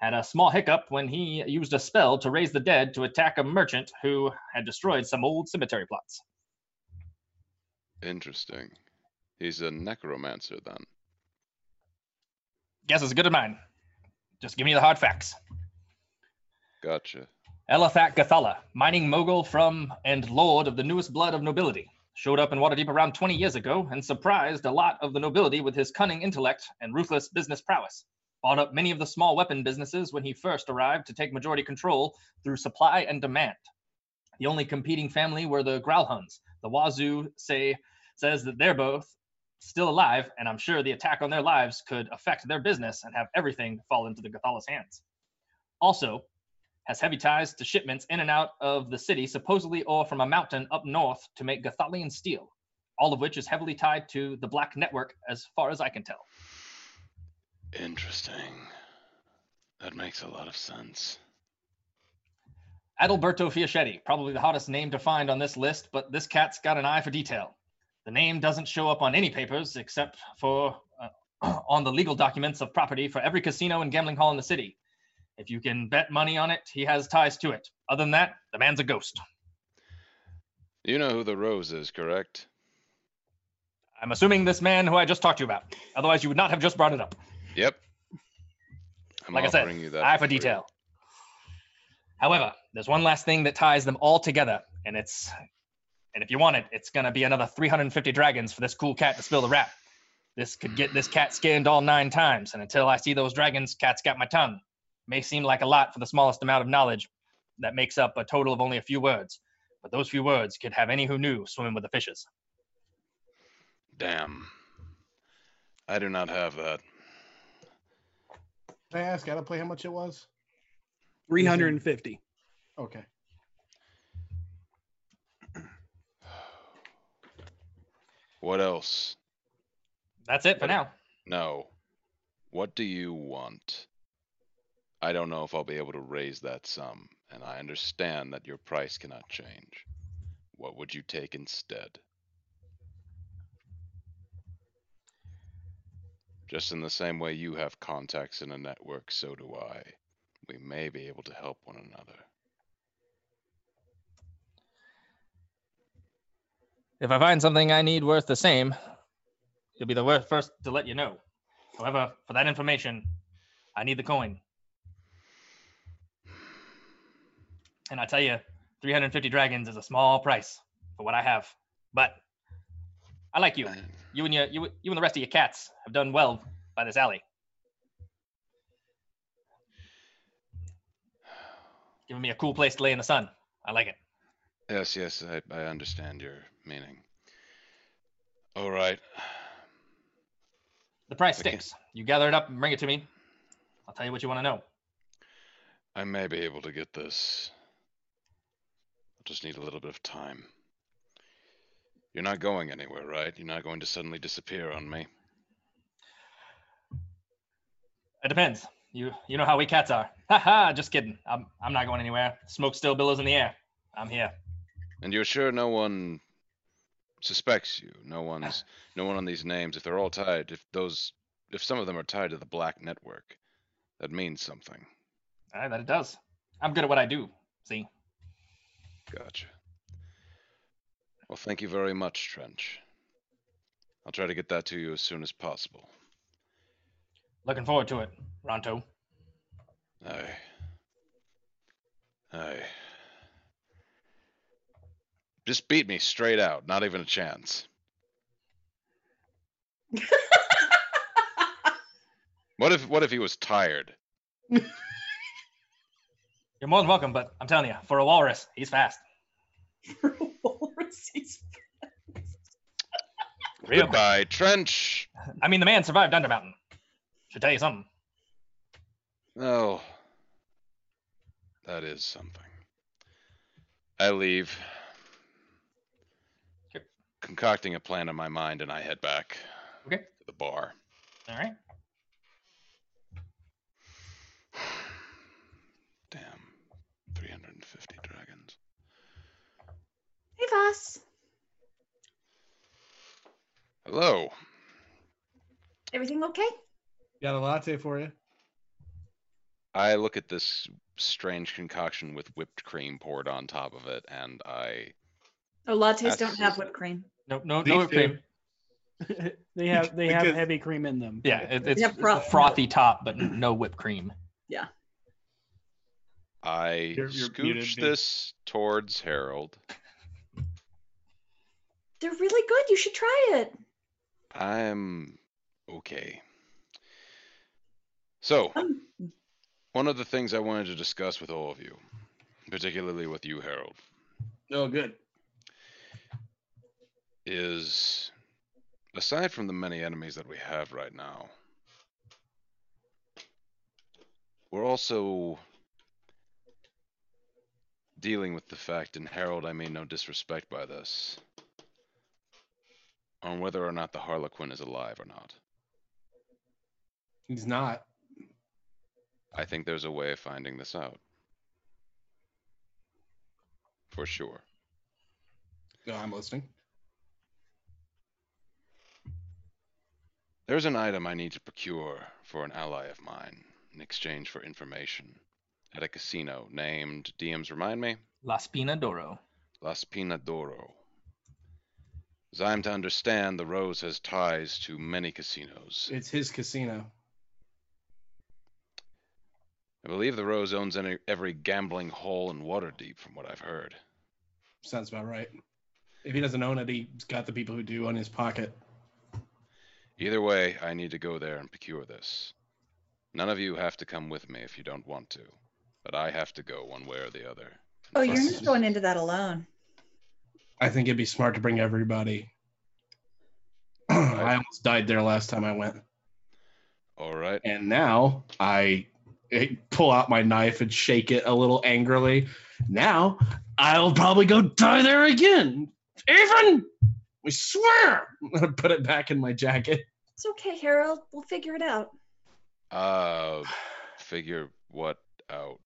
Had a small hiccup when he used a spell to raise the dead to attack a merchant who had destroyed some old cemetery plots. Interesting. He's a necromancer, then. Guess as good as mine. Just give me the hard facts. Gotcha. Elathat Gathala, mining mogul from and lord of the newest blood of nobility, showed up in Waterdeep around 20 years ago and surprised a lot of the nobility with his cunning intellect and ruthless business prowess. Bought up many of the small weapon businesses when he first arrived to take majority control through supply and demand. The only competing family were the Growlhuns. The Wazoo say says that they're both still alive, and I'm sure the attack on their lives could affect their business and have everything fall into the Gathala's hands. Also, has heavy ties to shipments in and out of the city, supposedly or from a mountain up north to make Gathalian steel, all of which is heavily tied to the Black Network, as far as I can tell. Interesting. That makes a lot of sense. Adalberto Fiaschetti, probably the hottest name to find on this list, but this cat's got an eye for detail. The name doesn't show up on any papers except for uh, *clears throat* on the legal documents of property for every casino and gambling hall in the city. If you can bet money on it, he has ties to it. Other than that, the man's a ghost. You know who the rose is, correct? I'm assuming this man who I just talked to you about. Otherwise, you would not have just brought it up. Yep. I'm like I offering said, you that eye for for free. detail. However, there's one last thing that ties them all together, and it's, and if you want it, it's gonna be another 350 dragons for this cool cat to spill the rap. This could get this cat skinned all nine times, and until I see those dragons, cat's got my tongue. May seem like a lot for the smallest amount of knowledge that makes up a total of only a few words, but those few words could have any who knew swimming with the fishes. Damn. I do not have that. Can I ask? Gotta play how much it was. 350. Okay. What else? That's it for now. No. What do you want? I don't know if I'll be able to raise that sum, and I understand that your price cannot change. What would you take instead? Just in the same way you have contacts in a network, so do I. We may be able to help one another. If I find something I need worth the same, you'll be the wor- first to let you know. However, for that information, I need the coin. And I tell you, 350 dragons is a small price for what I have. But I like you. You and your, you, you and the rest of your cats have done well by this alley. Giving me a cool place to lay in the sun. I like it. Yes, yes, I, I understand your meaning. All right. The price sticks. You gather it up and bring it to me. I'll tell you what you want to know. I may be able to get this. I'll just need a little bit of time. You're not going anywhere, right? You're not going to suddenly disappear on me. It depends. You you know how we cats are. *laughs* Ha ha, just kidding. I'm I'm not going anywhere. Smoke still billows in the air. I'm here. And you're sure no one suspects you? No one's no one on these names, if they're all tied, if those if some of them are tied to the black network, that means something. All right, that it does. I'm good at what I do. See? Gotcha. Well, thank you very much, Trench. I'll try to get that to you as soon as possible. Looking forward to it, Ronto. Aye. Aye. Just beat me straight out, not even a chance. what if what if he was tired? You're more than welcome, but I'm telling you, for a walrus, he's fast. Real quick. Goodbye, Trench. I mean, the man survived Undermountain. Should tell you something. Oh. That is something. I leave. Concocting a plan in my mind and I head back. Okay. To the bar. All right. Damn. 350 dragons. Hey, Voss. Hello. Everything okay? Got a latte for you. I look at this strange concoction with whipped cream poured on top of it and I Oh, lattes don't Absolutely. have whipped cream. No, no, These no whipped cream. *laughs* They have they have Because- heavy cream in them. Yeah, it, They it's, have it's a froth. frothy top, but no whipped cream. Yeah. I You're- you're scooch muted, dude. this towards Harold. They're really good. You should try it. I'm okay. So, one of the things I wanted to discuss with all of you, particularly with you, Harold, Oh, good. is aside from the many enemies that we have right now, we're also dealing with the fact, and Harold, I mean no disrespect by this, on whether or not the Harlequin is alive or not. He's not. I think there's a way of finding this out. For sure. No, I'm listening. There's an item I need to procure for an ally of mine in exchange for information at a casino named DMs remind me La Spina d'Oro. Las Pina d'Oro. As I am to understand, the Rose has ties to many casinos. It's his casino. I believe the Rose owns any, every gambling hall in Waterdeep, from what I've heard. Sounds about right. If he doesn't own it, he's got the people who do on his pocket. Either way, I need to go there and procure this. None of you have to come with me if you don't want to, but I have to go one way or the other. Oh, you're not going into that alone. I think it'd be smart to bring everybody. *clears throat* I almost died there last time I went. All right. And now I I pull out my knife and shake it a little angrily. Now I'll probably go die there again. Even I swear. I'm gonna put it back in my jacket. It's okay, Harold. We'll figure it out. Uh, *sighs* figure what out?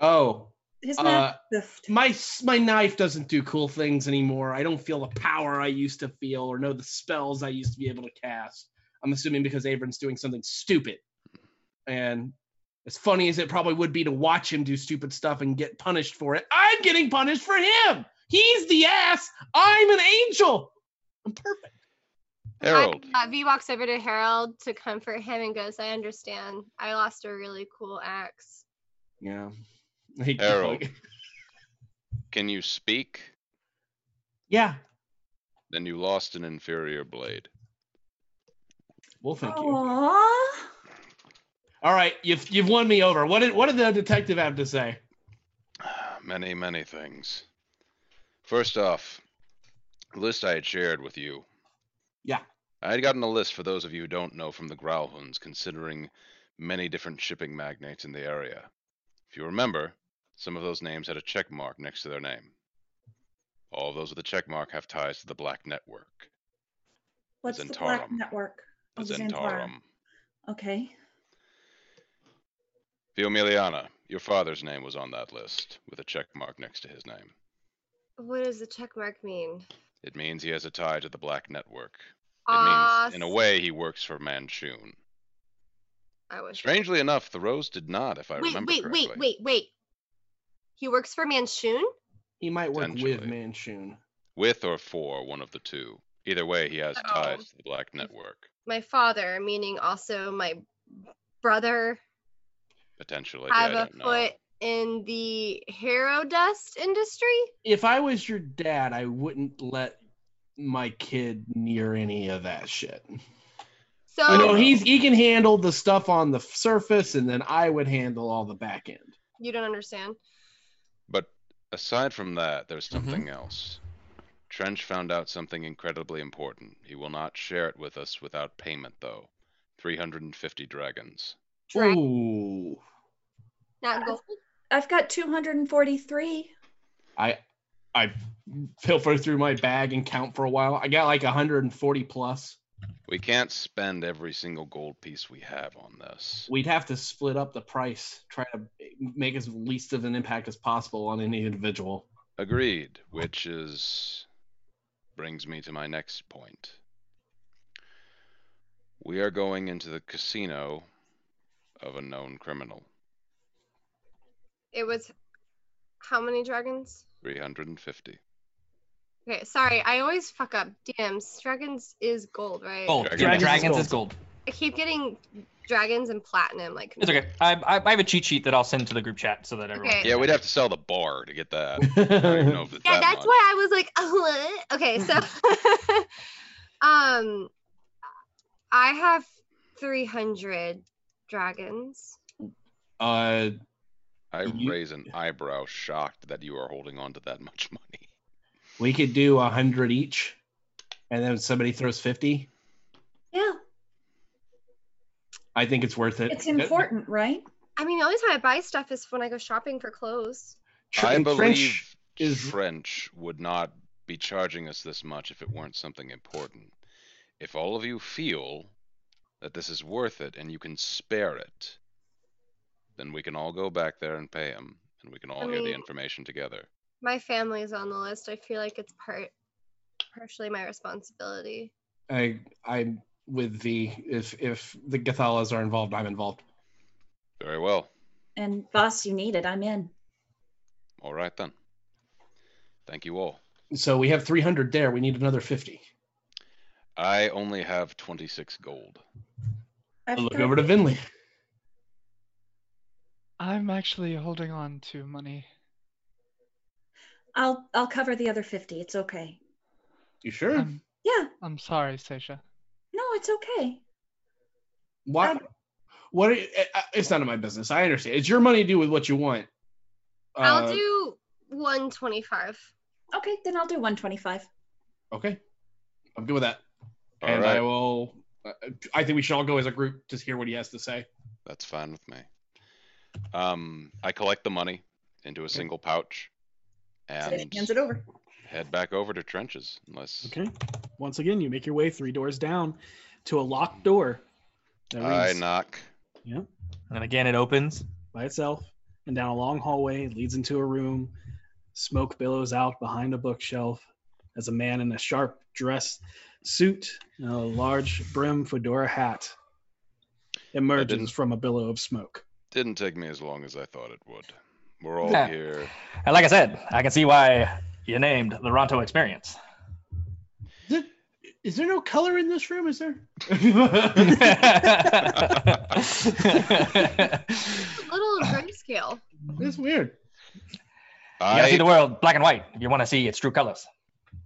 Oh. His uh, knife left. my s- my knife doesn't do cool things anymore. I don't feel the power I used to feel or know the spells I used to be able to cast. I'm assuming because Avern's doing something stupid. And as funny as it probably would be to watch him do stupid stuff and get punished for it, I'm getting punished for him. He's the ass. I'm an angel. Harold. Uh, v walks over to Harold to comfort him and goes, "I understand. I lost a really cool axe. Yeah. *laughs* Harold. Can you speak? Yeah. Then you lost an inferior blade. Well, thank you. Aww. All right, you've you've won me over. What did what did the detective have to say? Many, many things. First off, the list I had shared with you. Yeah. I had gotten a list for those of you who don't know from the Growlhunds, considering many different shipping magnates in the area. If you remember, some of those names had a check mark next to their name. All of those with a check mark have ties to the Black Network. What's the Black Zentarum. Network? The Oh, the Zentarum. Okay. Fiumiliana, your father's name was on that list, with a check mark next to his name. What does the check mark mean?" It means he has a tie to the Black Network. It Aw, means, in a way, he works for Manchun. I was. Strangely enough, the Rose did not, if I wait, remember wait, correctly. wait, wait, wait. He works for Manchun. He might work with Potentially. Manchun. With or for one of the two. Either way, he has ties to the Black Network, My father, meaning also my brother, potentially. I have a don't know. foot in the hero dust industry. If I was your dad, I wouldn't let my kid near any of that shit. So you know, he's he can handle the stuff on the f- surface, and then I would handle all the back end. you don't understand. But aside from that, there's Mm-hmm. something else. Trench found out something incredibly important. He will not share it with us without payment, though. 350 dragons. Ooh, Not gold. Uh, I've got 243. I I pilfer through my bag and count for a while. I got like 140 plus. We can't spend every single gold piece we have on this. We'd have to split up the price, try to make as least of an impact as possible on any individual. Agreed, which is brings me to my next point. We are going into the casino of a known criminal. It was how many dragons? 350. Okay, sorry, I always fuck up. DMs. Dragons is gold, right? Gold. Dragons Yeah, is dragons gold. is gold. I keep getting dragons and platinum. Like It's okay. I, I, I have a cheat sheet that I'll send to the group chat so that everyone. Okay. Yeah, we'd have to sell the bar to get *laughs* that. I don't even know if it's Yeah, that that's much. why I was like, *laughs* what? okay, so *laughs* um, I have three hundred dragons. Uh, I raise an eyebrow shocked that you are holding on to that much money. we could do 100 each, and then somebody throws 50. Yeah, I think it's worth it. it's important, right? I mean, the only time I buy stuff is when I go shopping for clothes. Tr- I and believe French Trench, is- would not be charging us this much if it weren't something important. If all of you feel that this is worth it and you can spare it, then we can all go back there and pay him, and we can all I hear the mean- information together. My family is on the list. I feel like it's part, partially my responsibility. I I'm with the if if the Gathalas are involved, I'm involved. Very well. And boss, you need it. I'm in. All right then. Thank you all. So we have 300 there. We need another 50. I only have 26 gold. I've I look got- over to Vinley. I'm actually holding on to money. I'll I'll cover the other 50. It's okay. You sure? I'm, Yeah, I'm sorry, Seisha. no, it's okay. Why? What? Are, I- I- it's none of my business. I understand. It's your money. Do with what you want. I'll Uh, do one twenty-five. Okay, then I'll do 125. Okay. I'm good with that. All and I right. will. uh, I think we should all go as a group. Just hear what he has to say. That's fine with me. Um, I collect the money into a single pouch So she and hands it over. head back over to trenches, unless Okay. Once again, you make your way three doors down to a locked door. that I reads, knock. Yeah. And again, it opens by itself, and down a long hallway it leads into a room. Smoke billows out behind a bookshelf as a man in a sharp dress suit and a large brim fedora hat emerges from a billow of smoke. Didn't take me as long as I thought it would. We're all Yeah. here. And like I said, I can see why you named the Ronto Experience. *laughs* Is there no color in this room? Is there? A little grayscale. It's weird. You gotta I, see the world black and white if you want to see its true colors.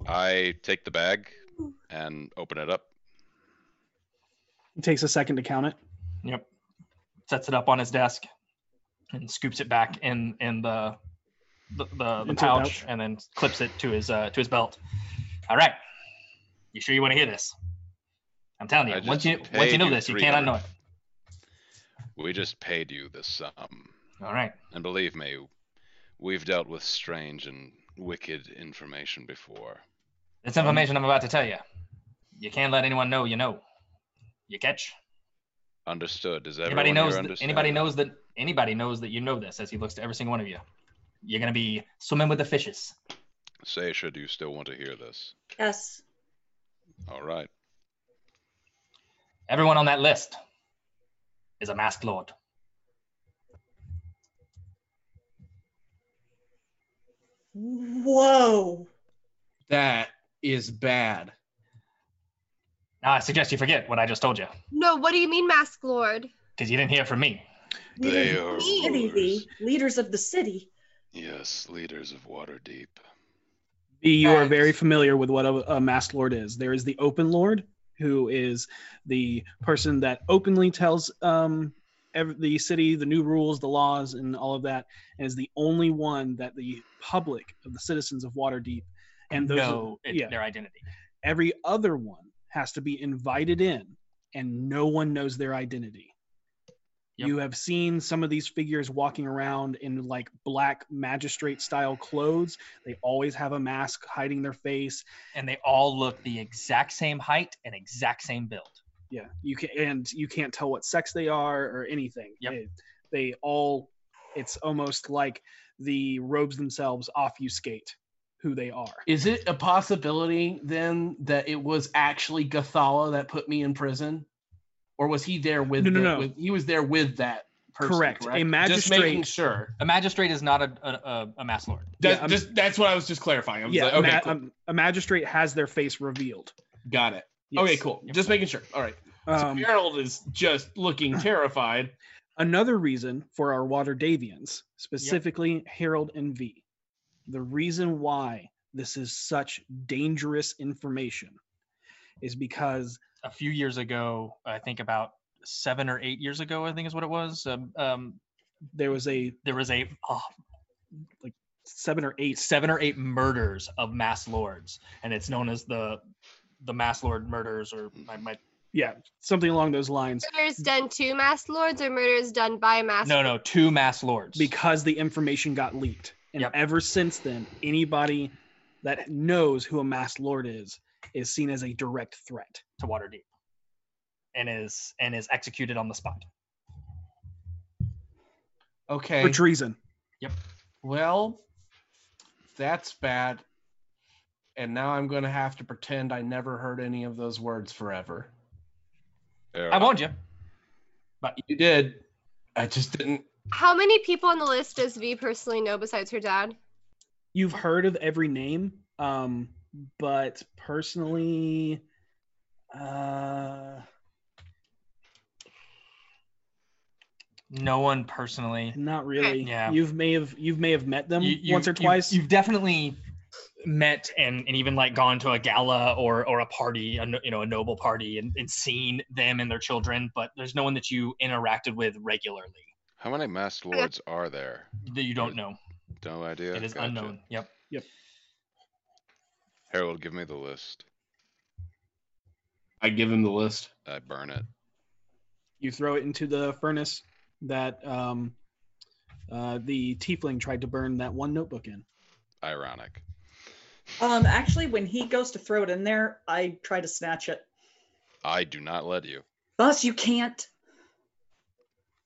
I take the bag and open it up. He takes a second to count it. Yep. Sets it up on his desk and scoops it back in in the the, the, the Into the pouch, and then clips it to his uh, to his belt. All right. You sure you want to hear this? I'm telling you, I once you just once you paid know you this, you can't unknow it. We just paid you this sum. All right. And believe me, we've dealt with strange and wicked information before. This information I'm about to tell you, you can't let anyone know you know. You catch? Understood. Does everyone Anybody knows here that, understand? anybody knows that anybody knows that you know this as he looks to every single one of you. You're gonna be swimming with the fishes. Say, should you still want to hear this? Yes. All right. Everyone on that list is a masked lord. Whoa. That is bad. Now I suggest you forget what I just told you, No, what do you mean, Mask Lord? because you didn't hear from me. They are City, the leaders of the city. yes, leaders of Waterdeep. B, you are very familiar with what a, a masked lord is. There is the open lord, who is the person that openly tells um, ev- the city the new rules, the laws, and all of that, and is the only one that the public of the citizens of Waterdeep and those know it- yeah, their identity. every other one has to be invited in, and no one knows their identity. Yep. You have seen some of these figures walking around in like black magistrate style clothes. They always have a mask hiding their face. And they all look the exact same height and exact same build. Yeah, you can and you can't tell what sex they are or anything. They, they all it's almost like the robes themselves obfuscate who they are. Is it a possibility then that it was actually Gathala that put me in prison, or was he there with? No, no, the- no. With, he was there with that person. Correct. Correct. A Just magistrate- making sure. A magistrate is not a a, a, a mass lord. That- Yeah, a- just- that's what I was just clarifying. I was yeah, like, a, okay, ma- cool. um, a magistrate has their face revealed. got it. Yes. Okay, cool. Just making sure. All right. Um, so Gerald is *clears throat* just looking terrified. Another reason for our Water Davians, specifically Harold and V, the reason why this is such dangerous information is because a few years ago, I think about seven or eight years ago, I think is what it was. Um, um, there was a there was a oh, like seven or eight seven or eight murders of mass lords, and it's known as the the mass lord murders, or I might yeah, something along those lines. Murders done to Mask Lords or murders done by Mask no no two mass lords. because the information got leaked. And ever since then, anybody that knows who a masked lord is is seen as a direct threat. to Waterdeep, and is and is executed on the spot. Okay. Which reason? Well, that's bad. And now I'm going to have to pretend I never heard any of those words forever. I warned you. You did. I just didn't. How many people on the list does V personally know besides her dad? You've heard of every name, um, but personally, uh, No one personally. not really. Yeah. You've may have you may have met them You- you- once or you- twice. You've definitely met and, and even like gone to a gala or or a party, a, no- you know, a noble party, and, and seen them and their children. But there's no one that you interacted with regularly How many masked lords are there? that you don't know. No idea. It is Gotcha. unknown. Yep. Harold, give me the list. I give him the list. I burn it. you throw it into the furnace that um, uh, the tiefling tried to burn that one notebook in. Ironic. Um, actually, when he goes to throw it in there, I try to snatch it. I do not let you. Bus, you can't.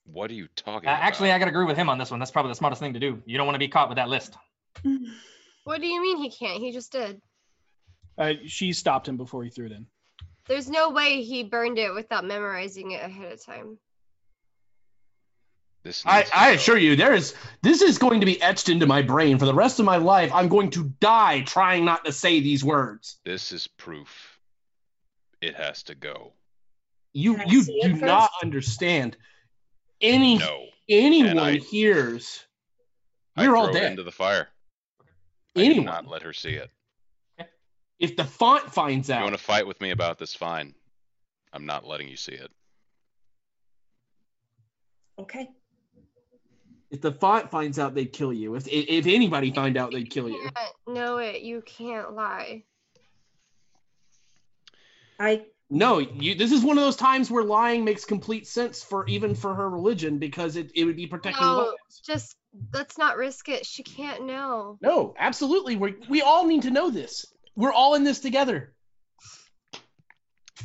What are you talking Uh, about? actually, I gotta agree with him on this one. That's probably the smartest thing to do. You don't want to be caught with that list. Mm. What do you mean he can't? He just did. Uh, she stopped him before he threw it in. There's no way he burned it without memorizing it ahead of time. This I, I assure you, there is this is going to be etched into my brain for the rest of my life. I'm going to die trying not to say these words. This is proof. It has to go. You Can I you see it do first? not understand. Any No. anyone And I- hears, I you're throw all it dead. into the fire. Anyone. Not let her see it. If the font finds You out, want to fight with me about this? Fine. I'm not letting you see it. Okay. if the font finds out, they'd kill you. If if anybody find out, they'd kill you. You can't know it. You can't lie. I No, you, this is one of those times where lying makes complete sense for even for her religion because it, it would be protecting. No, No, just let's not risk it. She can't know. no absolutely. We we all need to know this. We're all in this together.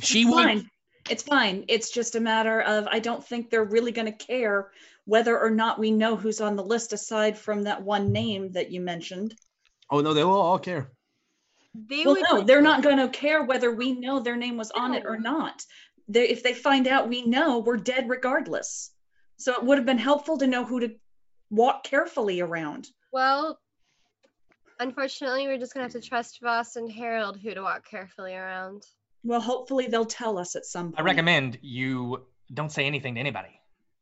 She it's would. fine. It's fine. It's just a matter of I don't think they're really going to care whether or not we know who's on the list aside from that one name that you mentioned. Oh no, they will all care. They well, would no, they're not going to care whether we know their name was on it or not. They, if they find out we know, we're dead regardless. So it would have been helpful to know who to walk carefully around. Well, unfortunately, we're just gonna have to trust Voss and Harold who to walk carefully around. Well, hopefully they'll tell us at some point. I recommend you don't say anything to anybody.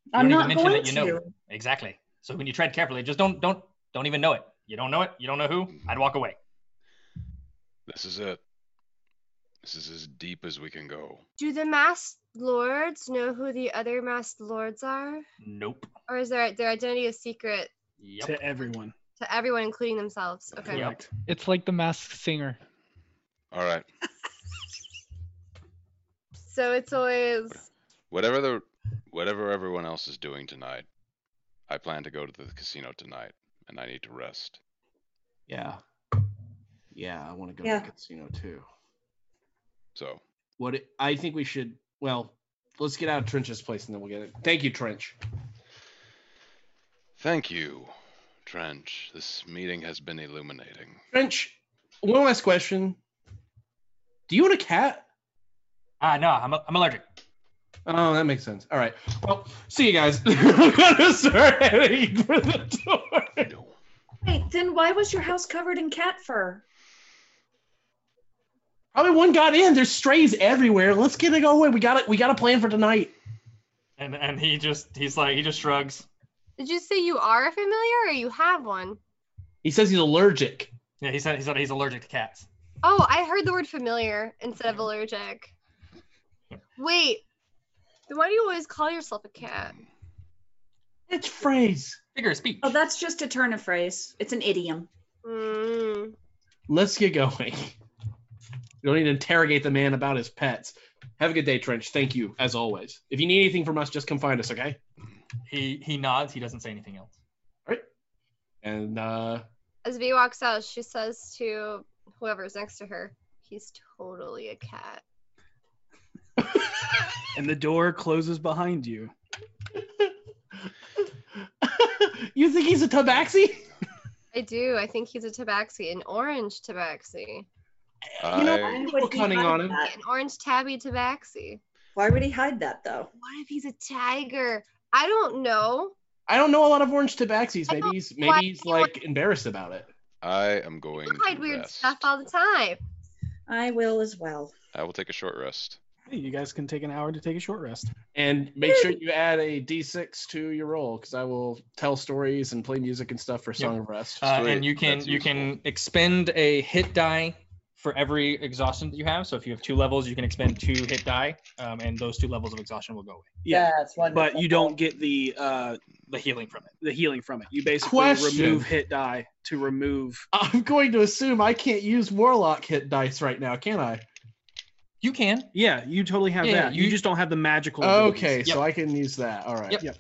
You I'm don't not even mention going that you know. to. Exactly. So when you tread carefully, just don't don't don't even know it. You don't know it. You don't know who. Mm-hmm. I'd walk away. This is it. This is as deep as we can go. Do the masked lords know who the other masked lords are, Nope. or is their their identity a secret To everyone. to everyone, including themselves? Okay. It's like the masked singer. All right. So it's always Whatever the whatever everyone else is doing tonight, I plan to go to the casino tonight, and I need to rest. Yeah. Yeah, I want to go Yeah. to the casino too. So What it, I think we should. Well, let's get out of Trench's place and then we'll get it. Thank you, Trench. thank you, Trench. This meeting has been illuminating. Trench. One last question. Do you want a cat? Ah, no, I'm, I'm allergic. Oh, that makes sense. All right. Well, see you guys. *laughs* I'm gonna start heading for the door. Wait, then why was your house covered in cat fur? Probably one got in. There's strays everywhere. Let's get it going. We got it. We got a plan for tonight. And and he just he's like he just shrugs. Did you say you are a familiar or you have one? He says he's allergic. Yeah, he said he said he's allergic to cats. Oh, I heard the word familiar instead of allergic. Wait, then why do you always call yourself a cat? It's phrase. Figure of speech. Oh, that's just a turn of phrase. It's an idiom. Mm. Let's get going. *laughs* You don't need to interrogate the man about his pets. Have a good day, Trench. Thank you, as always. If you need anything from us, just come find us, okay? He he nods. He doesn't say anything else. And uh, As V walks out, she says to whoever's next to her, "He's totally a cat." And the door closes behind you. you think he's a tabaxi? I do. I think he's a tabaxi, an orange tabaxi, Uh, You know, I- why people would he cunning hide on him. that? an orange tabby tabaxi. Why would he hide that though? What if he's a tiger? I don't know. I don't know a lot of orange tabaxis. I Maybe don't- he's why maybe he's anyone- like embarrassed about it. I am going People hide to weird rest. stuff all the time. I will as well. I will take a short rest. Hey, you guys can take an hour to take a short rest. And make sure you add a D6 to your roll, because I will tell stories and play music and stuff for Song of Rest. Uh, Sweet, and you can that's you can expend a hit die for every exhaustion that you have. So if you have two levels, you can expend two hit die, um, and those two levels of exhaustion will go away. *laughs* Yeah, That's wonderful. but you don't get the uh, The healing from it. the healing from it. You basically Question. remove hit die to remove. *laughs* I'm going to assume I can't use Warlock hit dice right now, can I? You can. Yeah, you totally have Yeah, that. You, you- just don't have the magical. abilities. Okay, Yep. so I can use that. All right. Yep.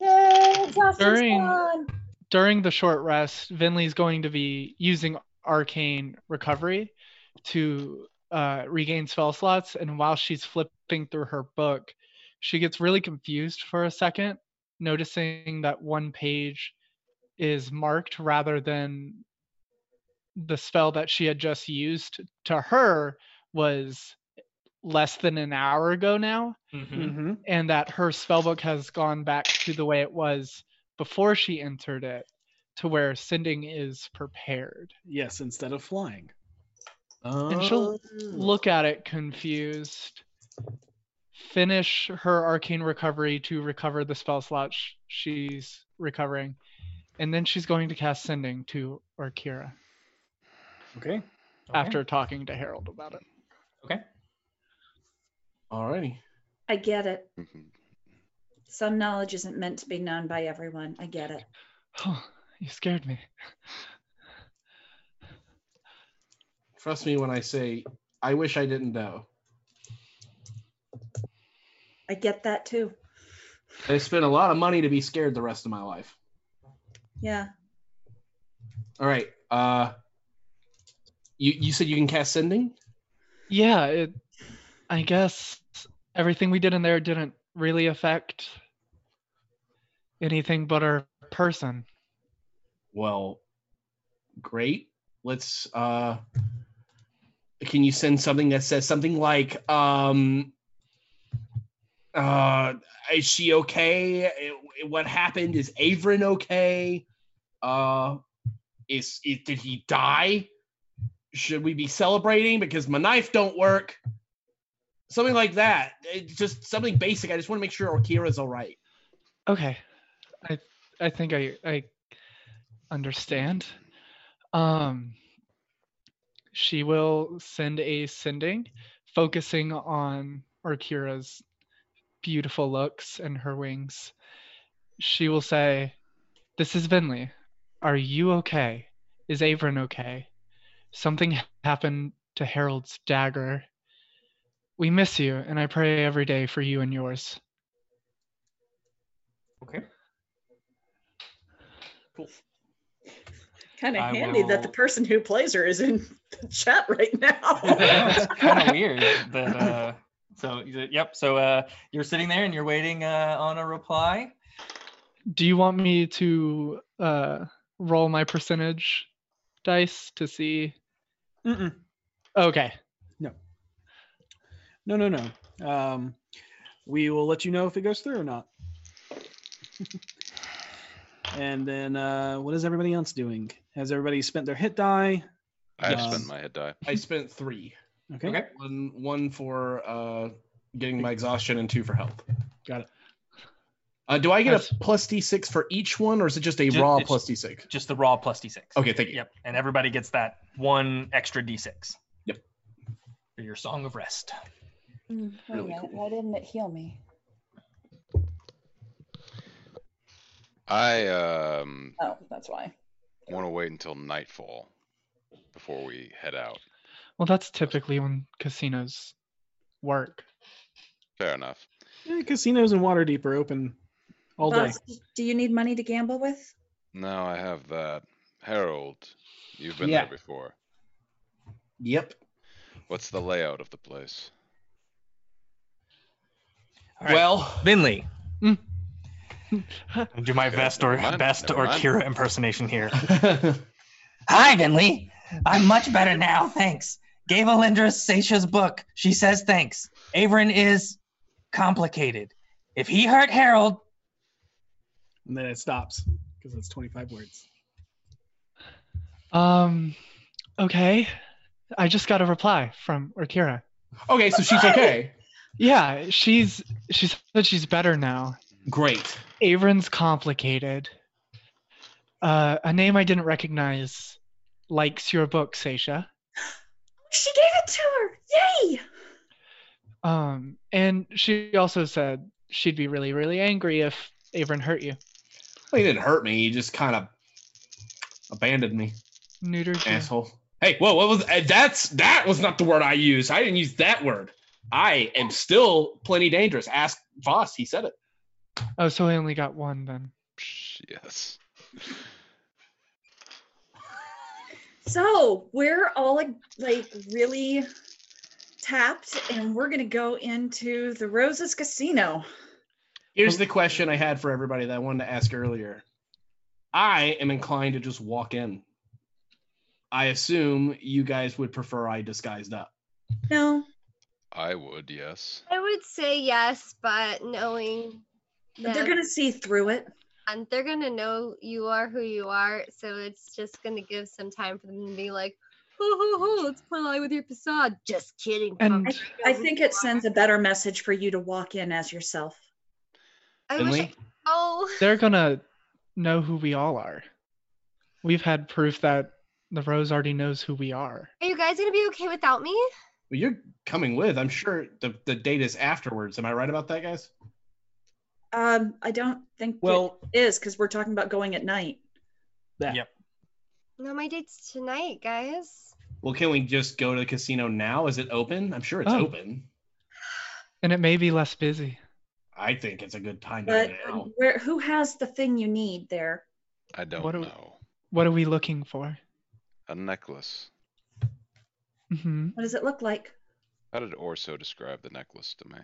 Yay, exhaustion's During- gone. During the short rest, Vinley's going to be using arcane recovery to uh, regain spell slots, and while she's flipping through her book, she gets really confused for a second noticing that one page is marked rather than the spell that she had just used to her was less than an hour ago now Mm-hmm. and that her spellbook has gone back to the way it was before she entered it to where sending is prepared Yes, instead of flying. and she'll Oh. look at it confused finish her arcane recovery to recover the spell slot sh- she's recovering and then she's going to cast sending to Orkira Okay. after talking to Harold about it Alrighty. I get it. Mm-hmm. Some knowledge isn't meant to be known by everyone. I get it. oh *sighs* you scared me Trust me when I say, I wish I didn't know. I get that too. I spent a lot of money to be scared the rest of my life. Yeah. All right. Uh, you you said you can cast sending. Yeah, it, I guess everything we did in there didn't really affect anything but our person. Well, great. Let's. Uh, can you send something that says something like, um, uh, "Is she okay? Eh, What happened? Is Averin okay? Uh, is, is did he die? Should we be celebrating because my knife don't work? Something like that. Eh, just something basic. I just want to make sure Orkira's all right. Okay, I I think I I understand. Um, she will send a sending, focusing on Orkira's beautiful looks and her wings. She will say, "This is Vinley. Are you okay? Is Averin okay? Something ha- happened to Harold's dagger. We miss you, and I pray every day for you and yours." Okay. Kind of I handy that the will- person who plays her is in the chat right now. That's kind of weird, but uh, so yep. So uh, you're sitting there and you're waiting uh, on a reply. Do you want me to uh, roll my percentage dice to see? Mm-mm. Okay. No, no, no. Um, we will let you know if it goes through or not. *laughs* and then, uh, what is everybody else doing? Has everybody spent their hit die? I Um, spent my head die. I spent three. Okay. Okay. One one for uh, getting my exhaustion and two for health. Got it. Uh, do I get That's- a plus d6 for each one, or is it just a Ju- raw it's- plus d6? Just the raw plus d6. Okay, thank you. Yep. And everybody gets that one extra d6. Yep. For your song of rest. *laughs* Wait Really a minute, Why didn't it heal me? I um Oh, that's why. want to wait until nightfall before we head out. Well, that's typically when casinos work. Fair enough. Eh, casinos in Waterdeep are open all day. Boss, do you need money to gamble with? Now I have that. Harold, you've been Yeah. there before. Yep. What's the layout of the place? All right. Well, Vinley. Mm. I'll *laughs* Do my Okay, best never or mind, best never or mind. Kira *laughs* impersonation here. I Hi, Vinley. I'm much better now, thanks. Gave Alindra Sasha's book. She says thanks. Averin is complicated. If he hurt Harold, And then it stops because it's 25 words. Um, okay. I just got a reply from Orkira. okay, so she's okay. Yeah, she's she said she's better now. Great. Averin's complicated. Uh, a name I didn't recognize likes your book, Seisha. She gave it to her. Yay! Um, and she also said she'd be really, really angry if Averin hurt you, Well, he didn't hurt me. He just kind of abandoned *laughs* me, neutered you. asshole. Hey, whoa, what was uh, that's that was not the word I used. I didn't use that word. I am still plenty dangerous. Ask Voss. He said it. Oh, so I only got one then. Psh, Yes. So we're all like, like really tapped, and we're gonna go into the Roses Casino. Here's the question I had for everybody that I wanted to ask earlier. I am inclined to just walk in. I assume you guys would prefer I disguised up. No. I would, yes. I would say yes, but knowing But they're gonna see through it. and they're gonna know you are who you are, so it's just gonna give some time for them to be like, hoo hoo hoo, let's play along with your facade. Just kidding. I, I think it sends a better message for you to walk in as yourself. I wish I- Finley? Oh, They're gonna know who we all are. We've had proof that the Rose already knows who we are. are you guys gonna be okay without me? Well, you're coming with. I'm sure the, the date is afterwards. Am I right about that, guys? Um, I don't think Well- it is because we're talking about going at night. Yep. No, my date's tonight, guys. Well, can we just go to the casino now? Is it open? I'm sure it's Oh. open. And it may be less busy. I think it's a good time to But go now. where, who has the thing you need there? I don't What do we- know. What are we looking for? A necklace. hmm What does it look like? How did Orso describe the necklace to me?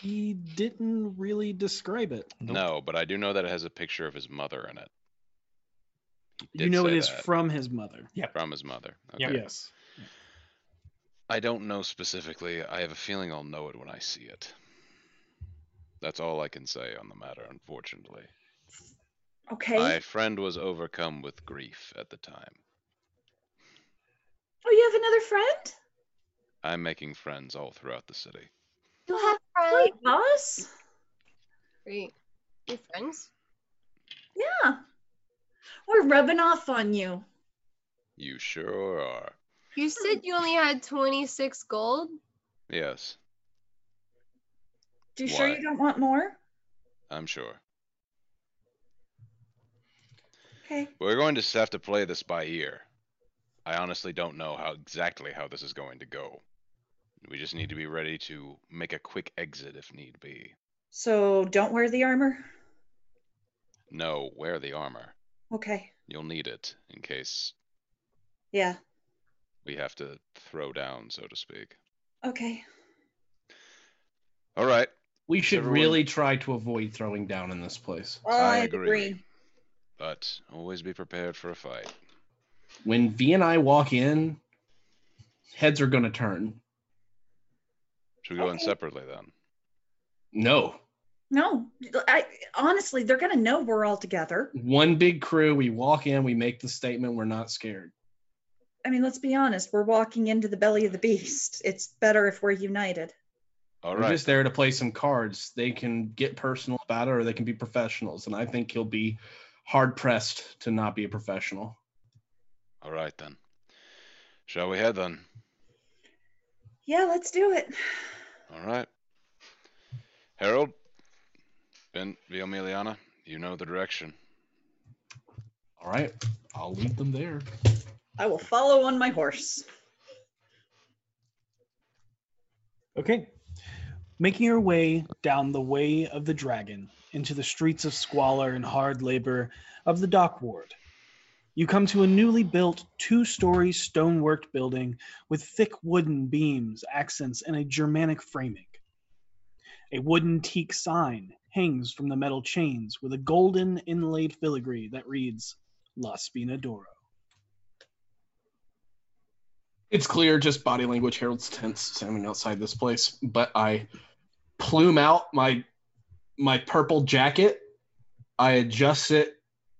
He didn't really describe it. No, but I do know that it has a picture of his mother in it. He you did know it say is that. from his mother. from his mother. Okay. Yep. Yes. I don't know specifically. I have a feeling I'll know it when I see it. That's all I can say on the matter, unfortunately. Okay. My friend was overcome with grief at the time. Oh, you have another friend? I'm making friends all throughout the city. You have Wait, friends. us? Great. Your friends? Yeah. We're rubbing off on you. You sure are. You said you only had 26 gold. Yes, Do you sure Why? you don't want more? I'm sure. Okay. We're going to have to play this by ear. I honestly don't know how exactly how this is going to go. We just need to be ready to make a quick exit if need be. So don't wear the armor. No, wear the armor. Okay. You'll need it in case Yeah. we have to throw down, so to speak. Okay. All right. We should Everyone- really try to avoid throwing down in this place. I agree. But always be prepared for a fight. When V and I walk in, heads are going to turn. Should we go in Okay. separately then? No. No, I honestly, they're gonna know we're all together. One big crew, we walk in, we make the statement, we're not scared. I mean, let's be honest, we're walking into the belly of the beast. It's better if we're united. All We're right. just there to play some cards. They can get personal about it or they can be professionals. And I think he'll be hard pressed to not be a professional. All right then. Shall we head then? Yeah, let's do it. All right. Harold, Ben, Viomiliana, you know the direction. All right. I'll leave them there. I will follow on my horse. Okay. Making her way down the way of the dragon into the streets of squalor and hard labor of the dock ward, you come to a newly built two story stoneworked building with thick wooden beams, accents, and a Germanic framing. A wooden teak sign hangs from the metal chains with a golden inlaid filigree that reads La Spina d'Oro. It's clear just body language heralds tense standing outside this place, but I plume out my my purple jacket. I adjust it.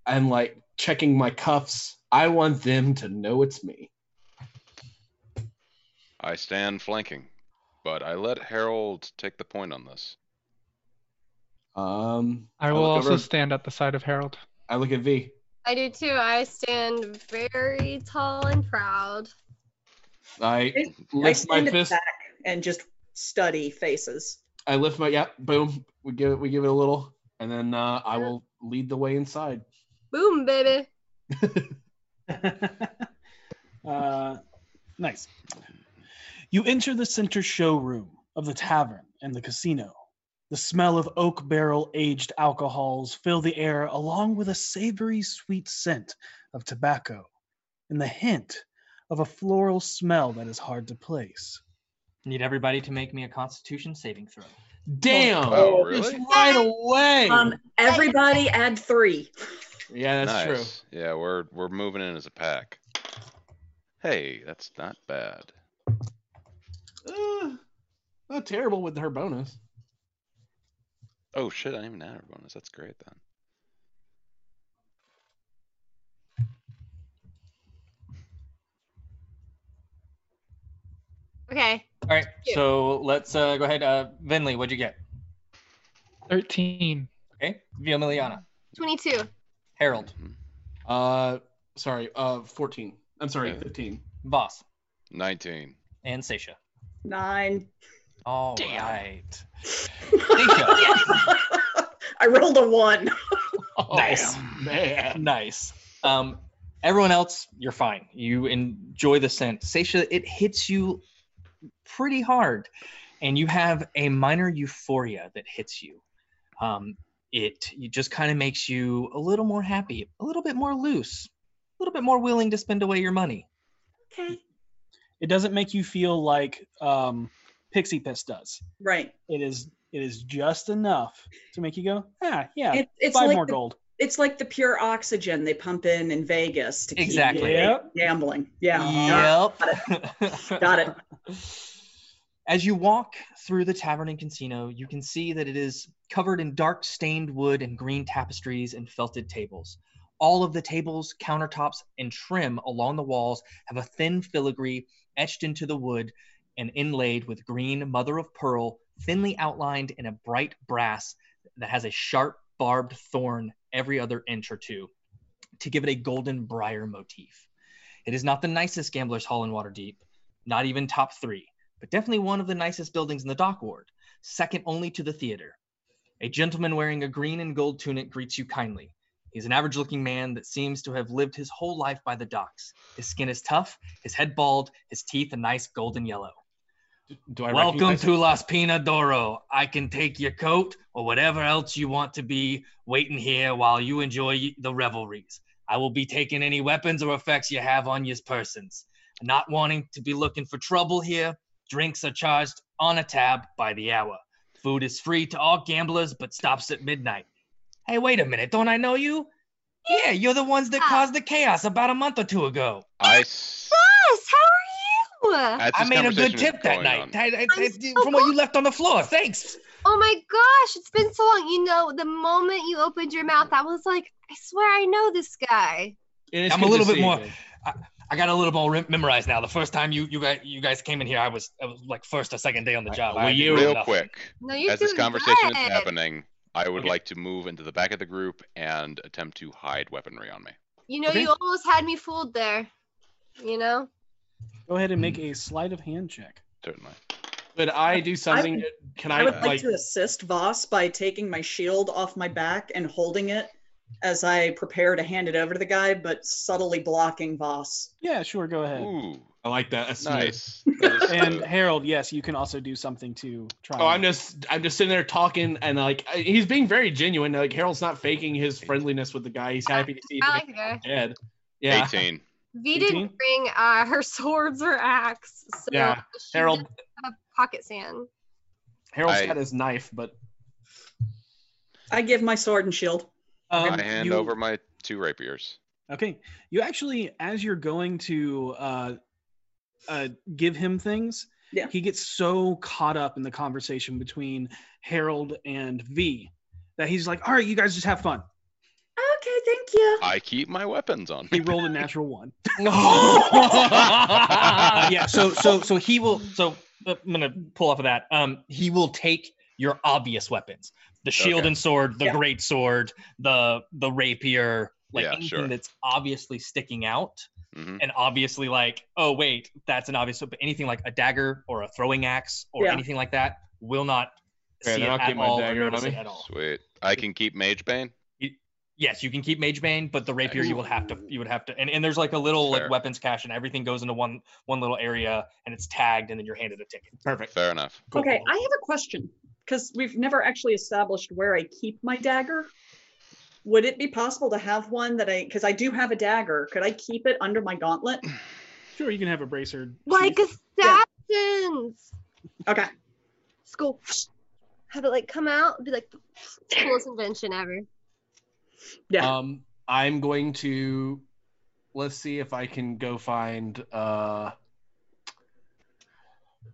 I'm like checking my cuffs. I want them to know it's me. I stand flanking, but I let Harold take the point on this. Um I I will look also over- stand at the side of Harold. I look at V. I do too. I stand very tall and proud. I I- lift my stand at the fist. back and just study faces. I lift my yep, boom. We give it we give it a little and then uh, I will lead the way inside. Boom, baby. uh, nice. You enter the center showroom of the tavern and the casino. The smell of oak barrel aged alcohols fill the air along with a savory sweet scent of tobacco and the hint of a floral smell that is hard to place. Need everybody to make me a Constitution saving throw. Damn. Oh, really? Just right away. Um, everybody add three. yeah, that's Nice. Yeah, we're we're moving in as a pack. Hey, that's not bad. true. Uh, not terrible with her bonus. Oh shit, I didn't even add her bonus. That's great then. Okay. All right, so let's uh, go ahead. Uh, Vinley, what'd you get? 13. Okay, Viamiliana, 22. Harold, Mm-hmm. Uh, sorry. Uh, fourteen. I'm sorry, Yeah. fifteen. Voss, Nineteen. and Seisha. Nine. All right. Damn. Seisha. *laughs* I rolled a one. nice. Man. *laughs* Nice. Um, everyone else, you're fine. You enjoy the scent. Seisha, it hits you pretty hard, and you have a minor euphoria that hits you. Um, it, it just kind of makes you a little more happy, a little bit more loose, a little bit more willing to spend away your money. Okay. It doesn't make you feel like um, pixie piss does. Right. It is it is just enough to make you go, ah, yeah, It- it's five like more the- gold. It's like the pure oxygen they pump in in Vegas to keep Exactly. you Yep. gambling. Yeah. *laughs* Yep. Got it. *laughs* As you walk through the tavern and casino, you can see that it is covered in dark stained wood and green tapestries and felted tables. All of the tables, countertops, and trim along the walls have a thin filigree etched into the wood and inlaid with green mother of pearl, thinly outlined in a bright brass that has a sharp barbed thorn every other inch or two to give it a golden briar motif. It is not the nicest gambler's hall in Waterdeep, not even top three, but definitely one of the nicest buildings in the dock ward, second only to the theater. A gentleman wearing a green and gold tunic greets you kindly. He's an average looking man that seems to have lived his whole life by the docks. His skin is tough, his head bald, his teeth a nice golden yellow. Do I Welcome recognize- to Las Pina Doro. I can take your coat or whatever else you want to be waiting here while you enjoy the revelries. I will be taking any weapons or effects you have on your persons. Not wanting to be looking for trouble here, drinks are charged on a tab by the hour. Food is free to all gamblers but stops at midnight. Hey, wait a minute, don't I know you? Yeah, you're the ones that caused the chaos about a month or two ago. I s- Boss, how are you? as I this made a good conversation is tip that going night. on- I- I- I- from what you left on the floor, thanks. Oh my gosh, it's been so long. You know, the moment you opened your mouth, I was like, I swear I know this guy. And it's I'm a good to little bit see you more- again. I got a little more rem- memorized now. The first time you you guys, you guys came in here, I was, I was like first or second day on the job. I Will didn't you- know Uh, Real nothing. quick, No, you're as this doing conversation good. is happening, I would Okay. like to move into the back of the group and attempt to hide weaponry on me. You know, Okay. you almost had me fooled there. You know? Go ahead and make a sleight of hand check. Certainly. Hmm. Could I do something? that- can I, I I would like, like? to assist Voss by taking my shield off my back and holding it as I prepare to hand it over to the guy, but subtly blocking Voss. Yeah, sure, go ahead. Ooh, I like that. That's nice. nice. That is And smooth. Harold, yes, you can also do something to try. Oh, I'm and- just I'm just sitting there talking and like I- he's being very genuine. Like Harold's not faking his friendliness with the guy. He's happy to see I him like the guy. dead. Yeah. Eighteen. V 18? didn't bring uh, her *laughs* swords or axe. So Yeah, she Harold doesn't have pocket sand. Harold's I- got his knife, but I give my sword and shield. Um, I hand you- over my two rapiers. Okay. You actually, as you're going to uh, uh, give him things, Yeah. he gets so caught up in the conversation between Harold and V that he's like, all right, you guys just have *laughs* fun. *laughs* Okay, thank you. I keep my weapons on He me. *laughs* rolled a natural *laughs* one. yeah. So so so he will. So uh, I'm gonna pull off of that. Um, he will take your obvious weapons: the shield Okay. and sword, the Yeah. great sword, the the rapier, like Yeah, anything sure. that's obviously sticking out hmm and obviously like, oh wait, that's an obvious. But anything like a dagger or a throwing axe or Yeah. anything like that will not Yeah, see then it I'll at keep my all or dagger on notice me. it at all. Sweet. I can keep Mage Bane. Yes, you can keep Mage Bane, but the rapier you will have to you would have to and, and there's like a little Fair. like weapons cache and everything goes into one one little area and it's tagged and then you're handed a ticket. perfect. Fair *laughs* enough. Cool. Okay, I have a question because we've never actually established where I keep my dagger. Would it be possible to have one that I, because I do have a dagger, could I keep it under my gauntlet? *clears throat* Sure, you can have a bracer. Like Chief. assassins. Okay. *sniffs* School. have it like come out and be like *sniffs* the coolest invention ever. Yeah. Um, I'm going to let's see if I can go find uh,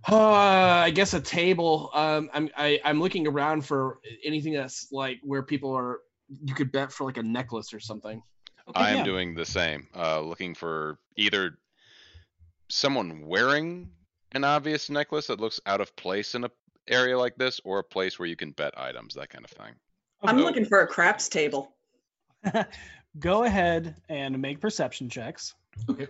uh I guess a table. Um, I'm I, I'm looking around for anything that's like where people are. You could bet for like a necklace or something. I am yeah. doing the same, uh, looking for either someone wearing an obvious necklace that looks out of place in a area like this, or a place where you can bet items, that kind of thing. I'm So- looking for a craps table. *laughs* Go ahead and make perception checks. Okay.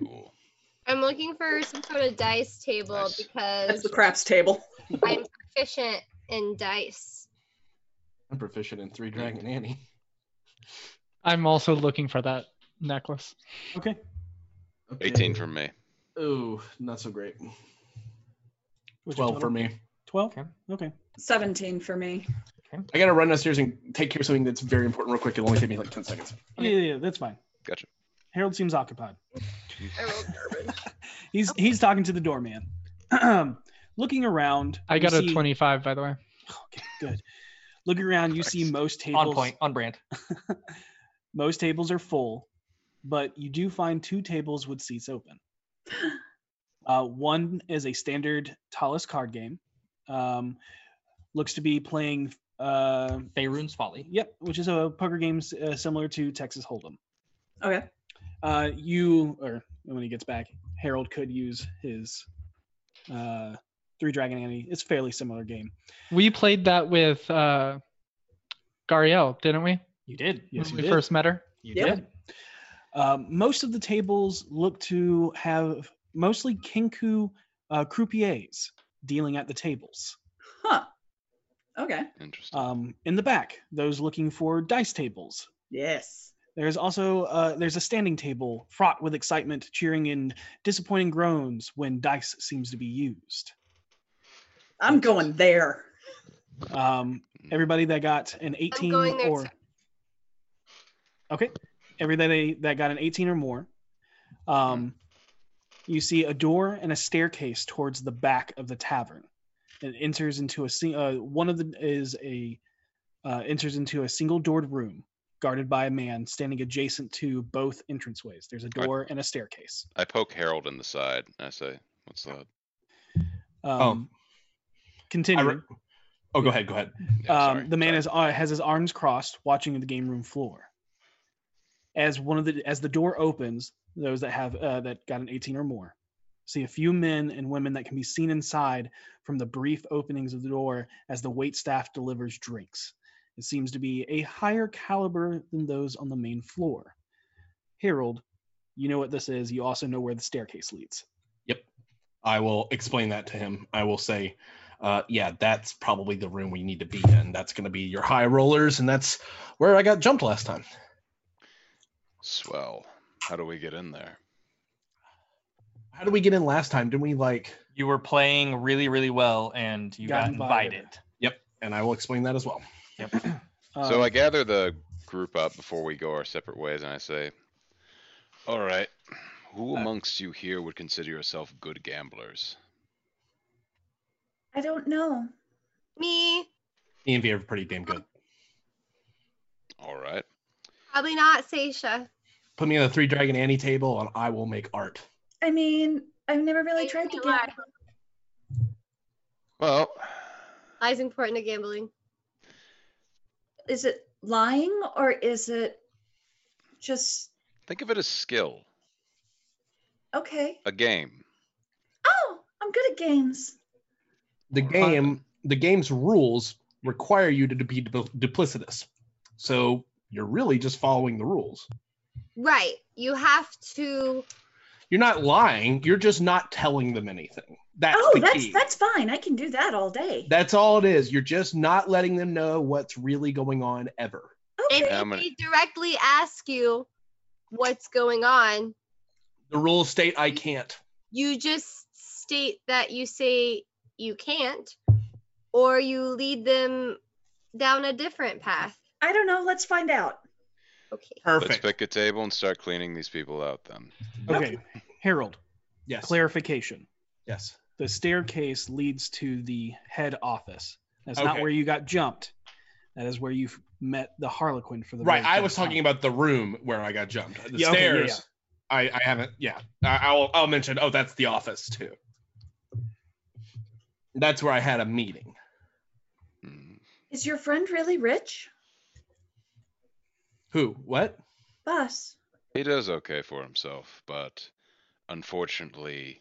I'm looking for some sort of dice table *laughs* That's because the craps table. I'm proficient in dice. I'm proficient in Three Dragon Annie. I'm also looking for that necklace. Okay. 18 from me. Ooh, not so great. What's your Twelve for total? me. 12? Okay. 17 for me. I gotta run downstairs and take care of something that's very important real quick. It'll only take me like ten seconds. Yeah, yeah, yeah, that's fine. Gotcha. Harold seems occupied. I rolled garbage. *laughs* He's he's talking to the doorman. *clears throat* Looking around, I you got a see- 25, by the way. Good. Looking around, you see most tables On point, on brand. *laughs* most tables are full, but you do find two tables with seats *gasps* open. Uh, one is a standard tallest card game. Um, looks to be playing. Uh, Faerun's Folly. yep, which is a poker game s- uh, similar to Texas Hold'em. Okay. Uh, you or when he gets back, Harold could use his uh, Three Dragon Annie. It's a fairly similar game. We played that with uh, Gariel, didn't we? You did. Yes, when you we did. first met her. You Yep. did. Um, most of the tables look to have mostly kinku uh, croupiers dealing at the tables. Huh. Okay. Interesting. Um, in the back, those looking for dice tables. Yes. There's also uh, there's a standing table fraught with excitement, cheering, and disappointing groans when dice seems to be used. I'm going there. Um, everybody that got an 18 going there or too. okay, everybody that got an 18 or more, um, you see a door and a staircase towards the back of the tavern. It enters into a sing- uh, one of the is a uh, enters into a single doored room guarded by a man standing adjacent to both entranceways. There's a Right. door and a staircase. I poke Harold in the side and I say, What's that? Oh, Um, Oh. I Continue. re- oh, go ahead. Go ahead. Yeah, sorry, um, the man sorry. is, uh, has his arms crossed, watching the game room floor. As one of the as the door opens, those that have uh, that got an 18 or more see a few men and women that can be seen inside from the brief openings of the door as the wait staff delivers drinks. It seems to be a higher caliber than those on the main floor. Harold, you know what this is. You also know where the staircase leads. I will explain that to him. I will say, uh, yeah, that's probably the room we need to be in. That's going to be your high rollers, and that's where I got jumped last time. Swell. How do we get in there? How did we get in last time? Didn't we like? You were playing really, really well, and you Got got, invited. invited. And I will explain that as well. so Um, I gather the group up before we go our separate ways, and I say, "All right, who amongst you here would consider yourself good gamblers?" I don't know. Me, Me and V are pretty damn good. All right, probably not Seisha. Put me on the three dragon Annie table, and I will make art. I mean, I've never really Lies tried to can't get. lie. well, Lies important to gambling. Is it lying or is it just think of it as skill, okay? a game. Oh, I'm good at games. The All right. game, the game's rules require you to be dupl- duplicitous, so you're really just following the rules. Right. You have to. You're not lying. You're just not telling them anything. That's oh, the that's key. that's fine. I can do that all day. That's all it is. You're just not letting them know what's really going on ever. If Yeah, I'm gonna- they directly ask you what's going on, The rules state I can't. you just state that you say you can't, or you lead them down a different path. I don't know. Let's find out. Okay. Let's Perfect. pick a table and start cleaning these people out. Then okay, Harold, Mm-hmm. Yes. clarification. Yes. the staircase leads to the head office. That's not Okay. where you got jumped. That is where you have met the Harlequin for the Right. very I first was talking time. about the room where I got jumped. The Yeah, okay, yeah, stairs. I, I haven't. Yeah. I, I'll I'll mention. Oh, that's the office too. That's where I had a meeting. Is your friend really rich? Who? What? Bus. He does okay for himself, but unfortunately,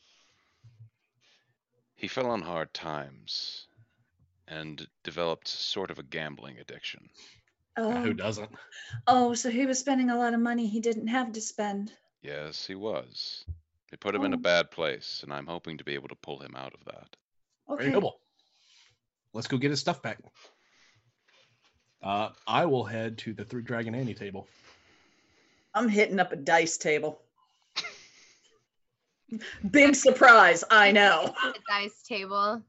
he fell on hard times and developed sort of a gambling addiction. Oh. doesn't? Oh, so he was spending a lot of money he didn't have to spend. Yes, he was. It put him in a Oh. bad place, and I'm hoping to be able to pull him out of that. Okay. Very noble. Let's go get his stuff back. Uh, I will head to the Three Dragon Annie table. I'm hitting up a dice table. *laughs* Big surprise, I know. *laughs* The dice table.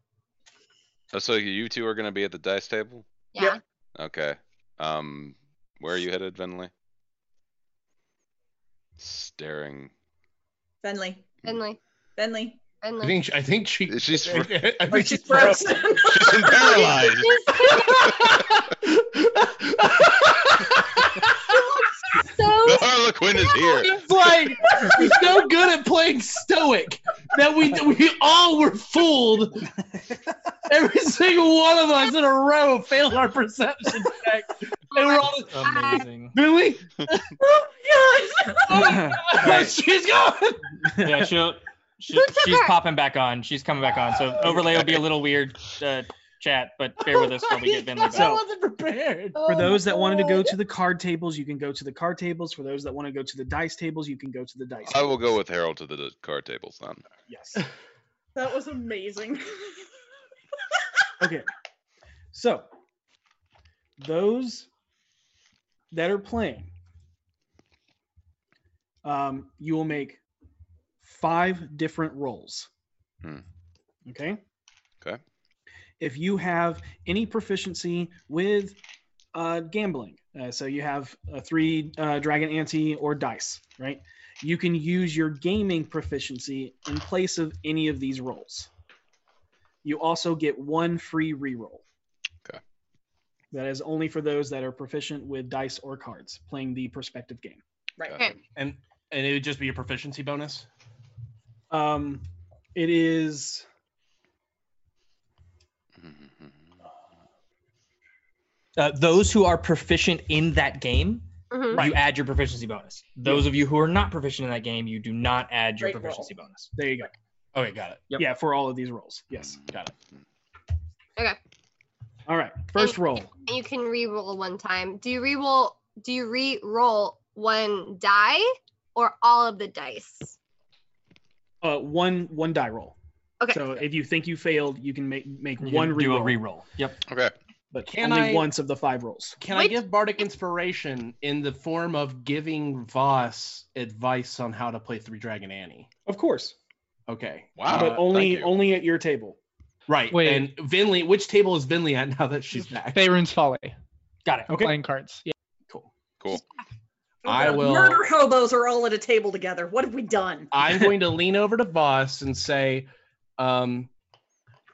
Oh, so you two are going to be at the dice table? Yeah. Okay. Um, where are you headed, Venley? Staring. Fenley. Benley. Benley. Benley. I think she, I think she *laughs* she's I, think Oh, she's frozen. She's *laughs* paralyzed. so *laughs* Harlequin is here. *laughs* It's like we're so good at playing stoic that we we all were fooled. Every single one of us in a row failed our perception check. And *laughs* we're all just, Amazing. *laughs* Billy, oh *laughs* she's gone. Yeah, she'll, she, Who took she's her? popping back on. She's coming back on. So overlay will be a little weird, uh, chat, but bear with us while we get Bentley back. I wasn't prepared. For those that wanted to go to the card tables, you can go to the card tables. For those that want to go to the dice tables, you can go to the dice. I will go with Harold to the d- card tables then. Yes. That was amazing. Okay. So, those that are playing, um, you will make five different rolls. Hmm. Okay. Okay. If you have any proficiency with uh, gambling, uh, so you have a three uh, dragon ante or dice, right? You can use your gaming proficiency in place of any of these rolls. You also get one free reroll. Okay. That is only for those that are proficient with dice or cards playing the perspective game. Right. Okay. And and it would just be a proficiency bonus. Um, it is. Uh, those who are proficient in that game, Mhm. you add your proficiency bonus. Those of you who are not proficient in that game, you do not add your proficiency bonus. There you go. Okay, got it. Yep. Yeah, for all of these rolls. Yes. Mm. Got it. Okay. All right. First And- roll. And you can re-roll one time. Do you re-roll? Do you re-roll one die or all of the dice? Uh, one one die roll. Okay. So if you think you failed, you can make make You one can do reroll, a reroll. Yep. Okay. but Can only I- once of the five rolls. Can I Wait. give Bardic inspiration in the form of giving Voss advice on how to play Three Dragon Annie? Of course. Okay. Wow. but thank only you. only at your table. Right. Wait. And Vinley, which table is Vinley at now that she's back? Faerun's Folly. Got it. Okay. Playing cards. Yeah. Cool. Cool. I will. Murder hobos are all at a table together. What have we done? I'm going to lean over to Voss and say, um,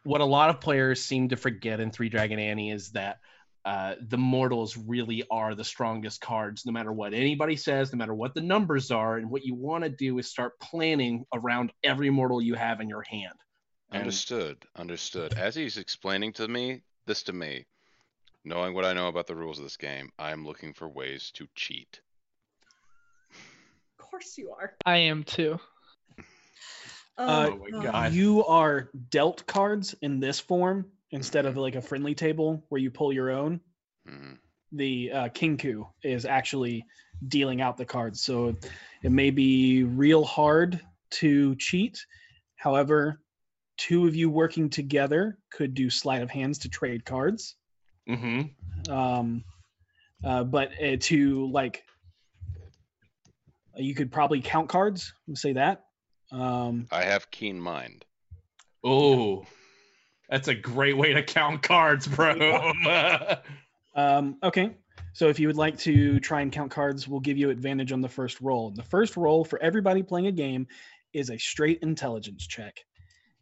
what a lot of players seem to forget in Three Dragon Annie is that uh, the mortals really are the strongest cards, no matter what anybody says, no matter what the numbers are. And what you want to do is start planning around every mortal you have in your hand. And- Understood. Understood. As he's explaining to me this to me, knowing what I know about the rules of this game, I'm looking for ways to cheat. Of course you are. I am too. Uh, Oh my God. You are dealt cards in this form instead of like a friendly table where you pull your own. Hmm. Mhm. The uh, kinku is actually dealing out the cards, so it may be real hard to cheat. However, two of you working together could do sleight of hands to trade cards. Mhm. um, uh, but uh, to like you could probably count cards and say that um, I have keen mind. Oh, that's a great way to count cards, bro. *laughs* um, okay so if you would like to try and count cards we'll give you advantage on the first roll the first roll for everybody playing a game is a straight intelligence check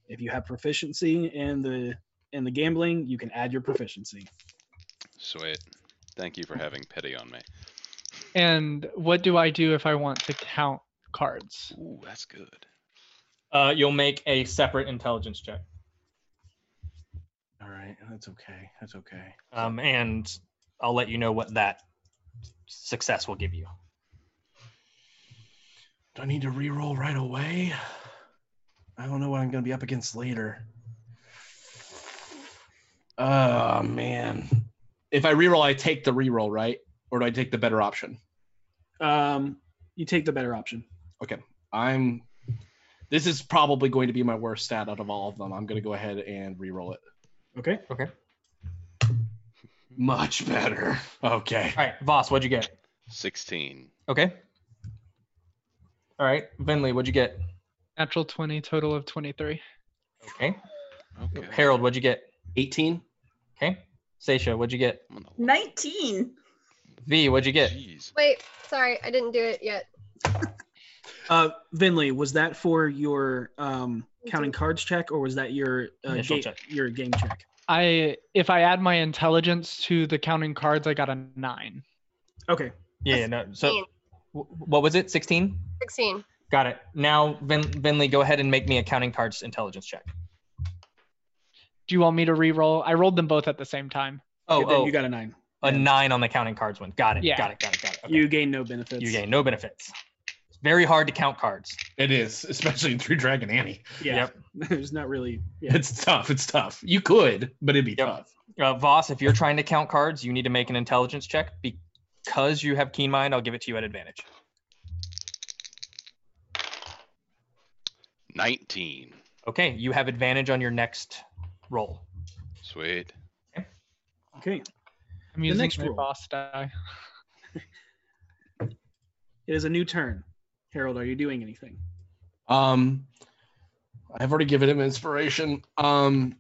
if you have proficiency in the in the gambling, you can add your proficiency. Sweet. Thank you for having pity on me. And what do I do if I want to count cards? Ooh, that's good. Uh, you'll make a separate intelligence check. All right, that's okay. That's okay. Um, and I'll let you know what that success will give you. Do I need to re-roll right away? I don't know what I'm gonna be up against later. Oh man. If I re-roll, I take the re-roll, right? Or do I take the better option? Um, you take the better option. Okay. I'm this is probably going to be my worst stat out of all of them. I'm gonna go ahead and re-roll it. Okay. Okay. Much better. Okay. All right, Voss, what'd you get? 16. Okay. All right, Vinley, what'd you get? Natural 20, total of 23. Okay. Harold, what'd you get? 18. Okay. Seisha, what'd you get? 19. V, what'd you get? Wait, sorry, I didn't do it yet. Uh, Vinley, was that for your um, counting cards check, or was that your uh, Initial ga- check. your game check? I if I add my intelligence to the counting cards, I got a nine. Okay. Yeah, yeah, no. So, wh- what was it? 16? 16. Got it. Now, Vin- Vinley, go ahead and make me a counting cards intelligence check. Do you want me to re-roll? I rolled them both at the same time. Oh, oh. got a nine. A nine on the counting cards one. Got it. Yeah. Got it. Got it. Got it. You gain no benefits. You gain no benefits. It's very hard to count cards. It is, especially through Dragon *laughs* Annie. Yeah. *laughs* There's not really. Yeah. It's tough. It's tough. You could, but it'd be tough. Uh, Voss, if you're trying to count cards, you need to make an intelligence check because you have keen mind. I'll give it to you at advantage. 19. Okay, you have advantage on your next roll. Sweet. Okay. I'm The using next my roll. boss die. *laughs* It is a new turn. Harold, are you doing anything? Um, I've already given him inspiration. Um,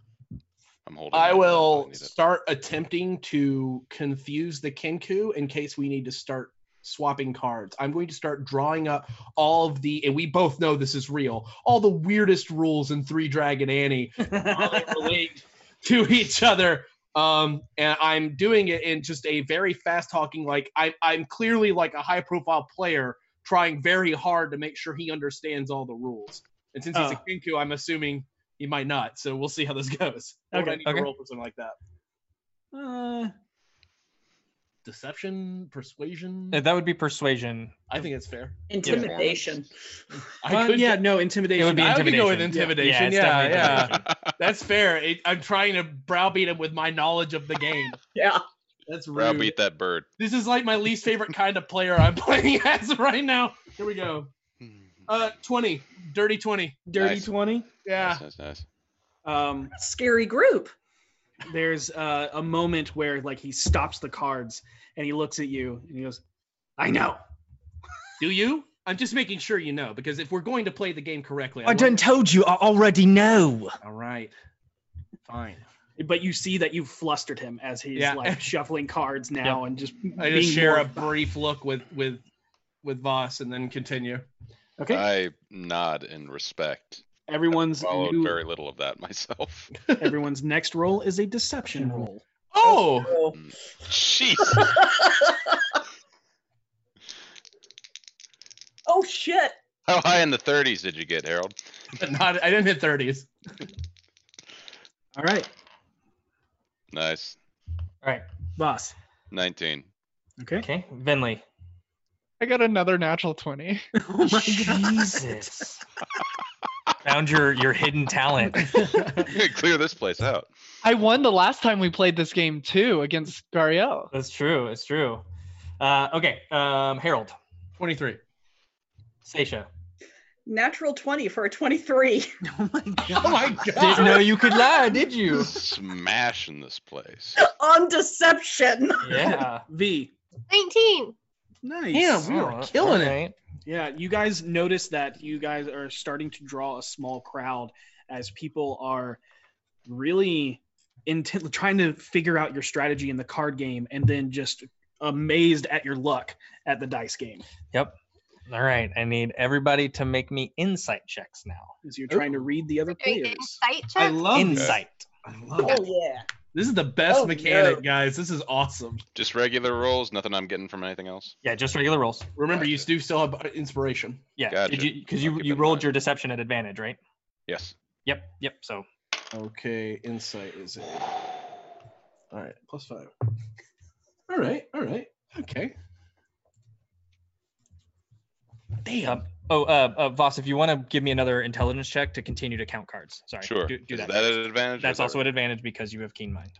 I'm holding. I will start attempting to confuse the Kenku in case we need to start swapping cards. I'm going to start drawing up all of the, and we both know this is real, all the weirdest rules in Three Dragon Annie how they relate to each other. Um, and I'm doing it in just a very fast talking, like I, I'm clearly like a high profile player trying very hard to make sure he understands all the rules. And since he's Uh. a Kenku, I'm assuming he might not. So we'll see how this *laughs* goes. What would Okay, I need okay. to roll for something like that? Uh, Deception, persuasion. Uh, That would be persuasion. I think it's fair. Intimidation. I Uh, could yeah, no, intimidation. It would be I would go with intimidation. intimidation. Yeah, Yeah, yeah, yeah. it's definitely *laughs* That's fair. It, I'm trying to browbeat him with my knowledge of the game. *laughs* yeah. That's rude. Browbeat that bird. This is like my least favorite kind of player I'm *laughs* playing as right now. Here we *laughs* go. Uh, 20. Dirty 20. Dirty Nice. 20. Yeah. Nice, nice, nice. Um, Scary group. there's uh, a moment where like he stops the cards and he looks at you and he goes, "I know." *laughs* Do you? I'm just making sure you know because if we're going to play the game correctly, I done told you. I already know. All right. Fine. But you see that you've flustered him as he's Yeah. like shuffling cards now *laughs* Yep. and just. I being just share more- a brief look with with with Voss and then continue. Okay. I nod in respect. Everyone's Followed new, very little of that *laughs* myself. everyone's next roll is a deception roll. Oh. Jeez. Oh shit. How high in the 30s did you get, Harold? *laughs* Not, I didn't hit 30s. *laughs* All right, Nice. All right. boss. 19. Okay. Okay. Vinley. I got another natural *laughs* *laughs* 20. Oh my Jesus. Found your your hidden talent. *laughs* Clear this place out. I won the last time we played this game too against Gariel. That's true. It's true. Uh, okay. Um, Harold. 23. Seisha. Natural 20 for a 23. *laughs* Oh my Didn't know you could lie, did you? *laughs* Smashing this place. On deception. Yeah. V. 19. Nice. Oh, alright. Yeah, you guys notice that you guys are starting to draw a small crowd as people are really intent trying to figure out your strategy in the card game and then just amazed at your luck at the dice game Yep. All right. I need everybody to make me insight checks now. as you're trying to read the other Doing players. Insight check? I love this. insight. Oh yeah. This is the best Oh, mechanic, guys. This is awesome. Just regular rolls, nothing I'm getting from anything else. Yeah, just regular rolls. Remember, you do still have inspiration. Yeah, Gotcha. did you because you, you rolled your deception at advantage, right? Yes. Yep, yep. So Okay, insight is it. All right, plus five. All right, all right, okay. damn. oh, uh, uh, Voss, if you want to give me another intelligence check to continue to count cards. Sorry. Sure. Do, do Is that. that an advantage or is That's that also an advantage because you have keen mind.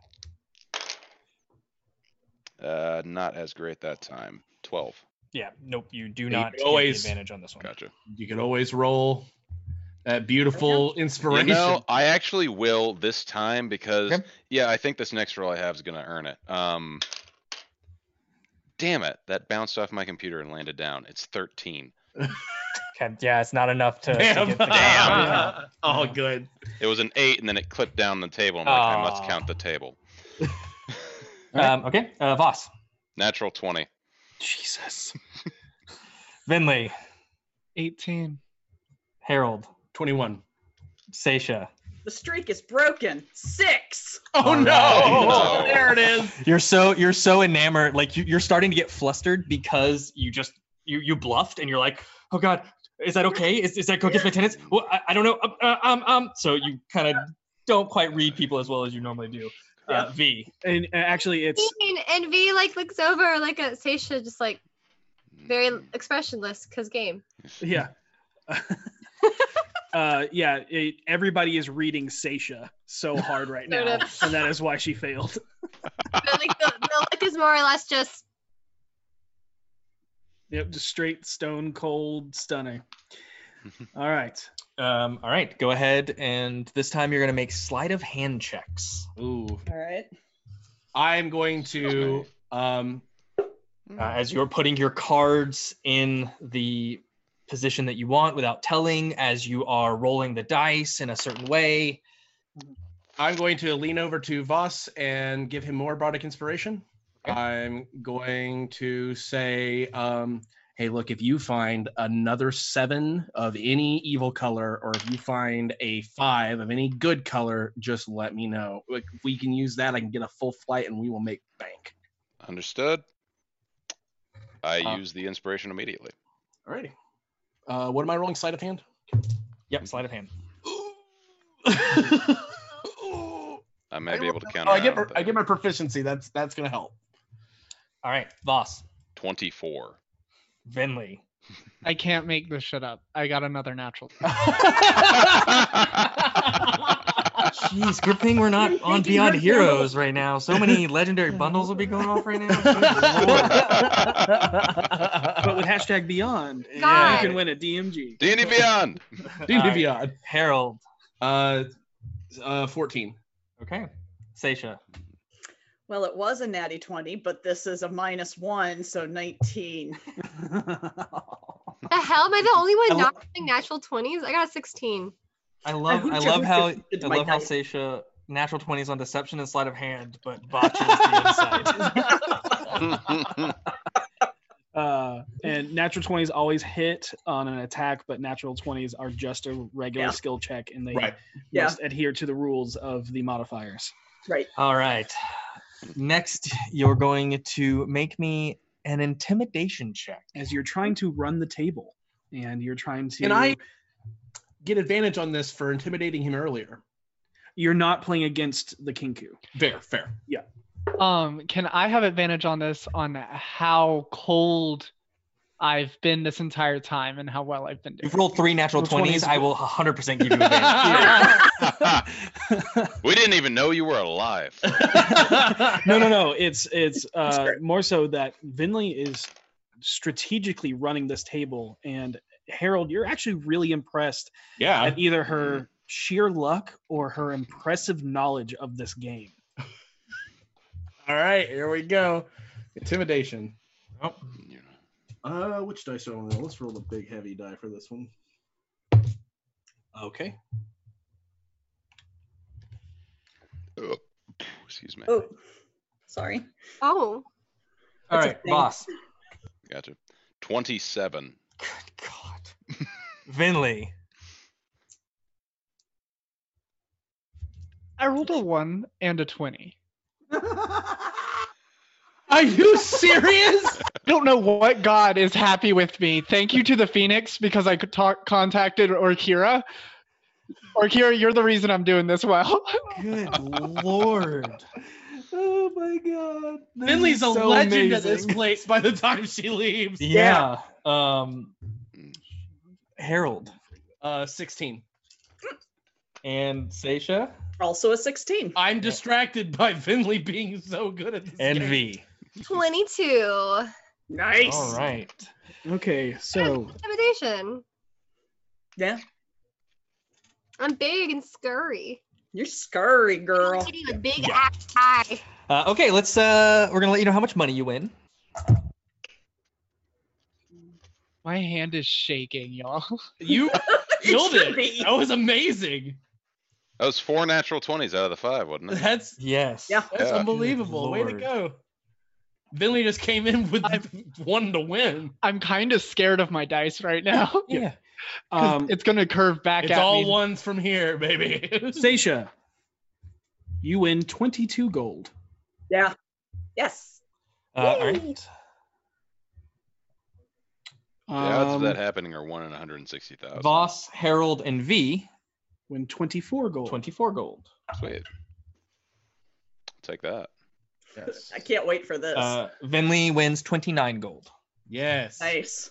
Uh, not as great that time. Twelve. Yeah. Nope. You do You not could get the always- advantage on this one. Gotcha. You can always roll that beautiful You inspiration. know, I actually will this time because yeah, I think this next roll I have is gonna earn it. Um, damn it, that bounced off my computer and landed down. It's thirteen. Okay. Yeah, it's not enough to. to Damn. *laughs* get the- Damn. All good. It was an eight, and then it clipped down the table. I'm like, I must Aw. count the table. Um, okay. Uh, Voss. Natural twenty. Jesus. *laughs* Vinley. 18. Harold. 21. Seisha. The streak is broken. Six. Oh Oh, *laughs* no! There it is. You're so you're so enamored. Like you, you're starting to get flustered because you just you you bluffed and you're like, oh god, is that okay? Is, is that cookies my tenants? Well, I, I don't know. Um, uh, um um. So you kind of don't quite read people as well as you normally do. Uh, v. And uh, actually, it's And V like looks over like at Seisha, just like very expressionless, cause game. yeah. *laughs* uh, yeah, it, everybody is reading Seisha so hard right Sort now, of. and that is why she failed. *laughs* But like the, the look is more or less just Yep, just straight stone cold stunning. All right. Um. All right. Go ahead and this time you're gonna make sleight of hand checks. Ooh. All right. I'm going to um uh, as you're putting your cards in the position that you want without telling, as you are rolling the dice in a certain way. I'm going to lean over to Voss and give him more bardic inspiration. I'm going to say, um, hey, look, if you find another seven of any evil color, or if you find a five of any good color, just let me know. Like, if we can use that, I can get a full flight and we will make bank. Understood. I Uh, use the inspiration immediately. Alrighty. Uh, what am I rolling? Sleight of hand? Yep, sleight of hand. *gasps* I may be able to count. Oh, I get per- I get my proficiency. That's that's gonna help. All right, Voss, twenty-four. *laughs* Vinley. I can't make this shit up. I got another *laughs* natural. *laughs* Jeez, good thing we're *laughs* not on making Beyond her Heroes right now. So many legendary bundles will be going off right now. But with hashtag Beyond, and God. you can win a DMG. D&D *laughs* Beyond. D&D *laughs* All right. Beyond. Harold. Uh, uh, fourteen. Okay. Seisha. Well, it was a natty 20, but this is a minus one, so 19. the hell am I the only I one lo- not rolling natural twenties? I got a sixteen. I love wish I, I love would've how just did I my love how dice. Seisha natural twenties on deception and sleight of hand, but botches the insight. *laughs* Uh, and natural 20s always hit on an attack, but natural 20s are just a regular Yeah. skill check, and they Right. Yeah. must adhere to the rules of the modifiers. Right. *laughs* All right. Next, you're going to make me an intimidation check. As you're trying to run the table, and you're trying to. And I get advantage on this for intimidating him earlier. You're not playing against the Kinku. Fair, fair. Um, can I have advantage on this on how cold I've been this entire time and how well I've been doing? You've rolled three natural Natural 20s. 20s. I will 100% give you *laughs* advantage. Oh. we didn't even know you were *laughs* alive. Oh, no, no, no. It's it's uh, more so that Vinley is strategically running this table, and Harold, you're actually really impressed Yeah. at either her sheer luck or her impressive knowledge of this game. All right, here we go. Intimidation. Oh. Uh, which dice do I want to roll? Let's roll the big heavy die for this one. Okay. Oh, Excuse me. Oh, sorry. Oh. All That's a right, thing. boss. Gotcha. Twenty-seven. *laughs* Vinley. I rolled a one and a twenty. Are you serious? I *laughs* don't know what god is happy with me. Thank you to the Phoenix because I could talk contacted Orkira. Orkira, you're the reason I'm doing this well. Good lord. Oh my god. This Finley's is a so legend at amazing. this place by the time she leaves. Yeah. Um Harold. Uh 16. And Seisha. Also a 16. I'm distracted by Finley being so good at this. And game. V. 22. Nice. All right. Okay, so Intimidation. Yeah. I'm big and scurry. You're scurry, girl. Kitty with big Yeah. ass eye. Uh, okay, let's uh we're gonna let you know how much money you win. My hand is shaking, y'all. *laughs* You killed should it. be. That was amazing. That was four natural 20s out of the five, wasn't it? That's *laughs* Yes. Yeah. that's Yeah. unbelievable. Way to Lord. go. Finley just came in with *laughs* one to win. I'm kind of scared of my dice right now. *laughs* 'cause Yeah. *laughs* 'cause Um, it's gonna curve back it's at all me. ones from here, baby. *laughs* *laughs* Sasha, you win 22 gold. Yeah. Yes. Uh, all right. The odds of Um, that happening are 1 in 160,000. Voss, Harold, and V. Win 24 gold. 24 gold. Sweet. Take that. Yes. I can't wait for this. Uh, Vinley wins 29 gold. Yes. nice.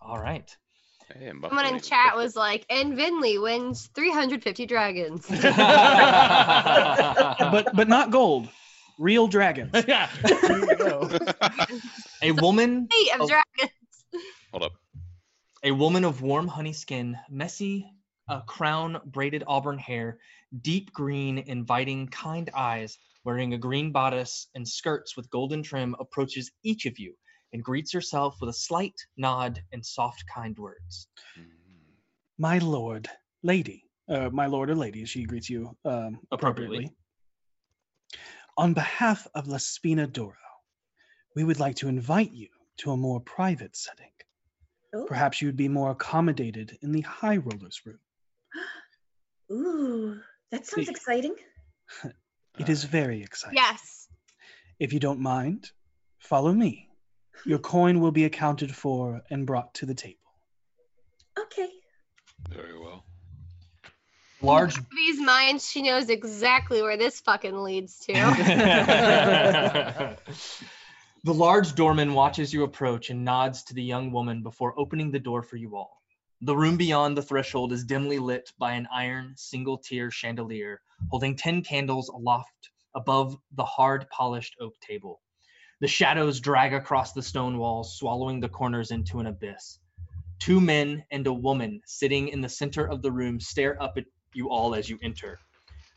All right. Hey, and Someone in chat was like, and Vinley wins 350 dragons. a *laughs* but but not gold. Real *laughs* dragons. yeah. There you go. woman, Feet of dragons. Hold up. a woman of warm honey skin, messy, a crown, braided auburn hair, deep green, inviting, kind eyes, wearing a green bodice and skirts with golden trim, approaches each of you and greets herself with a slight nod and soft, kind words. *laughs* My lord, lady. Uh, my lord or lady, she greets you um, Appropriately. On behalf of La Spina Doro, we would like to invite you to a more private setting. Ooh. Perhaps you would be more accommodated in the High Rollers room. Ooh, that sounds See. exciting. Uh. It is very exciting. *laughs* Yes. If you don't mind, follow me. Your coin will be accounted for and brought to the table. Okay. Very well. Large. V's mind, she knows exactly where this fucking leads *laughs* to. the large doorman watches you approach and nods to the young woman before opening the door for you all. The room beyond the threshold is dimly lit by an iron single tier chandelier holding 10 candles aloft above the hard polished oak table. The shadows drag across the stone walls, swallowing the corners into an abyss. Two men and a woman sitting in the center of the room stare up at you all as you enter.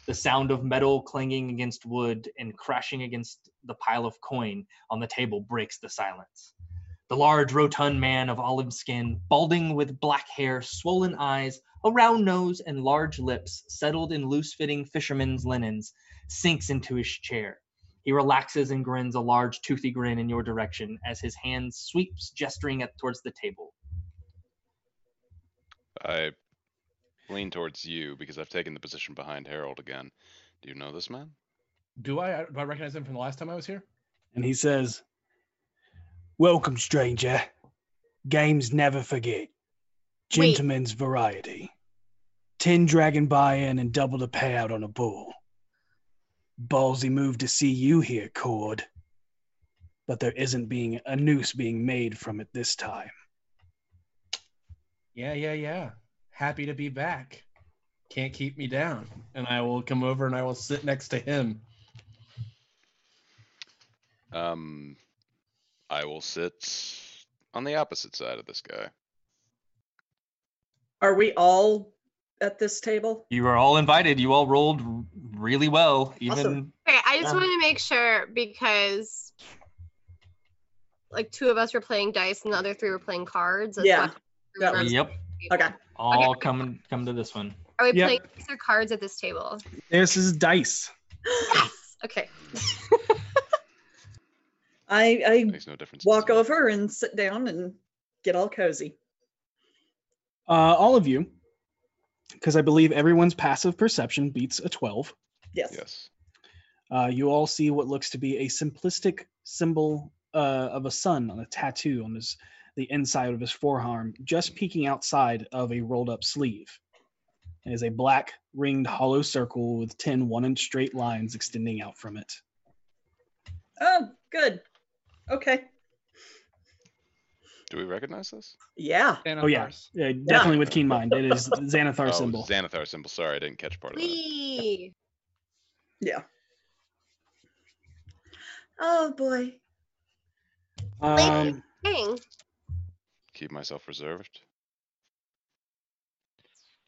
The sound of metal clanging against wood and crashing against the pile of coin on the table breaks the silence. The large, rotund man of olive skin, balding with black hair, swollen eyes, a round nose, and large lips, settled in loose fitting fisherman's linens, sinks into his chair. He relaxes and grins a large, toothy grin in your direction as his hand sweeps, gesturing at, towards the table. I lean towards you because I've taken the position behind Harold again. Do you know this man? Do I do I recognize him from the last time I was here? And he says, Welcome, stranger. Games never forget. Gentleman's variety. 10 dragon buy in and double the payout on a bull. Ballsy move to see you here, Cord. But there isn't being a noose being made from it this time. Yeah, yeah, yeah. Happy to be back. Can't keep me down. And I will come over and I will sit next to him. Um, I will sit on the opposite side of this guy. Are we all at this table? You are all invited. You all rolled r- really well, even Awesome. Okay, I just Yeah. wanted to make sure because like two of us were playing dice and the other three were playing cards. That's why Yeah, I that remember- Yep. Okay. All come come to this one. Are we Yeah. playing dice or cards at this table? This is dice. *laughs* Okay. I I Makes no difference. walk over and sit down and get all cozy. Uh, all of you, because I believe everyone's passive perception beats a 12. Yes. Yes. Uh, you all see what looks to be a simplistic symbol uh, of a sun on a tattoo on his the inside of his forearm, just peeking outside of a rolled up sleeve. It is a black ringed hollow circle with 10 one inch straight lines extending out from it. Oh, good. Okay. Do we recognize this? Yeah. Oh, yeah. yeah definitely with keen mind. It is Xanathar oh, symbol. Xanathar symbol. Sorry, I didn't catch part of that. Wee. Yeah. Oh boy. Um, Dang. Keep myself reserved.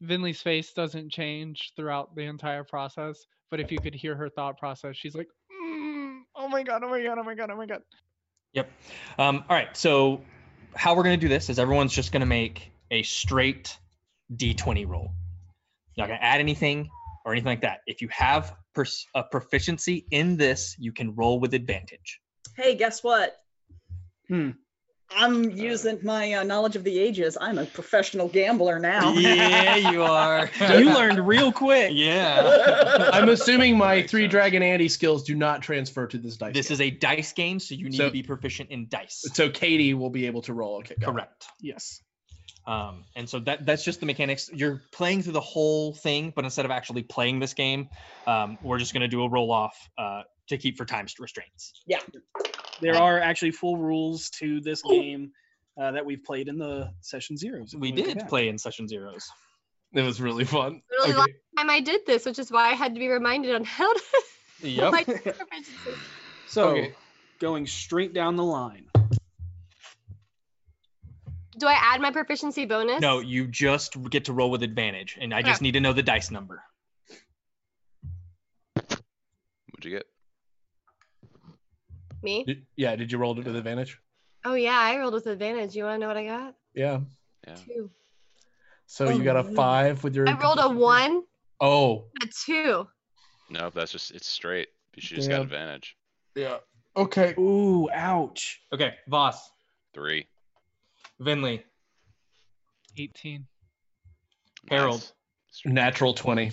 Vinley's face doesn't change throughout the entire process, but if you could hear her thought process, she's like, "Mm, "Oh my god! Oh my god! Oh my god! Oh my god!" Yep. Um, all right. So how we're gonna do this is everyone's just gonna make a straight D20 roll. You're not gonna add anything or anything like that. If you have pers- a proficiency in this, you can roll with advantage. Hey, guess what? Hmm. I'm using my uh, knowledge of the ages. I'm a professional *laughs* gambler now. you are. You learned real quick. Yeah. *laughs* I'm assuming my three dragon Andy skills do not transfer to this dice. This is a dice game, so you need So- to be proficient in dice. so Katie will be able to roll. Okay, got it. Correct. Yes. Um, and so that that's just the mechanics. You're playing through the whole thing, but instead of actually playing this game, um, we're just gonna do a roll off uh, to keep for time restraints. *laughs* Yeah. There are actually full rules to this game uh, that we've played in the session zeros. We Look at did that. play in session zeros. It was really fun. Really last time I did this, which is why I had to be reminded on how to. *laughs* Yep. my *laughs* proficiency. So, Okay. going straight down the line. Do I add my proficiency bonus? No, you just get to roll with advantage, and I just Okay. need to know the dice number. What'd you get? Me? Did- yeah, did you roll it with advantage? Oh yeah, I rolled with advantage. You want to know what I got? Yeah. Two. So you got a Oh. five with your. I rolled a one, Oh. a two. No, that's just it's straight. She just got Yeah. advantage. Yeah. Okay. Ooh, ouch. Okay, Voss, Three. Vinley, 18. Harold, Natural 20.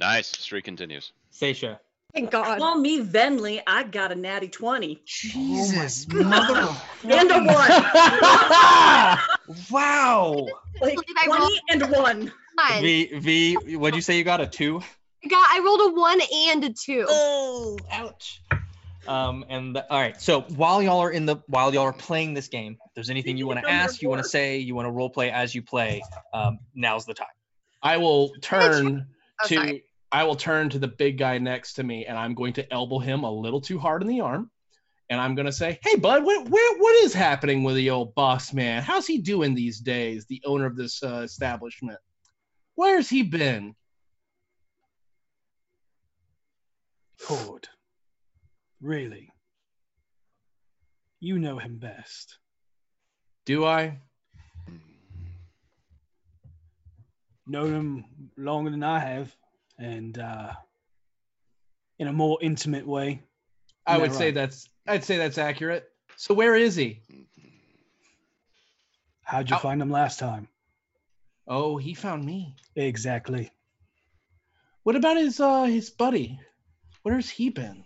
Nice. Streak continues. Seisha. Thank God. Call me Venly. I got a natty 20. "Oh Jesus, mother of and a one. wow. like Believe I 20 and one. One. V V, what'd you say? You got a two. I got. I rolled a one and a two. Oh, Ouch. Um, and the, all right. So while y'all are in the while y'all are playing this game, if there's anything you want to ask, you want to say, you want to role play as you play, um, now's the time. I will turn Oh, to. sorry. I will turn to the big guy next to me, and I'm going to elbow him a little too hard in the arm, and I'm going to say, "Hey, bud, what what what is happening with the old boss man? How's he doing these days? The owner of this uh, establishment. Where's he been? Cord. Really? You know him best. Do I? Known him longer than I have, and uh, in a more intimate way. I Yeah, would say right. that's. I'd say that's accurate. So where is he? How'd you Ow. find him last time? Oh, he found me. Exactly. What about his uh his buddy? Where's he been?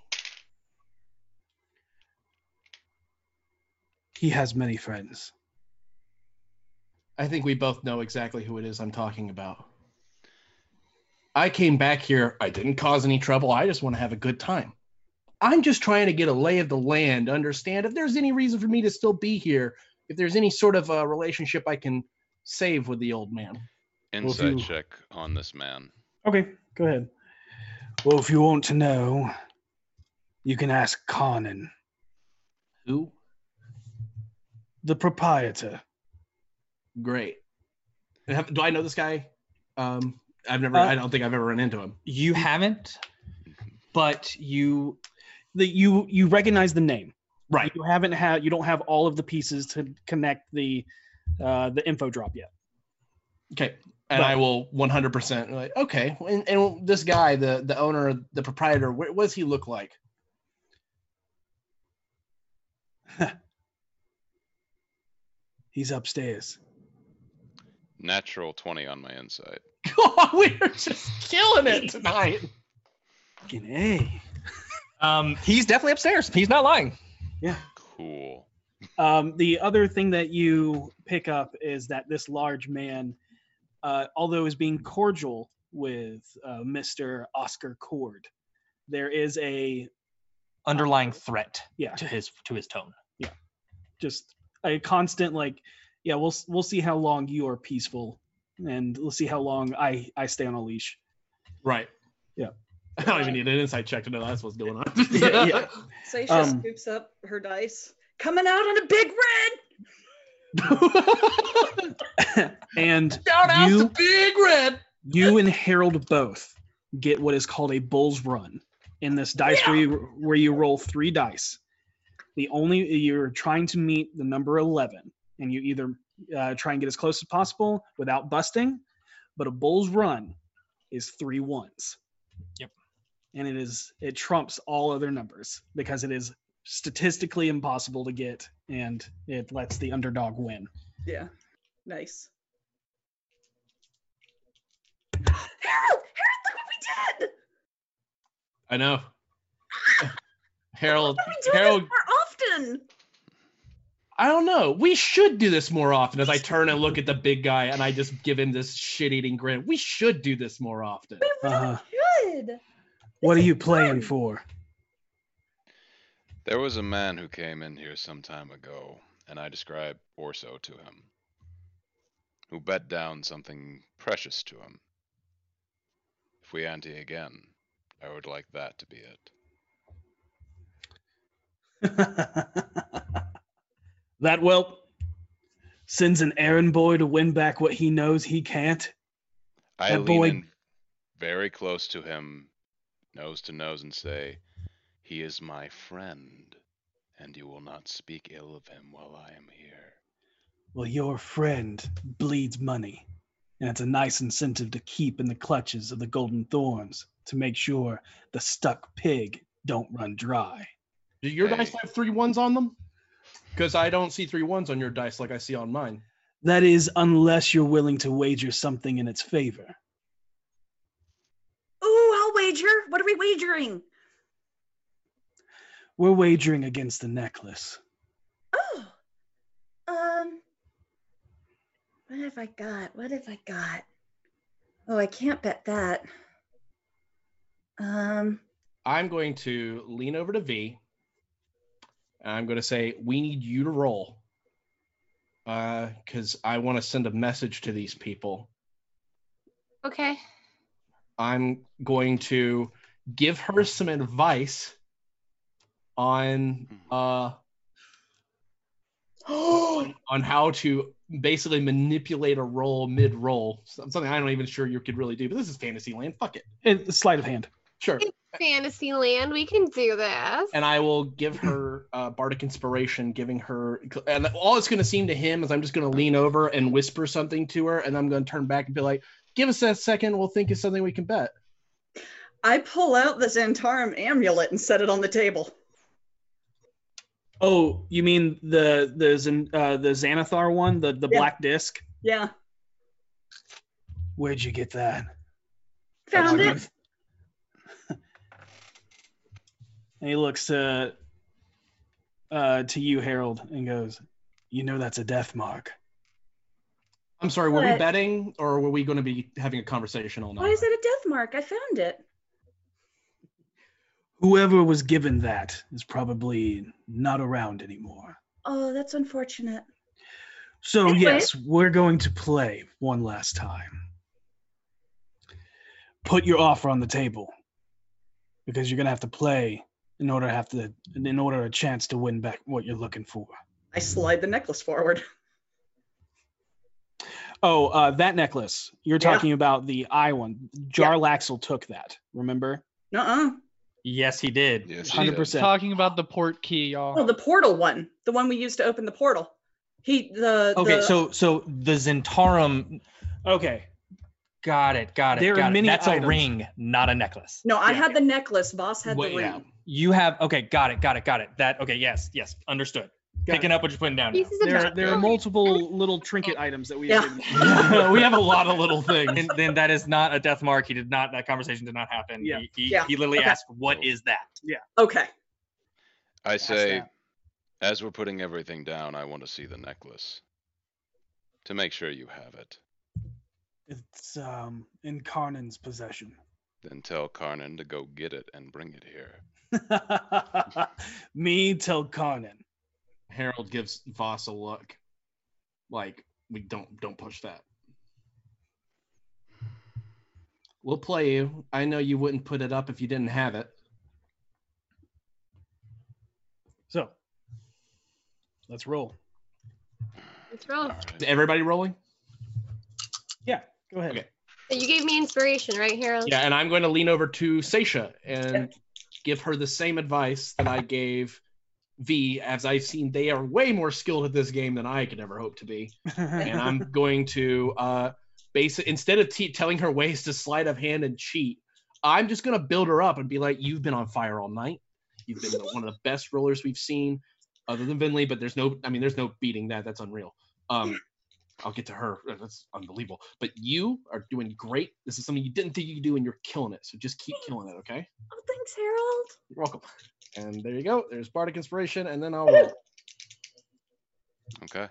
He has many friends. I think we both know exactly who it is I'm talking about. I came back here. I didn't cause any trouble. I just want to have a good time. I'm just trying to get a lay of the land, understand if there's any reason for me to still be here, if there's any sort of uh, relationship I can save with the old man. if Insight you- check on this man. Okay, go ahead. Well, if you want to know, you can ask Conan, Who? the proprietor. Great. And have- do I know this guy? Um, I've never. Uh, I don't think I've ever run into him. You haven't, but you That you you recognize the name, Right. You haven't had you don't have all of the pieces to connect the uh, the info drop yet. Okay. And I will 100% like, okay. And, and this guy, the the owner, the proprietor, what, what does he look like? *laughs* He's upstairs. Natural 20 on my insight. we are Oh, just killing it tonight. Fucking A. Um, he's definitely upstairs. He's not lying. Yeah. Cool. Um, the other thing that you pick up is that this large man, uh, although is being cordial with uh, Mr. Oscar Cord, there is a Underlying threat yeah to his to his tone. yeah just a constant like yeah we'll s- we'll see how long you are peaceful and we'll see how long I I stay on a leash. Right. Yeah. I don't even need an insight check to know that's what's going on. *laughs* Yeah, yeah. Seisha Um, scoops up her dice. Coming out on a big red. and you, big red. You and Harold both get what is called a bull's run in this dice where you where you roll three dice. The only you're trying to meet the number eleven, and you either uh, try and get as close as possible without busting, but a bull's run is three ones. Yep. And it is it trumps all other numbers because it is statistically impossible to get, and it lets the underdog win. Yeah. Nice. *gasps* Harold, Harold, look what we did! I know. Harold, We do Harold, this more often. I don't know. We should do this more often. As I turn and look at the big guy, and I just give him this shit-eating grin. We should do this more often. Uh, Good. what are you playing for? There was a man who came in here some time ago, and I described Orso to him, who bet down something precious to him. If we ante again, I would like that to be it. That whelp sends an errand boy to win back what he knows he can't. I That lean boy- in very close to him, nose to nose, and say, He is my friend, and you will not speak ill of him while I am here. Well, your friend bleeds money, and it's a nice incentive to keep in the clutches of the golden thorns to make sure the stuck pig don't run dry. Do your dice have three ones on them? Because I don't see three ones on your dice like I see on mine. That is, unless you're willing to wager something in its favor. Ooh, I'll wager. What are we wagering? We're wagering against the necklace. Oh. Um. What have I got? What have I got? Oh, I can't bet that. Um. I'm going to lean over to V. And I'm going to say, we need you to roll. Because I want to send a message to these people. Okay. I'm going to give her some advice on uh, Oh. on how to basically manipulate a roll mid roll. Something I'm not even sure you could really do, but this is fantasy land. Fuck it. It's sleight of hand. Sure. Fantasyland, we can do this. and I will give her uh, bardic inspiration, giving her, and all it's going to seem to him is I'm just going to lean over and whisper something to her, and I'm going to turn back and be like, "Give us a second, we'll think of something we can bet." I pull out the Xantarum amulet and set it on the table. Oh, you mean the the Xan- uh, the Xanathar one, the the Yeah. black disc? Yeah. Where'd you get that? Found it. And he looks to uh, to you, Harold, and goes, "You know that's a death mark." I'm sorry, were we What? betting, or were we going to be having a conversation all Why night? is it a death mark? I found it. Whoever was given that is probably not around anymore. Oh, that's unfortunate. So Anyway. yes, we're going to play one last time. Put your offer on the table because you're gonna have to play in order to have to in order a chance to win back what you're looking for. I slide the necklace forward. Oh, uh, that necklace. You're Yeah. talking about the eye one. Jarlaxle took that. Remember? Uh-uh. Yes, he did. Yes, Hundred percent. Talking about the port key, y'all. Oh, the portal one. The one we used to open the portal. He the Okay, the- so so the Zentarum. Okay. Got it. Got it. There are got it. many That's items. a ring, not a necklace. No, I Yeah. had the necklace. Boss had Wait, the ring. yeah. You have okay. Got it. Got it. Got it. That okay. Yes. Yes. Understood. Picking up what you're putting down. Pieces of There, there are macaroni. multiple little trinket Oh. items that we Yeah. have. *laughs* we have a lot of little things. And then that is not a death mark. He did not. That conversation did not happen. Yeah. He, he, Yeah. he literally Okay. asked, "What is that?" Yeah. Okay. I say, as we're putting everything down, I want to see the necklace to make sure you have it. It's um in Carnan's possession. Then tell Carnan to go get it and bring it here. *laughs* Me tell Carnan. Harold gives Voss a look. Like, we don't don't push *laughs* that. We'll play you. I know you wouldn't put it up if you didn't have it. So let's roll. Let's roll. Is everybody rolling? Yeah, go ahead. Okay. So you gave me inspiration, right, Harold? Yeah, and I'm going to lean over to Seisha and give her the same advice that I gave V, as I've seen they are way more skilled at this game than I could ever hope to be. and I'm going to uh, base it instead of te- telling her ways to sleight of hand and cheat. I'm just going to build her up and be like, "You've been on fire all night. You've been the- one of the best rollers we've seen, other than Vinley. But there's no, I mean, there's no beating that. That's unreal. Um, I'll get to her. Uh, That's unbelievable. But you are doing great. This is something you didn't think you could do, and you're killing it. So just keep killing it, okay? Oh, thanks, Harold. You're welcome. And there you go. There's bardic inspiration, and then I'll roll. Okay.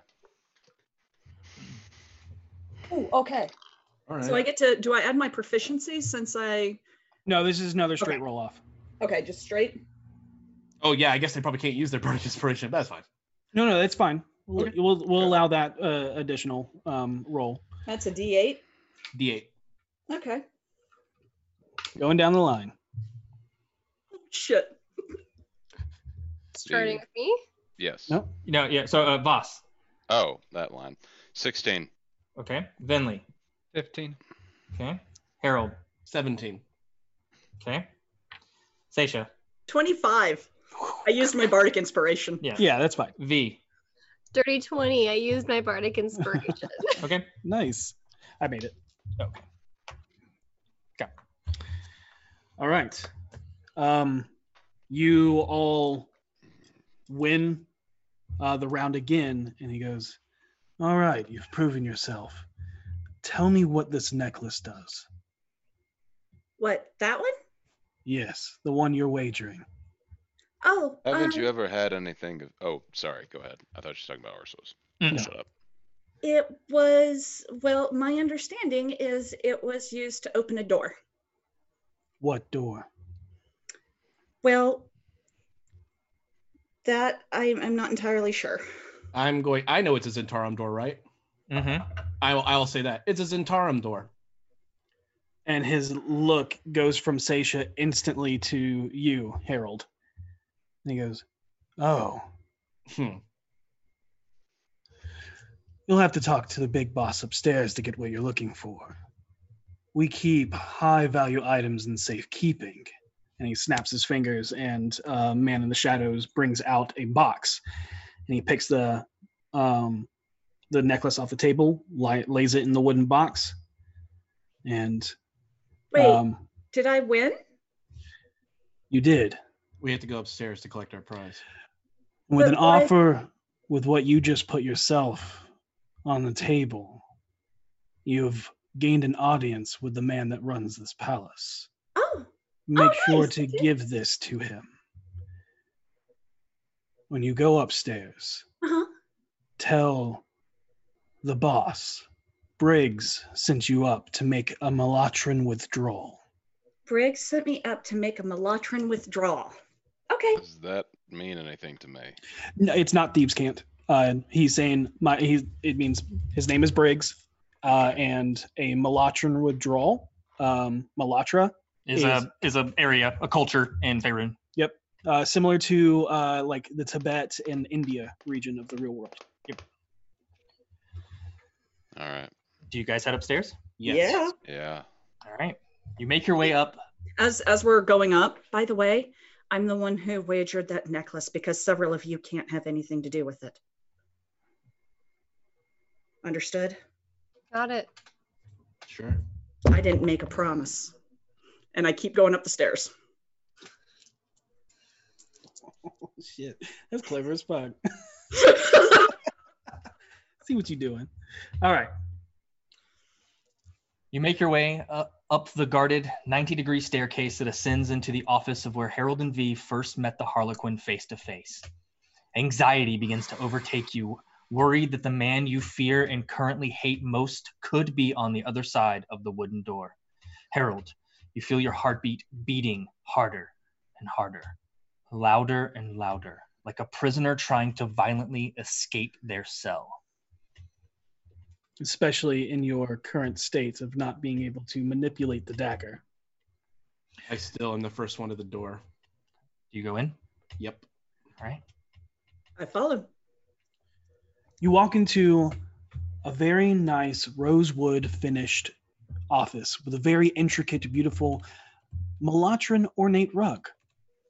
Ooh, okay. All So I get to do I add my proficiency since I No, this is another straight roll off. okay, just straight? Oh yeah, I guess they probably can't use their bardic inspiration. But that's fine. No, no, that's fine. We'll, we'll, we'll allow that uh, additional um, roll That's a D eight. D8. Okay. going down the line. Shit. Starting with me. Yes. No. No. Yeah. So uh, Voss. Oh, that line. 16. Okay. Venley. 15. Okay. Harold. 17. Okay. Seisha. Twenty five. I used my bardic inspiration. Yeah. Yeah, that's fine. V. Dirty 20. I used my bardic inspiration. Okay. *laughs* Nice. I made it. Okay. Okay. All right. Um, you all win uh, the round again, and he goes, All right, you've proven yourself. Tell me what this necklace does. What, that one? Yes, the one you're wagering. Oh, Haven't um, you ever had anything? Of... Oh, sorry. Go ahead. I thought you were talking about Ursus. Mm-hmm. Shut up. it was well, my understanding is it was used to open a door. What door? Well, that I, I'm not entirely sure. I'm going. I know it's a Zentarum door, right? Mm-hmm. I will. I will say that it's a Zentarum door. And his look goes from Sasha instantly to you, Harold. And he goes, Oh, Hmm. You'll have to talk to the big boss upstairs to get what you're looking for. We keep high value items in safekeeping. And he snaps his fingers, and uh, Man in the Shadows brings out a box. And he picks the um, the necklace off the table, li- lays it in the wooden box. And Wait. um, did I win? you did. We have to go upstairs to collect our prize. With But an why- offer with what you just put yourself on the table, you've gained an audience with the man that runs this palace. Oh, Make sure nice, to give this to him. When you go upstairs, uh-huh. tell the boss Briggs sent you up to make a Malatran withdrawal. Briggs sent me up to make a Malatran withdrawal. Okay. Does that mean anything to me? No, it's not Thebes Cant. Uh, he's saying my he it means his name is Briggs, uh, and a Malatran withdrawal. Um, Malatra Is, a is a area a culture in Faerun. yep, uh, similar to uh, like the Tibet and India region of the real world. All right. Do you guys head upstairs? Yeah. Yeah. All right. You make your way up. As as we're going up, by the way, I'm the one who wagered that necklace because several of you can't have anything to do with it. Understood? Got it. Sure. I didn't make a promise. And I keep going up the stairs. Shit, that's clever as fuck. see what you're doing. All right. You make your way uh, up the guarded 90 degree staircase that ascends into the office of where Harold and V first met the Harlequin face to face. Anxiety begins to overtake you, worried that the man you fear and currently hate most could be on the other side of the wooden door. Harold, you feel your heartbeat beating harder and harder, louder and louder, like a prisoner trying to violently escape their cell. Especially in your current state of not being able to manipulate the dagger. I still am the first one to the door. You go in? Yep. All right. I follow. You walk into a very nice rosewood finished office with a very intricate, beautiful Malatran ornate rug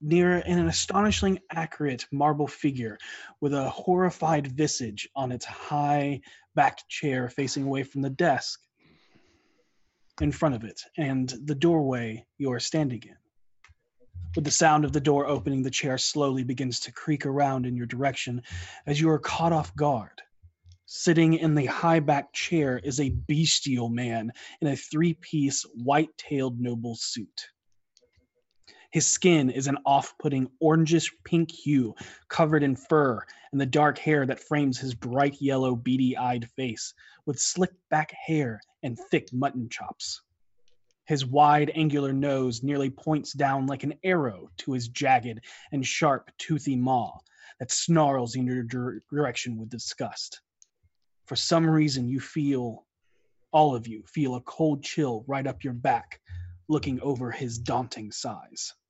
near an astonishingly accurate marble figure with a horrified visage on its high backed chair facing away from the desk in front of it and the doorway you are standing in. With the sound of the door opening, the chair slowly begins to creak around in your direction as you are caught off guard. Sitting in the high backed chair is a bestial man in a three piece white tailed noble suit. His skin is an off putting orangish pink hue, covered in fur and the dark hair that frames his bright yellow, beady eyed face, with slicked back hair and thick mutton chops. His wide, angular nose nearly points down like an arrow to his jagged and sharp, toothy maw that snarls in your dir- direction with disgust. For some reason, you feel, all of you feel a cold chill right up your back, looking over his daunting size. *clears throat*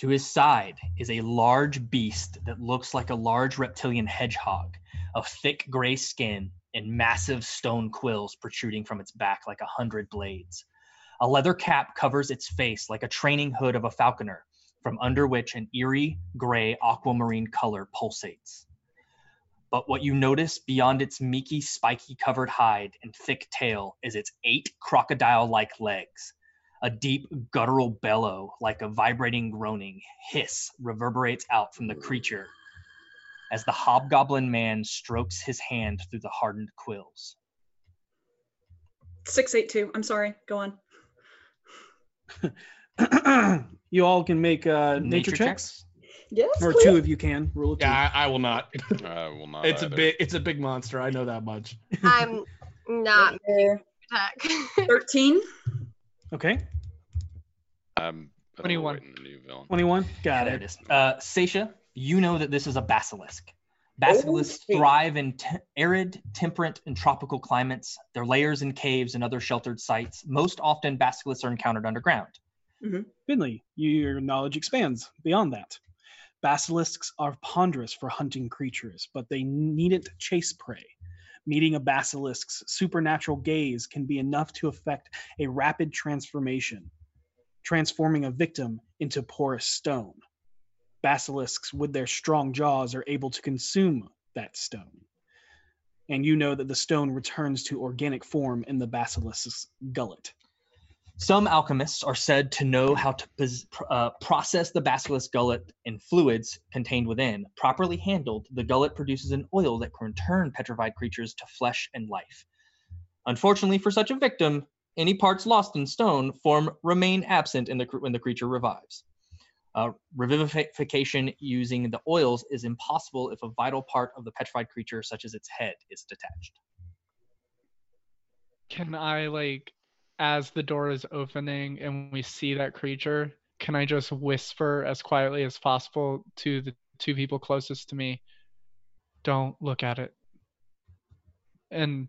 To his side is a large beast that looks like a large reptilian hedgehog of thick gray skin and massive stone quills protruding from its back like a hundred blades. A leather cap covers its face like a training hood of a falconer, from under which an eerie gray aquamarine color pulsates. But what you notice beyond its meaky, spiky covered hide and thick tail is its eight crocodile like legs. A deep guttural bellow, like a vibrating groaning hiss, reverberates out from the creature as the hobgoblin man strokes his hand through the hardened quills. 682. I'm sorry. Go on. you all can make uh, nature, checks, Yes. or please. two of you can. Rule of two. Yeah, I, I will not. I will not. it's a either. big. It's a big monster. I know that much. I'm not back. *laughs* 13. Okay. I'm I'm 21. waiting on you, villain. 21. Yeah, Got there it. it is. Uh, Seisha, you know that this is a basilisk. Basilisks thrive in te- arid, temperate, and tropical climates. Their lairs in caves and other sheltered sites. Most often, basilisks are encountered underground. Finley, your knowledge expands beyond that. Basilisks are ponderous for hunting creatures, but they needn't chase prey. Meeting a basilisk's supernatural gaze can be enough to effect a rapid transformation, transforming a victim into porous stone. Basilisks, with their strong jaws, are able to consume that stone. And you know that the stone returns to organic form in the basilisk's gullet. Some alchemists are said to know how to pos- pr- uh, process the basilisk gullet and fluids contained within. Properly handled, the gullet produces an oil that can return petrified creatures to flesh and life. Unfortunately for such a victim, any parts lost in stone form remain absent in the cr- when the creature revives. Uh, revivification using the oils is impossible if a vital part of the petrified creature, such as its head, is detached. Can I like as the door is opening and we see that creature, can I just whisper as quietly as possible to the two people closest to me, don't look at it. And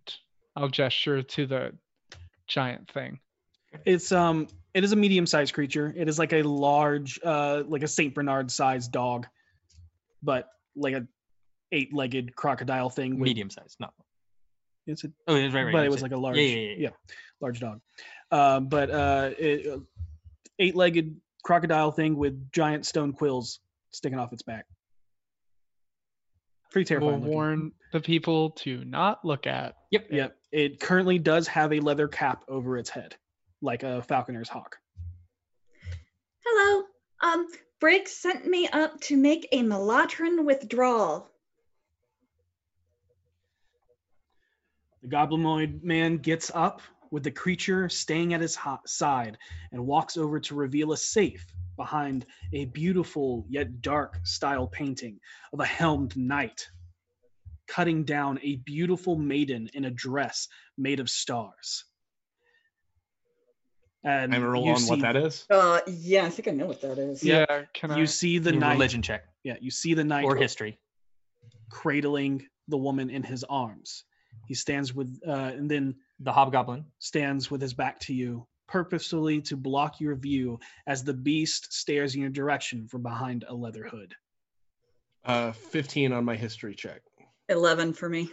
I'll gesture to the giant thing. It's um it is a medium sized creature. It is like a large uh like a Saint Bernard sized dog, but like a eight legged crocodile thing. With, Medium sized, not. It's a, Oh, it's right, right. but it you was like said- a large Yeah, yeah, yeah. yeah. large dog. Uh, but uh it, eight legged crocodile thing with giant stone quills sticking off its back. Pretty terrifying. We'll looking. warn the people to not look at. Yep. Yep. It currently does have a leather cap over its head, like a falconer's hawk. Hello. Um, Briggs sent me up to make a Malatran withdrawal. The goblinoid man gets up with the creature staying at his ho- side and walks over to reveal a safe behind a beautiful yet dark style painting of a helmed knight cutting down a beautiful maiden in a dress made of stars. And I'm gonna roll you on what see- that is. Uh, yeah, I think I know what that is. can you I- see the Your knight religion check. Yeah, you see the knight Or history. cradling the woman in his arms. He stands with, uh, and then the hobgoblin stands with his back to you, purposefully to block your view as the beast stares in your direction from behind a leather hood. Uh, 15 on my history check. 11 for me.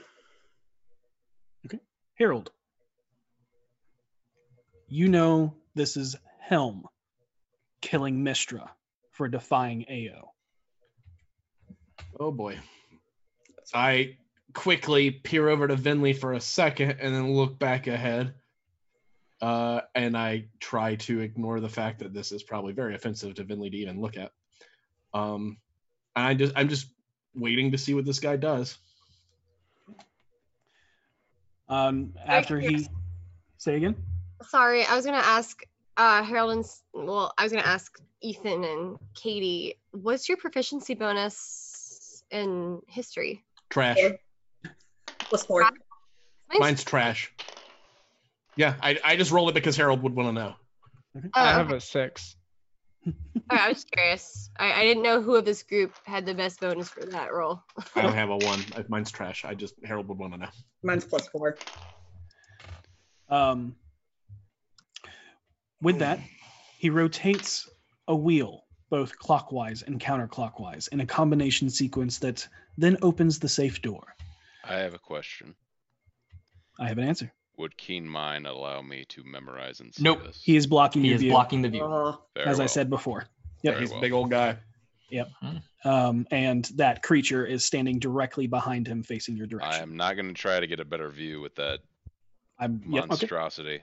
Harold, you know this is Helm killing Mistra for defying Ao. Oh boy. I quickly peer over to Vinley for a second and then look back ahead. Uh, and I try to ignore the fact that this is probably very offensive to Vinley to even look at. Um, and I just I'm just waiting to see what this guy does. Um, after he, say again. Sorry, I was gonna ask uh Harold and S- well, I was gonna ask Ethan and Katie, what's your proficiency bonus in history? Trash. Plus four. Mine's trash. Yeah, I, I just roll it because Harold would want to know. I have a six. All right, Oh, I was curious. I, I didn't know who of this group had the best bonus for that roll. I don't have a one. I- Mine's trash. I just Harold would want to know. Mine's plus four. Um, with that, he rotates a wheel both clockwise and counterclockwise in a combination sequence that then opens the safe door. I have a question. I have an answer. Would keen mind allow me to memorize and see Nope. this? He is blocking He your is view. blocking the view. Very As I well. said before. Very well. old guy. Yep. Um, and that creature is standing directly behind him, facing your direction. I am not going to try to get a better view with that I'm yep, okay. monstrosity.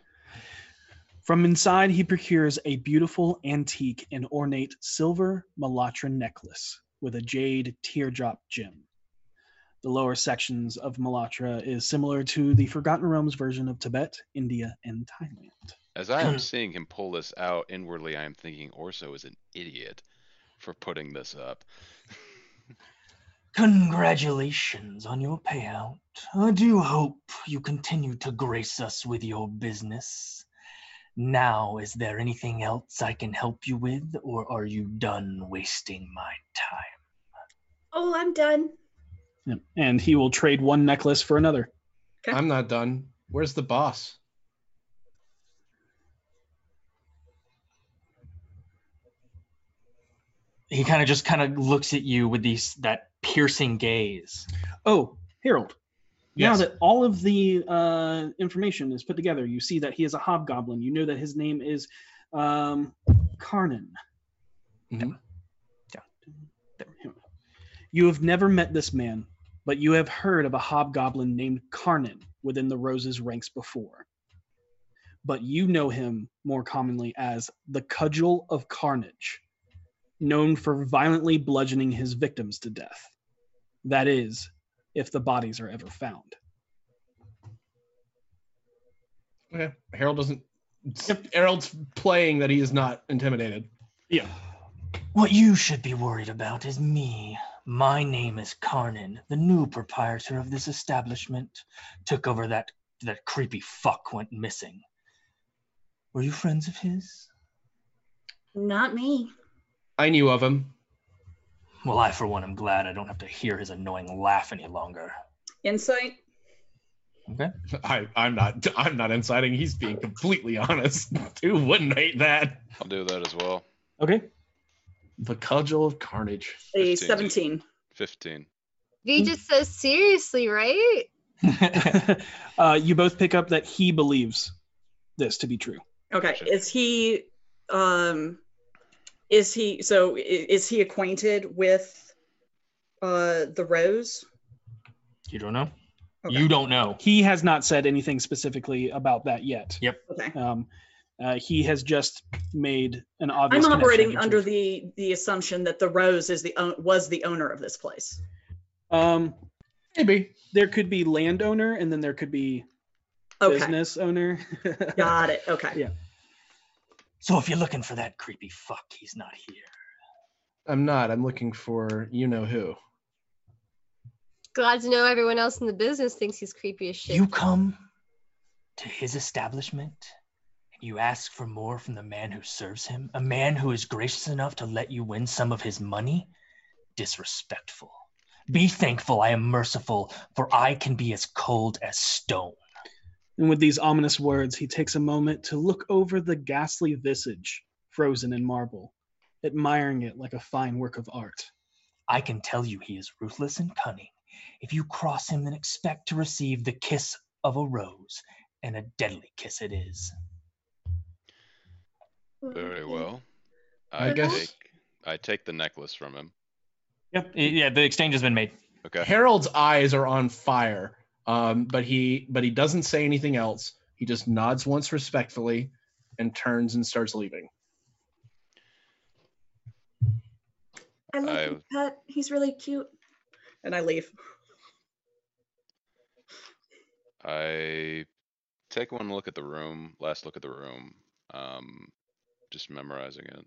From inside, he procures a beautiful antique and ornate silver Malatra necklace with a jade teardrop gem. The lower sections of Malatra is similar to the Forgotten Realms version of Tibet, India, and Thailand. As I am seeing him pull this out, inwardly I am thinking Orso is an idiot for putting this up. Congratulations on your payout. I do hope you continue to grace us with your business. Now, is there anything else I can help you with, or are you done wasting my time? Oh, I'm done. Yep. And he will trade one necklace for another. I'm not done. Where's the boss? He kind of just kind of looks at you with these that piercing gaze. Oh, Harold. Yes. Now that all of the uh, information is put together, you see that he is a hobgoblin. You know that his name is um, Carnan. You have never met this man, but you have heard of a hobgoblin named Carnan within the Roses ranks before. But you know him more commonly as the Cudgel of Carnage, known for violently bludgeoning his victims to death. That is, if the bodies are ever found. Okay. Harold doesn't. Harold's playing that he is not intimidated. Yeah. What you should be worried about is me. My name is Carnan, the new proprietor of this establishment. Took over that that creepy fuck went missing. Were you friends of his? Not me. I knew of him. Well, I for one am glad I don't have to hear his annoying laugh any longer. Insight. Okay. *laughs* I, I'm not. I'm not inciting. He's being completely honest. *laughs* Who wouldn't hate that? I'll do that as well. Okay. The cudgel of carnage. The 15. 17. 15. V just says seriously, right? Uh, you both pick up that he believes this to be true. Okay. Is he, um, is he, so i- is he acquainted with uh, the rose? You don't know. You don't know. He has not said anything specifically about that yet. Yep. Okay. Um, uh, he has just made an obvious. I'm connection operating between- under the the assumption that the rose is the own was the owner of this place. Um, maybe there could be landowner, and then there could be Okay. business owner. *laughs* Got it. Okay. Yeah. So if you're looking for that creepy fuck, he's not here. I'm not. I'm looking for you know who. Glad to know everyone else in the business thinks he's creepy as shit. You come to his establishment and you ask for more from the man who serves him, a man who is gracious enough to let you win some of his money. Disrespectful. Be thankful I am merciful, for I can be as cold as stone. And with these ominous words, he takes a moment to look over the ghastly visage, frozen in marble, admiring it like a fine work of art. I can tell you he is ruthless and cunning. If you cross him, then expect to receive the kiss of a rose, and a deadly kiss it is. Very well. I I guess- take I take the necklace from him. Yep. Yeah, the exchange has been made. Okay. Harold's eyes are on fire, um, but he but he doesn't say anything else. He just nods once respectfully, and turns and starts leaving. I love I- his pet. He's really cute. And I leave. I take one look at the room, last look at the room, um, just memorizing it,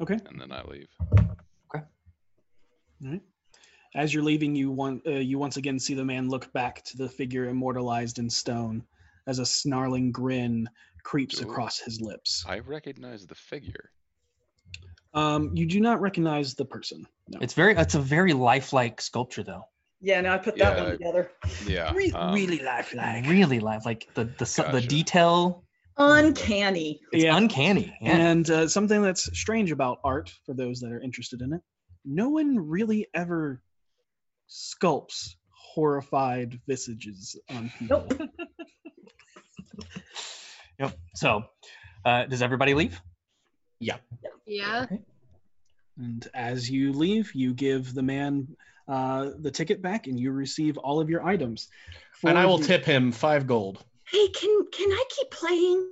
Okay. and then I leave. As you're leaving, you one, uh, you once again see the man look back to the figure immortalized in stone, as a snarling grin creeps Ooh. across his lips. I recognize the figure. Um, you do not recognize the person. No. It's very it's a very lifelike sculpture though. Yeah, no, I put Yeah, that one I- together. Yeah. Re- um, really lifelike. Really life like the the su- the Gotcha. detail Uncanny. it's uncanny. Yeah. And uh, something that's strange about art, for those that are interested in it, no one really ever sculpts horrified visages on people. *laughs* Yep. So, uh, does everybody leave? Yeah. And as you leave, you give the man uh, the ticket back, and you receive all of your items. and I For will the- tip him five gold. *laughs* Hey, can can I keep playing?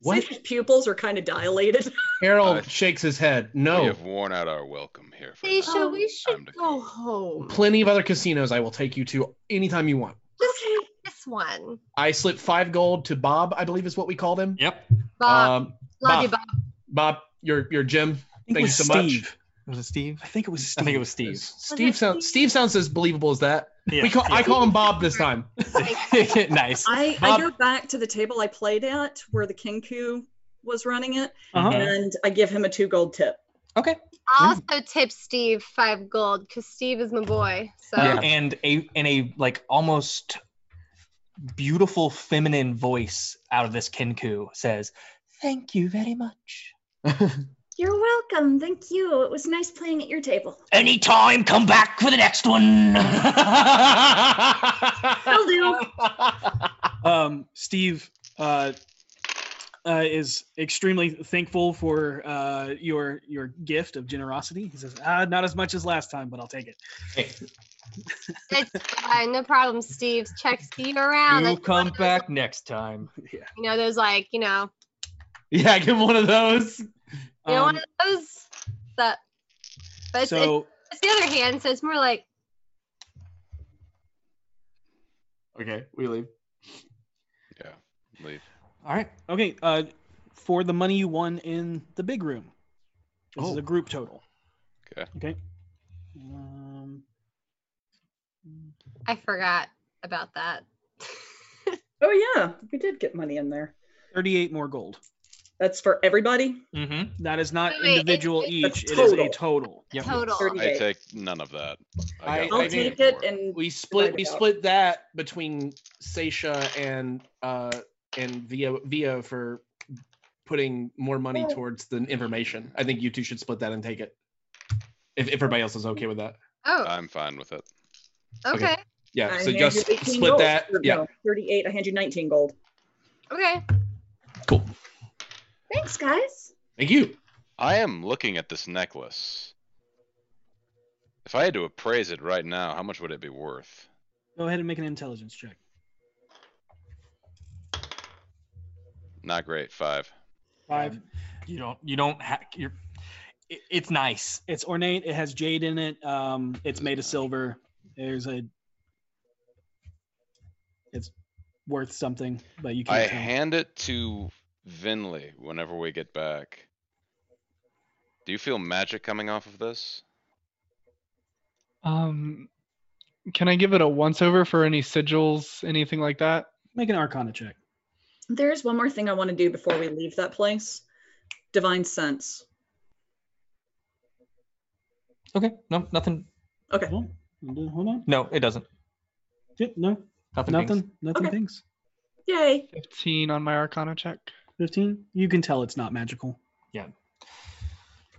What? See, his pupils are kind of dilated. Harold shakes his head. We No, have worn out our welcome here. For Oh. Stacia, now. we should go home. plenty of other casinos. I will take you to anytime you want. Just this one. I slip five gold to Bob. I believe is what we called him. Yep. Bob. Um, Love you, Bob. Bob. Bob, your your Jim. I think Thank it you was so Steve. much. Was it Steve? I think it was Steve. I think it was Steve. Steve sounds Steve sounds as believable as that. Yeah, we call yeah. I call him Bob this time. *laughs* nice. I, I Bob- go back to the table I played at where the Kinku was running it, Uh-huh. and I give him a two gold tip. Okay. I also tip Steve five gold because Steve is my boy. So Uh, and a and a like almost beautiful feminine voice out of this kinku says, "Thank you very *laughs* much." You're welcome. Thank you. It was nice playing at your *laughs* table. Anytime, come back for the next one. Will do. *laughs* um, Steve uh, uh, is extremely thankful for uh, your your gift of generosity. He says, ah, "Not as much as last time, but I'll take it." *laughs* it's fine. No problem, Steve. Check Steve around. you Like, come back next time. you know, there's like, you know, yeah, give him one of those. you know, one Um, of those that. But it's, so it's, it's the other hand, so it's more like Okay, we leave. Yeah. Leave. All right. okay, uh, for the money you won in the big room, this is Oh. a group total. Okay. Okay. Um, I forgot about that. Oh yeah, we did get money in there. Thirty-eight more gold. That's for everybody. Mm-hmm. That is not Wait, wait, it's- individual it's each. It a is a total. total. Total. I 38. take none of that. I- I I'll got what came Take it for. and We split divide we it up. split that between Seisha and uh and Via Via for putting more money towards the information. I think you two should split that and take it. If, if everybody else is okay with that. Oh, I'm fine with it. okay. okay. Okay. Yeah. I so hand just you 18 split gold. that. Or Yeah. no, 38. I hand you 19 gold. Cool. Thanks, guys. Thank you. I am looking at this necklace. If I had to appraise it right now, how much would it be worth? Go ahead and make an intelligence check. Not great. Five. Five. You don't. You don't. Ha- you're, it, it's nice. It's ornate. It has jade in it. Um, it's Does made of match. silver. There's a it's worth something, but you I can't. tell. hand it to Vinley whenever we get back. Do you feel magic coming off of this? Um, can I give it a once over for any sigils, anything like that? Make an Arcana check. There is one more thing I want to do before we leave that place. Divine sense. Okay. No, nothing. Okay. Hold on. Hold on. No, it doesn't. Yep. No. Nothing. Nothing. pings. Nothing. Okay. Things. Yay. 15 on my Arcana check. 15? You can tell it's not magical. Yeah.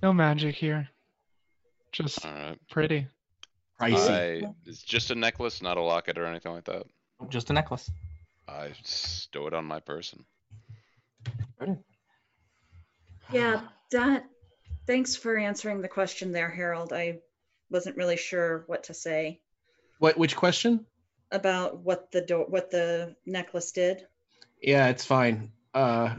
No magic here. Just pretty. I- it's just a necklace, not a locket or anything like that. Just a necklace. I stow it on my person. Yeah, that. Thanks for answering the question there, Harold. I wasn't really sure what to say What? Which question? about what the door, what the necklace did. Yeah, it's fine. Uh,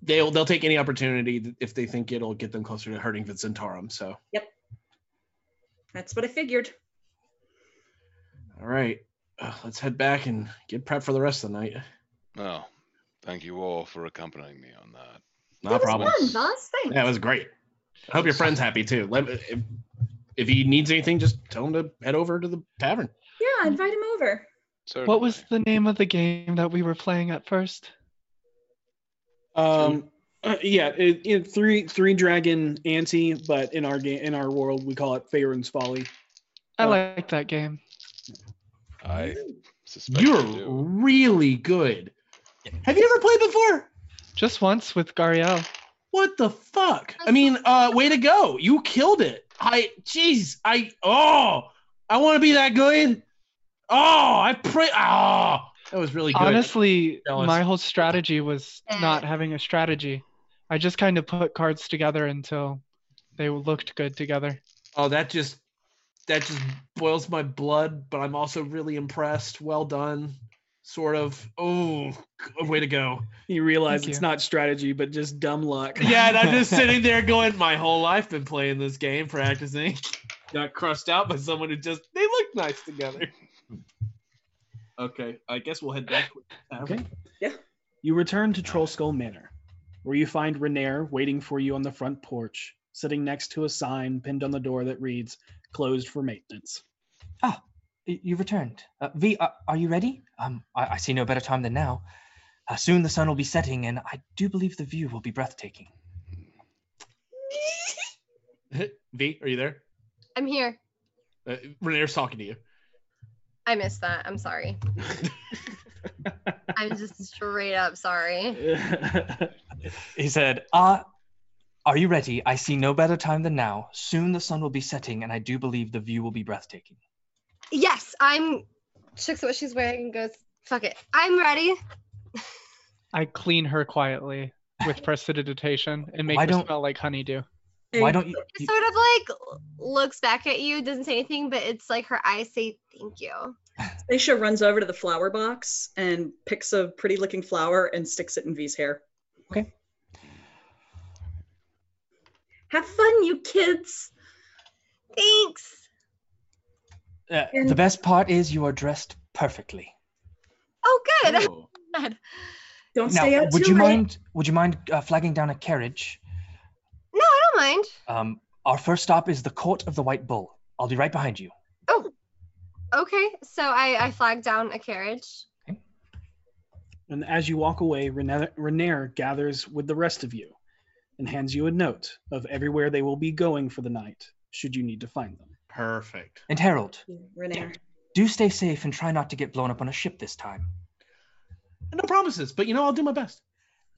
they'll they'll take any opportunity th- if they think it'll get them closer to hurting Vincentarum. So, That's what I figured. all right, uh, let's head back and get prepped for the rest of the night. Well, Oh, thank you all for accompanying me on that. No problem. Voss. Thanks. Yeah, it was great. I hope your friend's happy too. Let if, if he needs anything, just tell him to head over to the tavern. Yeah, invite him over. What was the name of the game that we were playing at first? Um, uh, yeah, it, it, three three dragon ante, but in our game in our world we call it Faerun's Folly. I like that game. I suspect You're really good. Have you ever played before? Just once with Gariel. What the fuck? I mean, uh, way to go! You killed it. I, jeez, I, oh, I want to be that good. Oh, I pray. Oh, that was really good. Honestly, That was- my whole strategy was not having a strategy. I just kind of put cards together until they looked good together. Oh, that just that just boils my blood, but I'm also really impressed. Well done. Sort of. Oh, g- way to go. You realize Thank it's you. not strategy, but just dumb luck. *laughs* Yeah, and I'm just sitting there going, my whole life been playing this game, practicing. *laughs* Got crushed out by someone who just they look nice together. Okay, I guess we'll head back. Okay. Yeah. You return to Troll Skull Manor, where you find Renair waiting for you on the front porch, sitting next to a sign pinned on the door that reads "Closed for maintenance." Y- You returned. Uh, v, uh, are you ready? Um, I, I see no better time than now. Uh, soon the sun will be setting, and I do believe the view will be *laughs* breathtaking. *laughs* V, are you there? I'm here. Uh, Renair's talking to you. I missed that. I'm sorry. I'm just straight up sorry. He said, uh, Are you ready? I see no better time than now. Soon the sun will be setting, and I do believe the view will be breathtaking. Yes, I'm. Checks what she's wearing and goes, "Fuck it, I'm ready." I clean her quietly with prestidigitation and make Why her don't- smell like honeydew. Why don't you? It sort of like looks back at you, doesn't say anything, but it's like her eyes say thank you. Aisha runs over to the flower box and picks a pretty looking flower and sticks it in V's hair. Okay. Have fun, you kids. Thanks. Uh, the best part is you are dressed perfectly. Oh, good. Oh. God. *laughs* Don't now, stay out would too you late. mind? Would you mind uh, flagging down a carriage? No, I don't mind. Um, our first stop is the court of the White Bull. I'll be right behind you. Oh, okay. So I I flagged down a carriage. And as you walk away, Rena- Renair gathers with the rest of you and hands you a note of everywhere they will be going for the night, should you need to find them. Perfect. And Harold, Renair. do stay safe and try not to get blown up on a ship this time. No promises, but you know I'll do my best.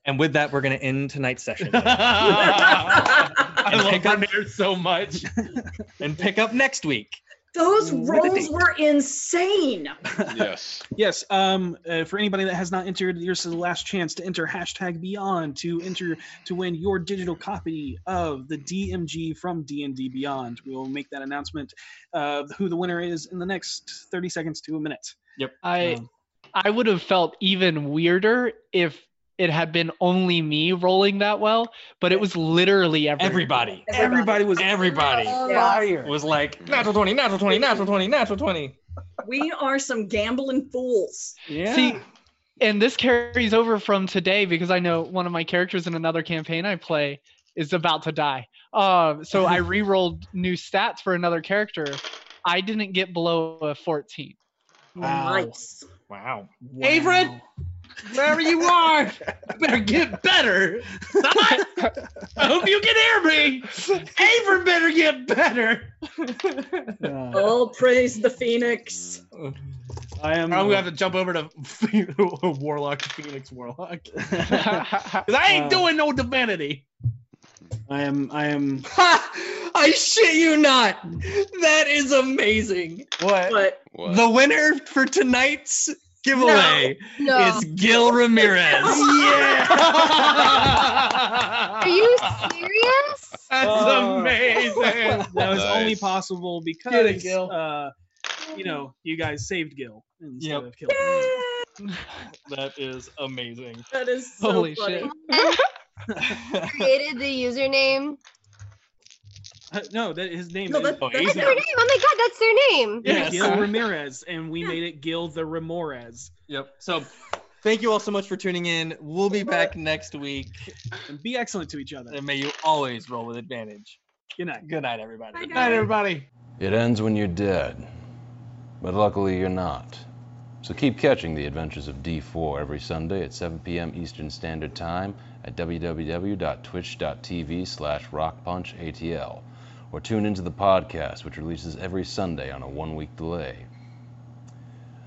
And with that, we're gonna end tonight's session. *laughs* I love pick up- Renair so much. *laughs* and pick up next week. Those With a rolls date. were insane. Yes. *laughs* Yes, um, uh, for anybody that has not entered, this is the last chance to enter hashtag Beyond to enter to win your digital copy of the DMG from D and D Beyond. We will make that announcement of who the winner is in the next thirty seconds to a minute. Yep. I I would have felt even weirder if it had been only me rolling that well, but it was literally everyone. Everybody. Everybody was Everybody Oh. Yeah. was like natural 20, natural 20, natural 20, natural 20. We are some gambling fools. Yeah. See, and this carries over from today because I know one of my characters in another campaign I play is about to die. Uh, so I re-rolled new stats for another character. I didn't get below a 14. Wow. Nice. Wow. Favorite, wherever you are, you better get better. *laughs* I hope you can hear me. Avery better get better. Oh, praise the phoenix. I am. I'm gonna have to jump over to *laughs* Warlock *laughs* Phoenix Warlock. *laughs* Cause I ain't Wow. doing no divinity. Uh, I am. I *laughs* am. I shit you not. That is amazing. What? What? The winner for tonight's giveaway No. is Gil *laughs* Ramirez. *laughs* *laughs* Are you serious? That's Oh. amazing. *laughs* That was only Nice. possible Get it, because Gil. uh, you know you guys saved Gil instead Yep. of killing. *laughs* That is amazing. That is so Holy funny. shit. *laughs* Created the username. Uh, no, that his name No, is that- Oh, That's he's their name. Oh my god, that's their name. yeah, Yes. Gil Ramirez, and we made it Gil the Ramores. Yep. So thank you all so much for tuning in. We'll be back next week. And be excellent to each other. And may you always roll with advantage. Good night. Good night, everybody. Good night, everybody. It ends when you're dead, but luckily you're not. So keep catching the adventures of D4 every Sunday at 7 p.m. Eastern Standard Time at www.twitch.tv slash rockpunchatl, or tune into the podcast, which releases every Sunday on a one-week delay.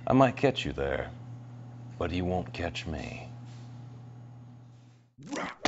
I might catch you there, but you won't catch me. Rock